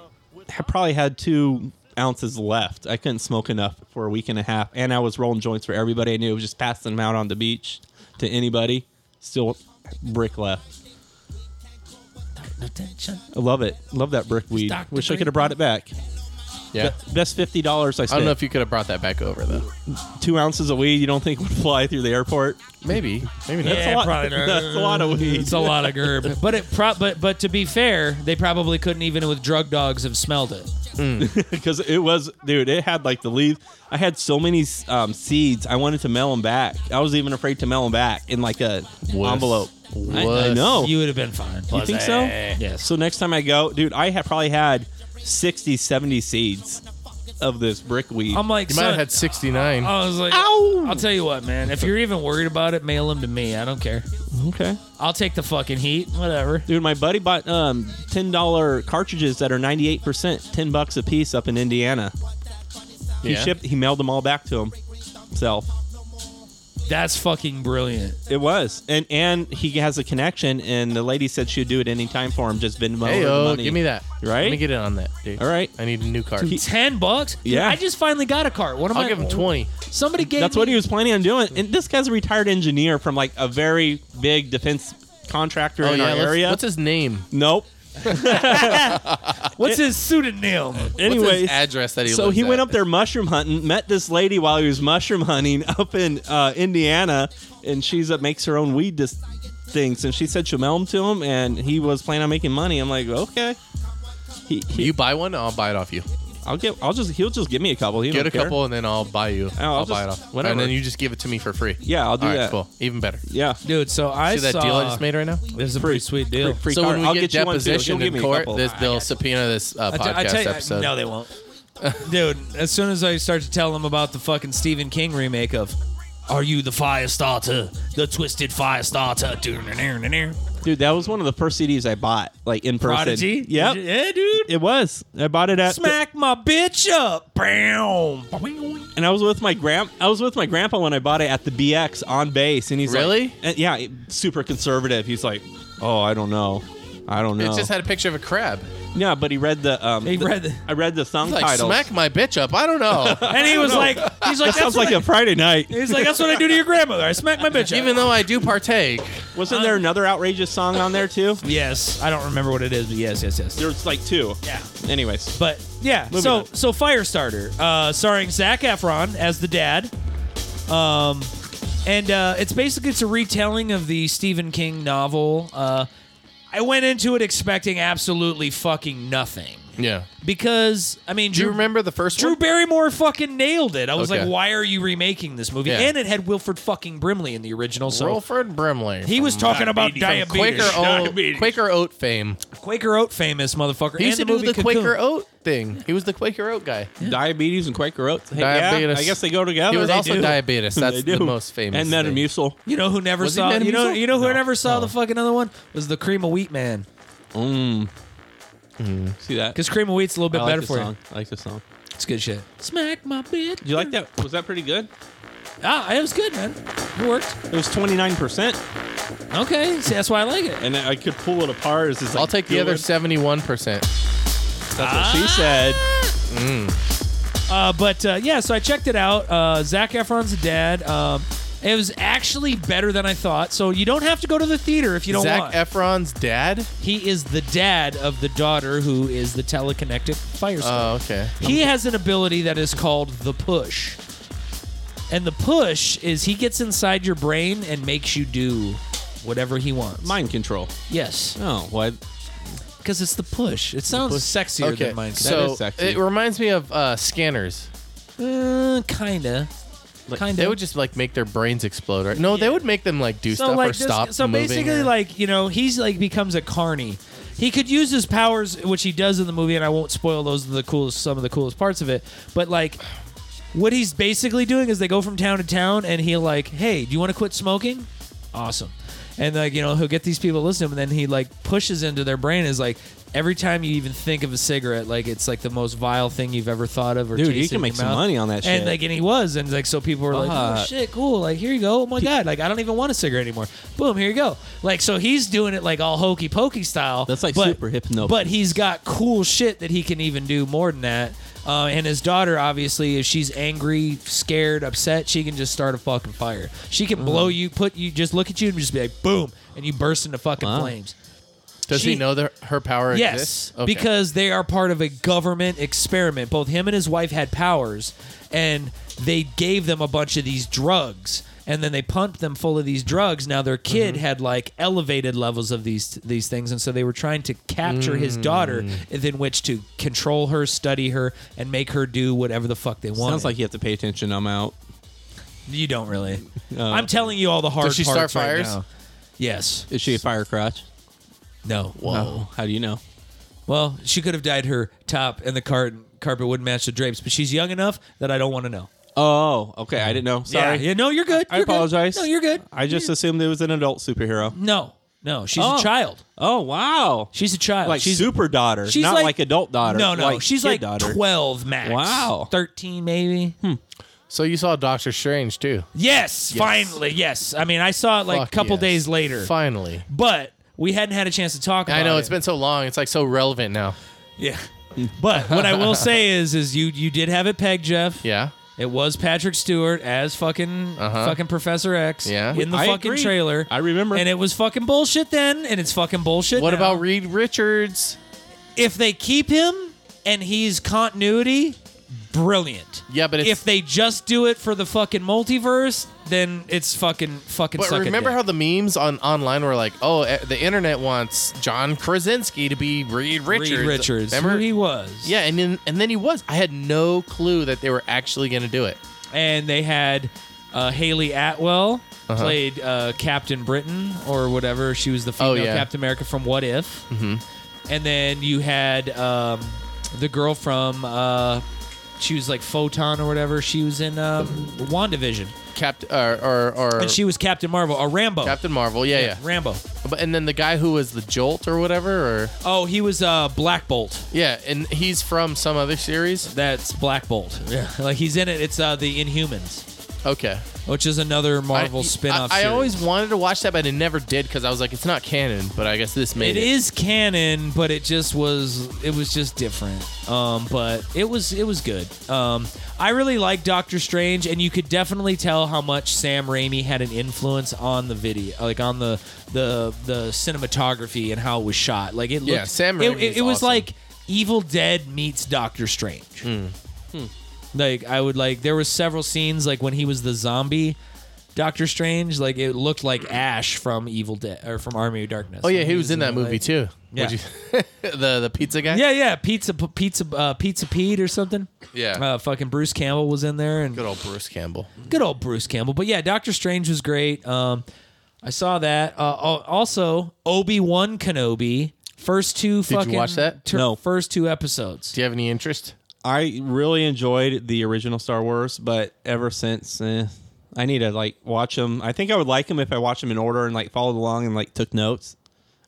ha- probably had two ounces left. I couldn't smoke enough for a week and a half, and I was rolling joints for everybody I knew. I was just passing them out on the beach to anybody. Still brick left. I love it. Love that brick weed. Dr. Wish I Green. could have brought it back. Yeah. Be- best fifty dollars I I spent. don't know if you could have brought that back over though. two ounces of weed you don't think would fly through the airport. Maybe, maybe not. Yeah, a lot- probably not. that's a lot of weed. It's a lot of gerb. But it pro- but but to be fair, they probably couldn't even with drug dogs have smelled it. because it was dude it had like the leaves i had so many um, seeds i wanted to mail them back i was even afraid to mail them back in like a Wuss. envelope I, I Wuss. know You would have been fine. you think so Yes. so next time i go dude i had probably had 60 70 seeds of this brick weed I'm like, You might have son- had sixty nine. I was like, I'll tell you what, man. If you're even worried about it, mail them to me. I don't care. okay I'll take the fucking heat. Whatever. dude my buddy bought um, $10 cartridges that are 98% 10 bucks a piece up in indiana he Yeah. shipped he mailed them all back to him himself That's fucking brilliant. It was, and and he has a connection, and the lady said she'd do it any time for him. Just Venmo Hey, her the yo, money. give me that. Right? Let me get in on that, dude. All right. I need a new card. Ten bucks? Dude, Yeah. I just finally got a cart. What am I'll I? give him twenty. Somebody gave. That's me- what he was planning on doing. And this guy's a retired engineer from like a very big defense contractor in our Oh, let's- area. What's his name? nope. What's his pseudonym? Anyways, what's his address that he so lives he went at? up there mushroom hunting, met this lady while he was mushroom hunting up in uh, Indiana, and she's uh, makes her own weed dis- things, and she said she'll mail them to him, and he was planning on making money. I'm like, okay. He, he, You buy one, I'll buy it off you. I'll get. I'll just. He'll just give me a couple. He Get don't a care. Oh, couple, and then I'll buy you. I'll I'll, buy it just- off. whatever. And then you just give it to me for free. Yeah, I'll do All right, that. cool. Even better. Yeah. Dude, so I See that saw. deal I just made right now? There's a pretty sweet deal. Free- free so card. when we I'll get, you one too. She'll depositioned give me in a court, couple. this, they'll subpoena this uh, I podcast te- I tell you- episode. No, they won't. Dude, as soon as I start to tell them about the fucking Stephen King remake of Are You the Fire Starter? The Twisted Fire Starter. Dude, that was one of the first CDs I bought, like in person. Prodigy? Yep. Yeah, dude. It was. I bought it at Smack my bitch up. Bam. and I was with my grand. I was with my grandpa when I bought it at the BX on base, and he's like- Really? and yeah, it- super conservative. He's like, oh, I don't know, I don't know. It just had a picture of a crab. yeah, but he read the. Um, He the- read the- I read the song It's like, title. smack my bitch up. I don't know. And he was like, he's like, that that's sounds what like a Friday night. I, he's like, that's what I do to your grandmother. I smack my bitch up. Even though I do partake. Wasn't there another outrageous song on there too? yes, I don't remember what it is, but yes, yes, yes. There's like two. yeah. Anyways, But yeah, Moving so on. so Firestarter, uh, starring Zach Efron as the dad, um, and uh, it's basically it's a retelling of the Stephen King novel. Uh, I went into it expecting absolutely fucking nothing Yeah. because I mean, Do you Drew- remember the first Drew one? Barrymore fucking nailed it. I was Okay. like, why are you remaking this movie? Yeah. And it had Wilford fucking Brimley in the original. So Wilfred Brimley. he was talking about diabetes. Quaker oat, Quaker oat fame. Quaker Oat famous motherfucker. He used to and do movie the Quaker Cocoon. oat thing. He was the Quaker oat guy. diabetes and Quaker Oats. Hey, yeah, Diabetes. I guess they go together. He was They also do. diabetes. They That's the do. most famous. And thing. Metamucil. You know who never Was he saw. Madam You know, Tussauds? you know who No. never saw No. the fucking other one was the cream of wheat man. See that? Because cream of wheat's a little bit I like better this for song. you. I like this song. It's good shit. Smack my bitch. Do you like that? Was that pretty good? Ah, it was good, man. It worked. It was twenty nine percent, Okay, see, that's why I like it. and I could pull it apart. It's just I'll like take the good. other seventy-one percent. That's what she said. Uh, but uh, yeah, so I checked it out. Uh, Zach Efron's a dad. Um, it was actually better than I thought. So you don't have to go to the theater if you don't Zach want. Efron's dad. he is the dad of the daughter who is the teleconnected fire. Oh, okay. He has an ability that is called the push. And the push is he gets inside your brain and makes you do whatever he wants. Mind control. Yes. Oh, what? Because it's the push. It sounds sexier Okay. than mind control. So is sexy. it reminds me of uh, scanners. Uh, kinda. kinda. They would just like make their brains explode, right? No, they would make them like do so stuff like or this- stop. So moving basically, or- like, you know, he's like becomes a carny. He could use his powers, which he does in the movie, and I won't spoil those are the coolest some of the coolest parts of it. But like what he's basically doing is they go from town to town and he'll like, hey, do you want to quit smoking? Awesome. And like, you know, he'll get these people to listen to him and then he like pushes into their brain is like every time you even think of a cigarette, like it's like the most vile thing you've ever thought of or Dude, tasted you can in make your some mouth. money on that shit. And like and he was and like so people were like, Oh Fuck. shit, cool, like here you go. Oh my god, like I don't even want a cigarette anymore. Boom, here you go. Like so he's doing it like all hokey pokey style. That's like but- super hypno- But he's got cool shit that he can even do more than that. Uh, and his daughter, obviously, if she's angry, scared, upset, she can just start a fucking fire. Mm-hmm. She can blow you, put you, just look at you and just be like, boom, and you burst into fucking Wow. flames. Does he She- know that her power yes, exists? because they are part of a government experiment. Both him and his wife had powers, and they gave them a bunch of these drugs, and then they pumped them full of these drugs. Now their kid Mm-hmm. had like elevated levels of these these things, and so they were trying to capture his Mm. daughter, in which to control her, study her, and make her do whatever the fuck they want. Sounds like you have to pay attention. I'm out. you don't really. I'm telling you all the hard Oh. Does she parts start right fires? now. Yes. Is she a fire crotch? No. Oh, how do you know? Well, she could have dyed her top, and the car- carpet wouldn't match the drapes. But she's young enough that I don't want to know. Oh, okay. I didn't know. Sorry. Yeah, yeah, no, you're good. I You're good. apologize. No, you're good. I just assumed it was an adult superhero. No, no, she's Oh. a child. Oh wow, She's a child. like she's super daughter, she's not like, adult daughter. No, no, like she's kid like daughter. twelve max. Wow. Hmm. thirteen maybe. So you saw Doctor Strange too. Yes, finally, yes. I mean, I saw it like a Fuck couple yes. days later, Finally. but we hadn't had a chance to talk. about I know it. it's been so long. It's like so relevant now. yeah. but what I will say is, is you you did have it pegged, Jeff. Yeah. It was Patrick Stewart as fucking Uh-huh. fucking Professor X Yeah. in the I fucking agree. trailer. I remember. And it was fucking bullshit then, and it's fucking bullshit. What now. about Reed Richards? if they keep him and he's continuity? Brilliant. Yeah, but it's- if they just do it for the fucking multiverse, then it's fucking fucking. But suck a remember dick. how the memes on online were like, "Oh, eh, the internet wants John Krasinski to be Reed Richards." Reed Richards, Remember? who he was, yeah, and then and then he was. I had no clue that they were actually going to do it. and they had uh, Haley Atwell Uh-huh. played uh, Captain Britain or whatever. She was the female Oh, yeah. Captain America from What If. Mm-hmm. And then you had um, the girl from uh, she was like Photon or whatever. She was in um, Wandavision, Captain or uh, or, or and she was Captain Marvel or Rambo. Captain Marvel. Yeah, yeah. Rambo. But and then the guy who was the Jolt or whatever, or Oh, he was uh, Black Bolt. yeah, and he's from some other series. That's Black Bolt. Yeah, like he's in it. It's uh, the Inhumans, Okay. which is another Marvel I, spin-off. I, I series. always wanted to watch that, but I never did because I was like, it's not canon. But I guess this made It it. is canon, but it just was it was just different. Um, but it was it was good. Um, I really like Doctor Strange, and you could definitely tell how much Sam Raimi had an influence on the video, like on the the the cinematography and how it was shot. Like it looked, Yeah, Sam It, Raimi it- is it was awesome. Hmm. like Evil Dead meets Doctor Strange. Like I would like there was several scenes like when he was the zombie. Doctor Strange, like it looked like Ash from Evil Dead or from Army of Darkness. Oh yeah, Like, he was in that there, movie like- too. Yeah. Would you- the the pizza guy. Yeah, yeah, pizza, P- pizza, uh, pizza Pete or something. Yeah. uh, fucking Bruce Campbell was in there, and Good old Bruce Campbell. good old Bruce Campbell. But yeah, Doctor Strange was great. Um, I saw that. Uh, al- also, Obi Wan Kenobi. First two you fucking watch that? tur- No. first two episodes. Do you have any interest? I really enjoyed the original Star Wars, but ever since, eh, I need to like watch them. I think I would like them if I watched them in order and like followed along and like took notes.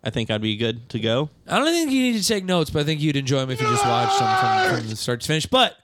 I think I'd be good to go. I don't think you need to take notes, but I think you'd enjoy them if you just watched them from, from the start to finish. But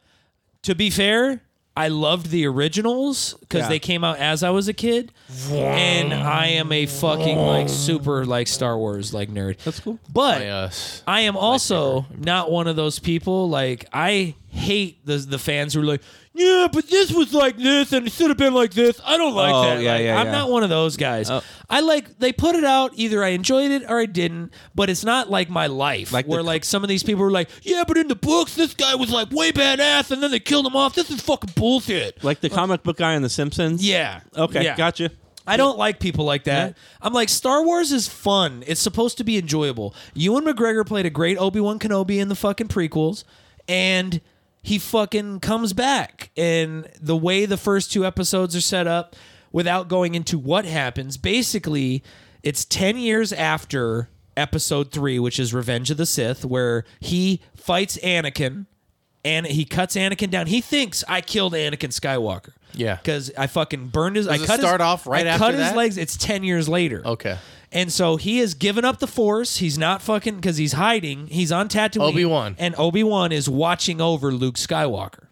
to be fair, I loved the originals because Yeah. they came out as I was a kid, and I am a fucking like super like Star Wars like nerd. That's cool. But I, uh, s- I am also not one of those people. Like I hate the the fans who are like, yeah, but this was like this and it should have been like this. I don't like Oh, that. yeah, Like, yeah, I'm yeah. Oh. not one of those guys. I like they put it out. Either I enjoyed it or I didn't. But it's not like my life. Like the where co- like some of these people were like, yeah, but in the books this guy was like way badass and then they killed him off. This is fucking bullshit. Like the comic book guy on The Simpsons. Yeah. Okay. Yeah. Gotcha. I don't like people like that. I'm like, Star Wars is fun. It's supposed to be enjoyable. Ewan McGregor played a great Obi Wan Kenobi in the fucking prequels, and he fucking comes back. And the way the first two episodes are set up, without going into what happens, basically, it's 10 years after episode three, which is Revenge of the Sith, where he fights Anakin and he cuts Anakin down. He thinks I killed Anakin Skywalker. Yeah. because I fucking burned his. I it cut start his, off right I after cut his that? legs. It's ten years later. Okay. And so he has given up the Force. He's not fucking because he's hiding. He's on Tatooine. Obi-Wan. and Obi Wan is watching over Luke Skywalker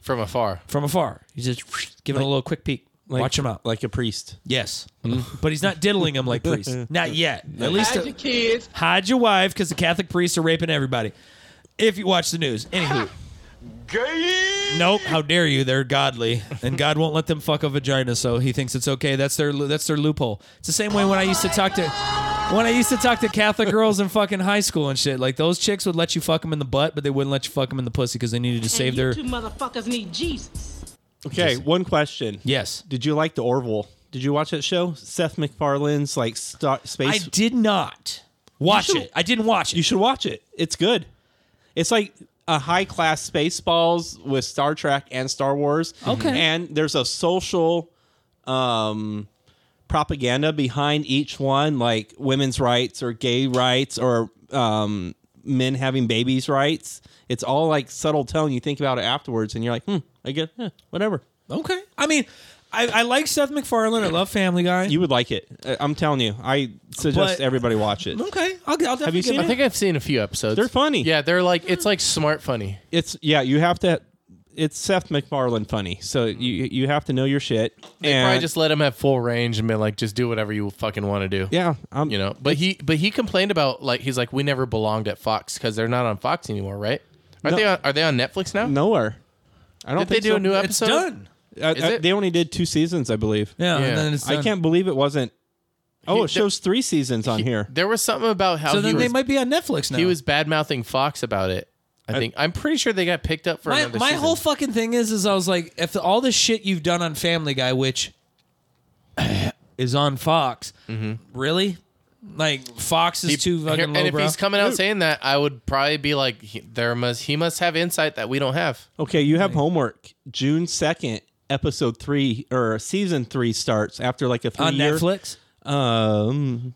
from afar. from afar. He's just giving him a little quick peek. Like- Watch him out. Like a priest. Yes, Mm-hmm. but he's not diddling him like priests. Not yet. At least Hide your kids. hide your wife because the Catholic priests are raping everybody. If you watch the news, anywho. Nope. How dare you? They're godly, and God won't let them fuck a vagina, so He thinks it's okay. That's their that's their loophole. It's the same way when I used to talk to When I used to talk to Catholic girls in fucking high school and shit, like those chicks would let you fuck them in the butt, but they wouldn't let you fuck them in the pussy because they needed to save and their. You two motherfuckers need Jesus. Okay, one question. Yes. Did you like the Orville? Did you watch that show? Seth MacFarlane's like sta- I space. did not watch it. I didn't watch it. You should watch it. It's good. It's like a high class Spaceballs with Star Trek and Star Wars. Okay. And there's a social um, propaganda behind each one, like women's rights or gay rights or um, men having babies' rights. It's all like subtle tone. You think about it afterwards, and you're like, hmm, I get eh, whatever. Okay. I mean, I, I like Seth MacFarlane. I love Family Guy. You would like it. I- I'm telling you. I suggest But- everybody watch it. okay. I'll, I'll definitely Have you give seen it- I think I've seen a few episodes. They're funny. Yeah, they're like it's like smart funny. It's yeah. You have to. It's Seth MacFarlane funny, so you you have to know your shit. Mm-hmm. They and probably just let him have full range and been like, just do whatever you fucking want to do. yeah. I'm, You know, but he but he complained about like he's like we never belonged at Fox because they're not on Fox anymore, right? Are No. they on, are they on Netflix now? nowhere. I don't Did they think do so. a new It's episode? done. I- Is I- it? They only did two seasons, I believe. Yeah. Yeah. And then it's I done. can't believe it wasn't. Oh, He- it shows three seasons on He- here. There was something about how So he then they was- might be on Netflix now. He was bad mouthing Fox about it. I think I'm pretty sure they got picked up for my, another my season. whole fucking thing is is I was like, if all the shit you've done on Family Guy, which is on Fox, really, like Fox is He- too fucking and low, if bro. he's coming out saying that, I would probably be like, he, there must he must have insight that we don't have. Okay, you have homework. June second, episode three or season three starts after like a three on year. Netflix, Um,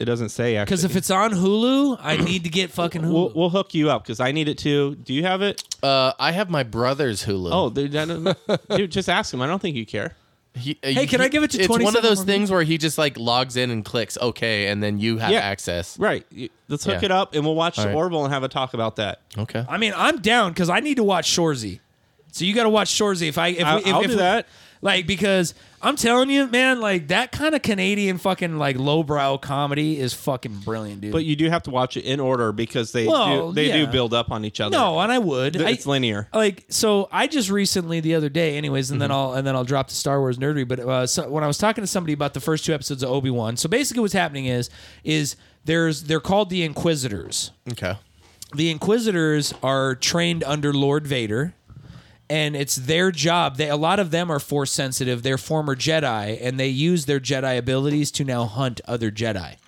it doesn't say actually. because if it's on Hulu, I need to get fucking Hulu. we'll, we'll hook you up because I need it too. Do you have it? Uh, I have my brother's Hulu. Oh, dude, I don't- dude, just ask him. I don't think you care. He- uh, Hey, can I give it to It's one 27 of those more things where he just like logs in and clicks okay, and then you have Yeah. access. Right. You- Let's hook Yeah. it up and we'll watch right. Orville and have a talk about that. Okay. I mean, I'm down because I need to watch Shorzy. So you got to watch Shorzy if I if, I'll- we, if, I'll if do we- that. Like because I'm telling you, man, like that kind of Canadian fucking like lowbrow comedy is fucking brilliant, dude. But you do have to watch it in order because they Well, do, they yeah. do build up on each other. No, and I would. Th- it's I- linear. Mm-hmm. Like so, I just recently the other day, anyways, and then I'll and then I'll drop the Star Wars nerdery. But uh, so, when I was talking to somebody about the first two episodes of Obi Wan, so basically what's happening is is there's they're called the Inquisitors. Okay. The Inquisitors are trained under Lord Vader. And it's their job. They, a lot of them are force sensitive. They're former Jedi, and they use their Jedi abilities to now hunt other Jedi.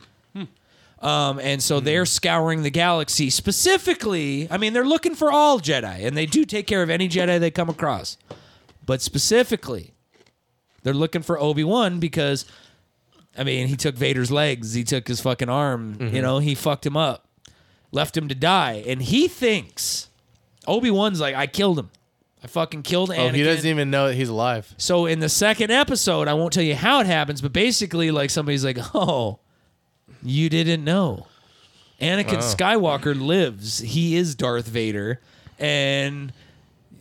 Um, and so they're Hmm. scouring the galaxy specifically. I mean, they're looking for all Jedi, and they do take care of any Jedi they come across. But specifically, they're looking for Obi Wan because, I mean, he took Vader's legs, he took his fucking arm, Mm-hmm. you know, he fucked him up, left him to die. And he thinks, Obi Wan's like, I killed him. I fucking killed Anakin. Oh, he doesn't even know that he's alive. So in the second episode, I won't tell you how it happens, but basically, like somebody's like, "Oh, you didn't know, Anakin Skywalker lives. He is Darth Vader, and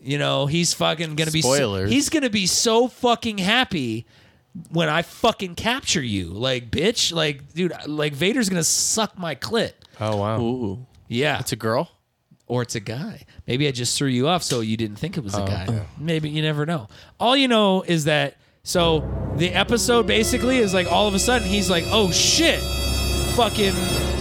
you know he's fucking gonna be Spoilers. So, he's gonna be so fucking happy." When I fucking capture you, like bitch, like dude, like Vader's gonna suck my clit. Oh wow. Ooh. Yeah, It's a girl. or it's a guy. Maybe I just threw you off so you didn't think it was a guy. Maybe you never know. All you know is that so the episode basically is like all of a sudden he's like, "Oh shit. Fucking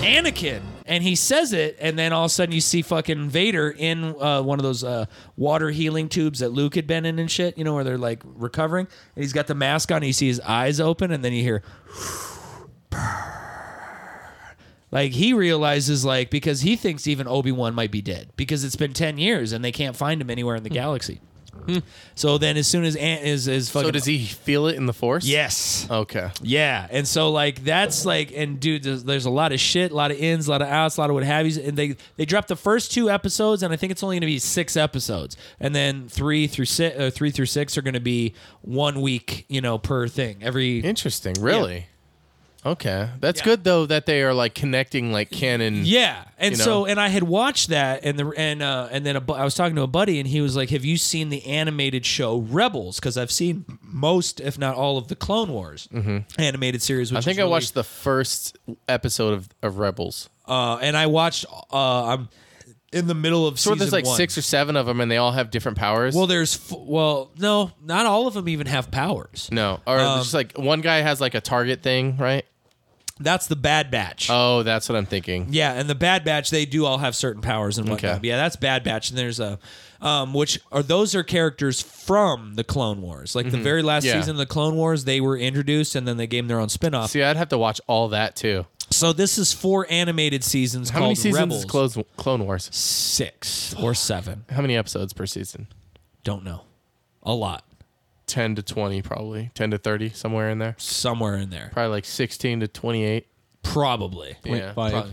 Anakin." And he says it and then all of a sudden you see fucking Vader in uh, one of those uh, water healing tubes that Luke had been in and shit, you know, where they're like recovering. And he's got the mask on, and you see his eyes open and then you hear Like he realizes, like because he thinks even Obi Wan might be dead because it's been ten years and they can't find him anywhere in the galaxy. So then, as soon as Ant is is fucking Hmm. So does he feel it in the force? yes, Okay. yeah, and so like that's like and dude, there's, there's a lot of shit, a lot of ins, a lot of outs, a lot of what have yous, and they they dropped the first two episodes, and I think it's only gonna be six episodes, and then three through six, uh, three through six are gonna be one week, you know, per thing every Interesting. Really. Okay. That's good though that they are like connecting like canon. Yeah, and you know? so and I had watched that, and the and uh, and then a bu- I was talking to a buddy, and he was like, "Have you seen the animated show Rebels? Because I've seen most, if not all, of the Clone Wars animated series. Which Mm-hmm. I think is I really- watched the first episode of, of Rebels. uh, and I watched. Uh, I'm in the middle of So season there's like one. six or seven of them, and they all have different powers. Well, there's f- well, no, not all of them even have powers. no, or it's just like one guy has like a target thing, right? That's the Bad Batch. Oh, that's what I'm thinking. Yeah, and the Bad Batch they do all have certain powers and whatnot. Okay. But Yeah, that's Bad Batch, and there's a, um, which are those are characters from the Clone Wars. Like the Mhm. very last Yeah. season of the Clone Wars, they were introduced, and then they gave them their own spinoff. See, I'd have to watch all that too. So this is four animated seasons. How many called seasons Rebels. is Clone, Clone Wars? Six or seven. How many episodes per season? Don't know. A lot. 10 to 20, probably. 10 to 30, somewhere in there. Somewhere in there. Probably like 16 to 28. Probably. Yeah. Probably.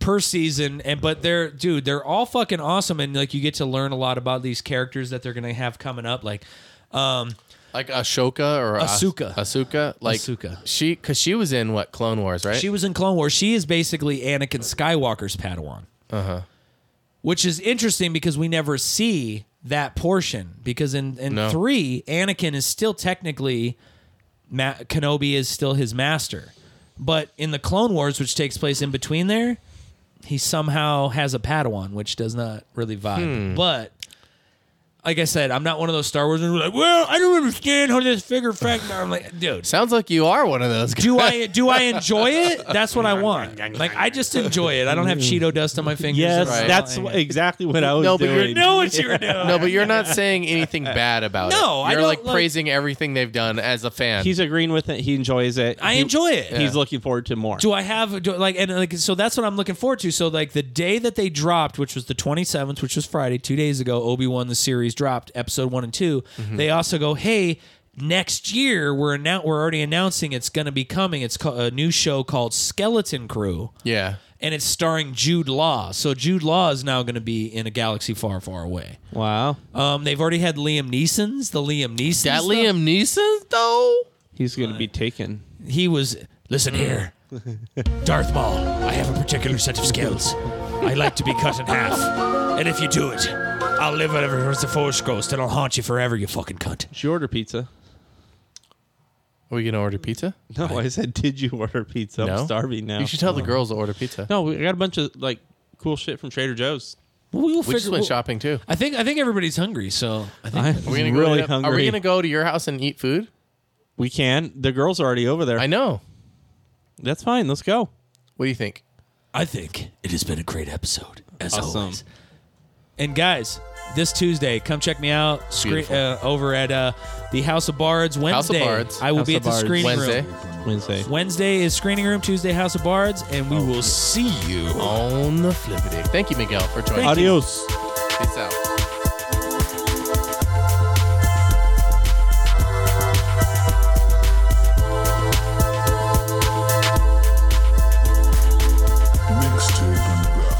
Per season, and but they're dude, they're all fucking awesome, and like you get to learn a lot about these characters that they're gonna have coming up. Like, um, Like Ashoka or As- Asuka. Asuka. Like Asuka. She, because she was in what? Clone Wars, right? she was in Clone Wars. She is basically Anakin Skywalker's Padawan, Uh huh. which is interesting because we never see that portion. Because in in No. three, Anakin is still technically Ma- Kenobi is still his master, but in the Clone Wars, which takes place in between there, he somehow has a Padawan, which does not really vibe. Hmm. But like I said, I'm not one of those Star Wars who's like, well, I don't understand how this figure fragment. I'm like, dude, sounds like you are one of those. Do I do I enjoy it? That's what I want. Like I just enjoy it. I don't have Cheeto dust on my fingers. Yes, Right. that's wh- exactly what I was No, but doing. you're- know what you were doing. No, but you're not saying anything bad about it. No, I you're don't like, like- praising everything they've done as a fan. He's agreeing with it. He enjoys it. I He- enjoy it. He's looking forward to more. Do I have do, like and like so that's what I'm looking forward to. So like the day that they dropped, which was the 27th, which was Friday, two days ago, Obi wan the series dropped episode one and 2 Mhm. They also go, hey, next year we're annou- we're already announcing it's going to be coming. It's ca- a new show called Skeleton Crew. Yeah. and it's starring Jude Law. So Jude Law is now going to be in a galaxy far, far away. Wow. Um, they've already had Liam Neeson's, the Liam Neeson. That stuff. Liam Neeson though. He's going to be taken. He was. Listen here, Darth Maul. I have a particular set of skills. I like to be cut in half, and if you do it, I'll live ever as a force ghost, and I'll haunt you forever. You fucking cunt. Did you order pizza? Are we gonna order pizza? No, I said, did you order pizza? No. I'm starving now. You should tell the girls to order pizza. No, we got a bunch of like cool shit from Trader Joe's. We, We just went shopping too. I think I think everybody's hungry, so I think I'm Are we gonna really go to, hungry. Are we gonna go to your house and eat food? We can. The girls are already over there. I know. That's fine. Let's go. What do you think? I think it has been a great episode as Awesome. always. And guys, this Tuesday, come check me out scre- Beautiful. uh, over at uh, the House of Bards Wednesday. House of Bards. I will House be at of the Bards. screening Wednesday. room. Wednesday. Wednesday is screening room. Tuesday, House of Bards, and we will see you on the flippity. Thank you, Miguel, for joining. Thank you. us. Peace out.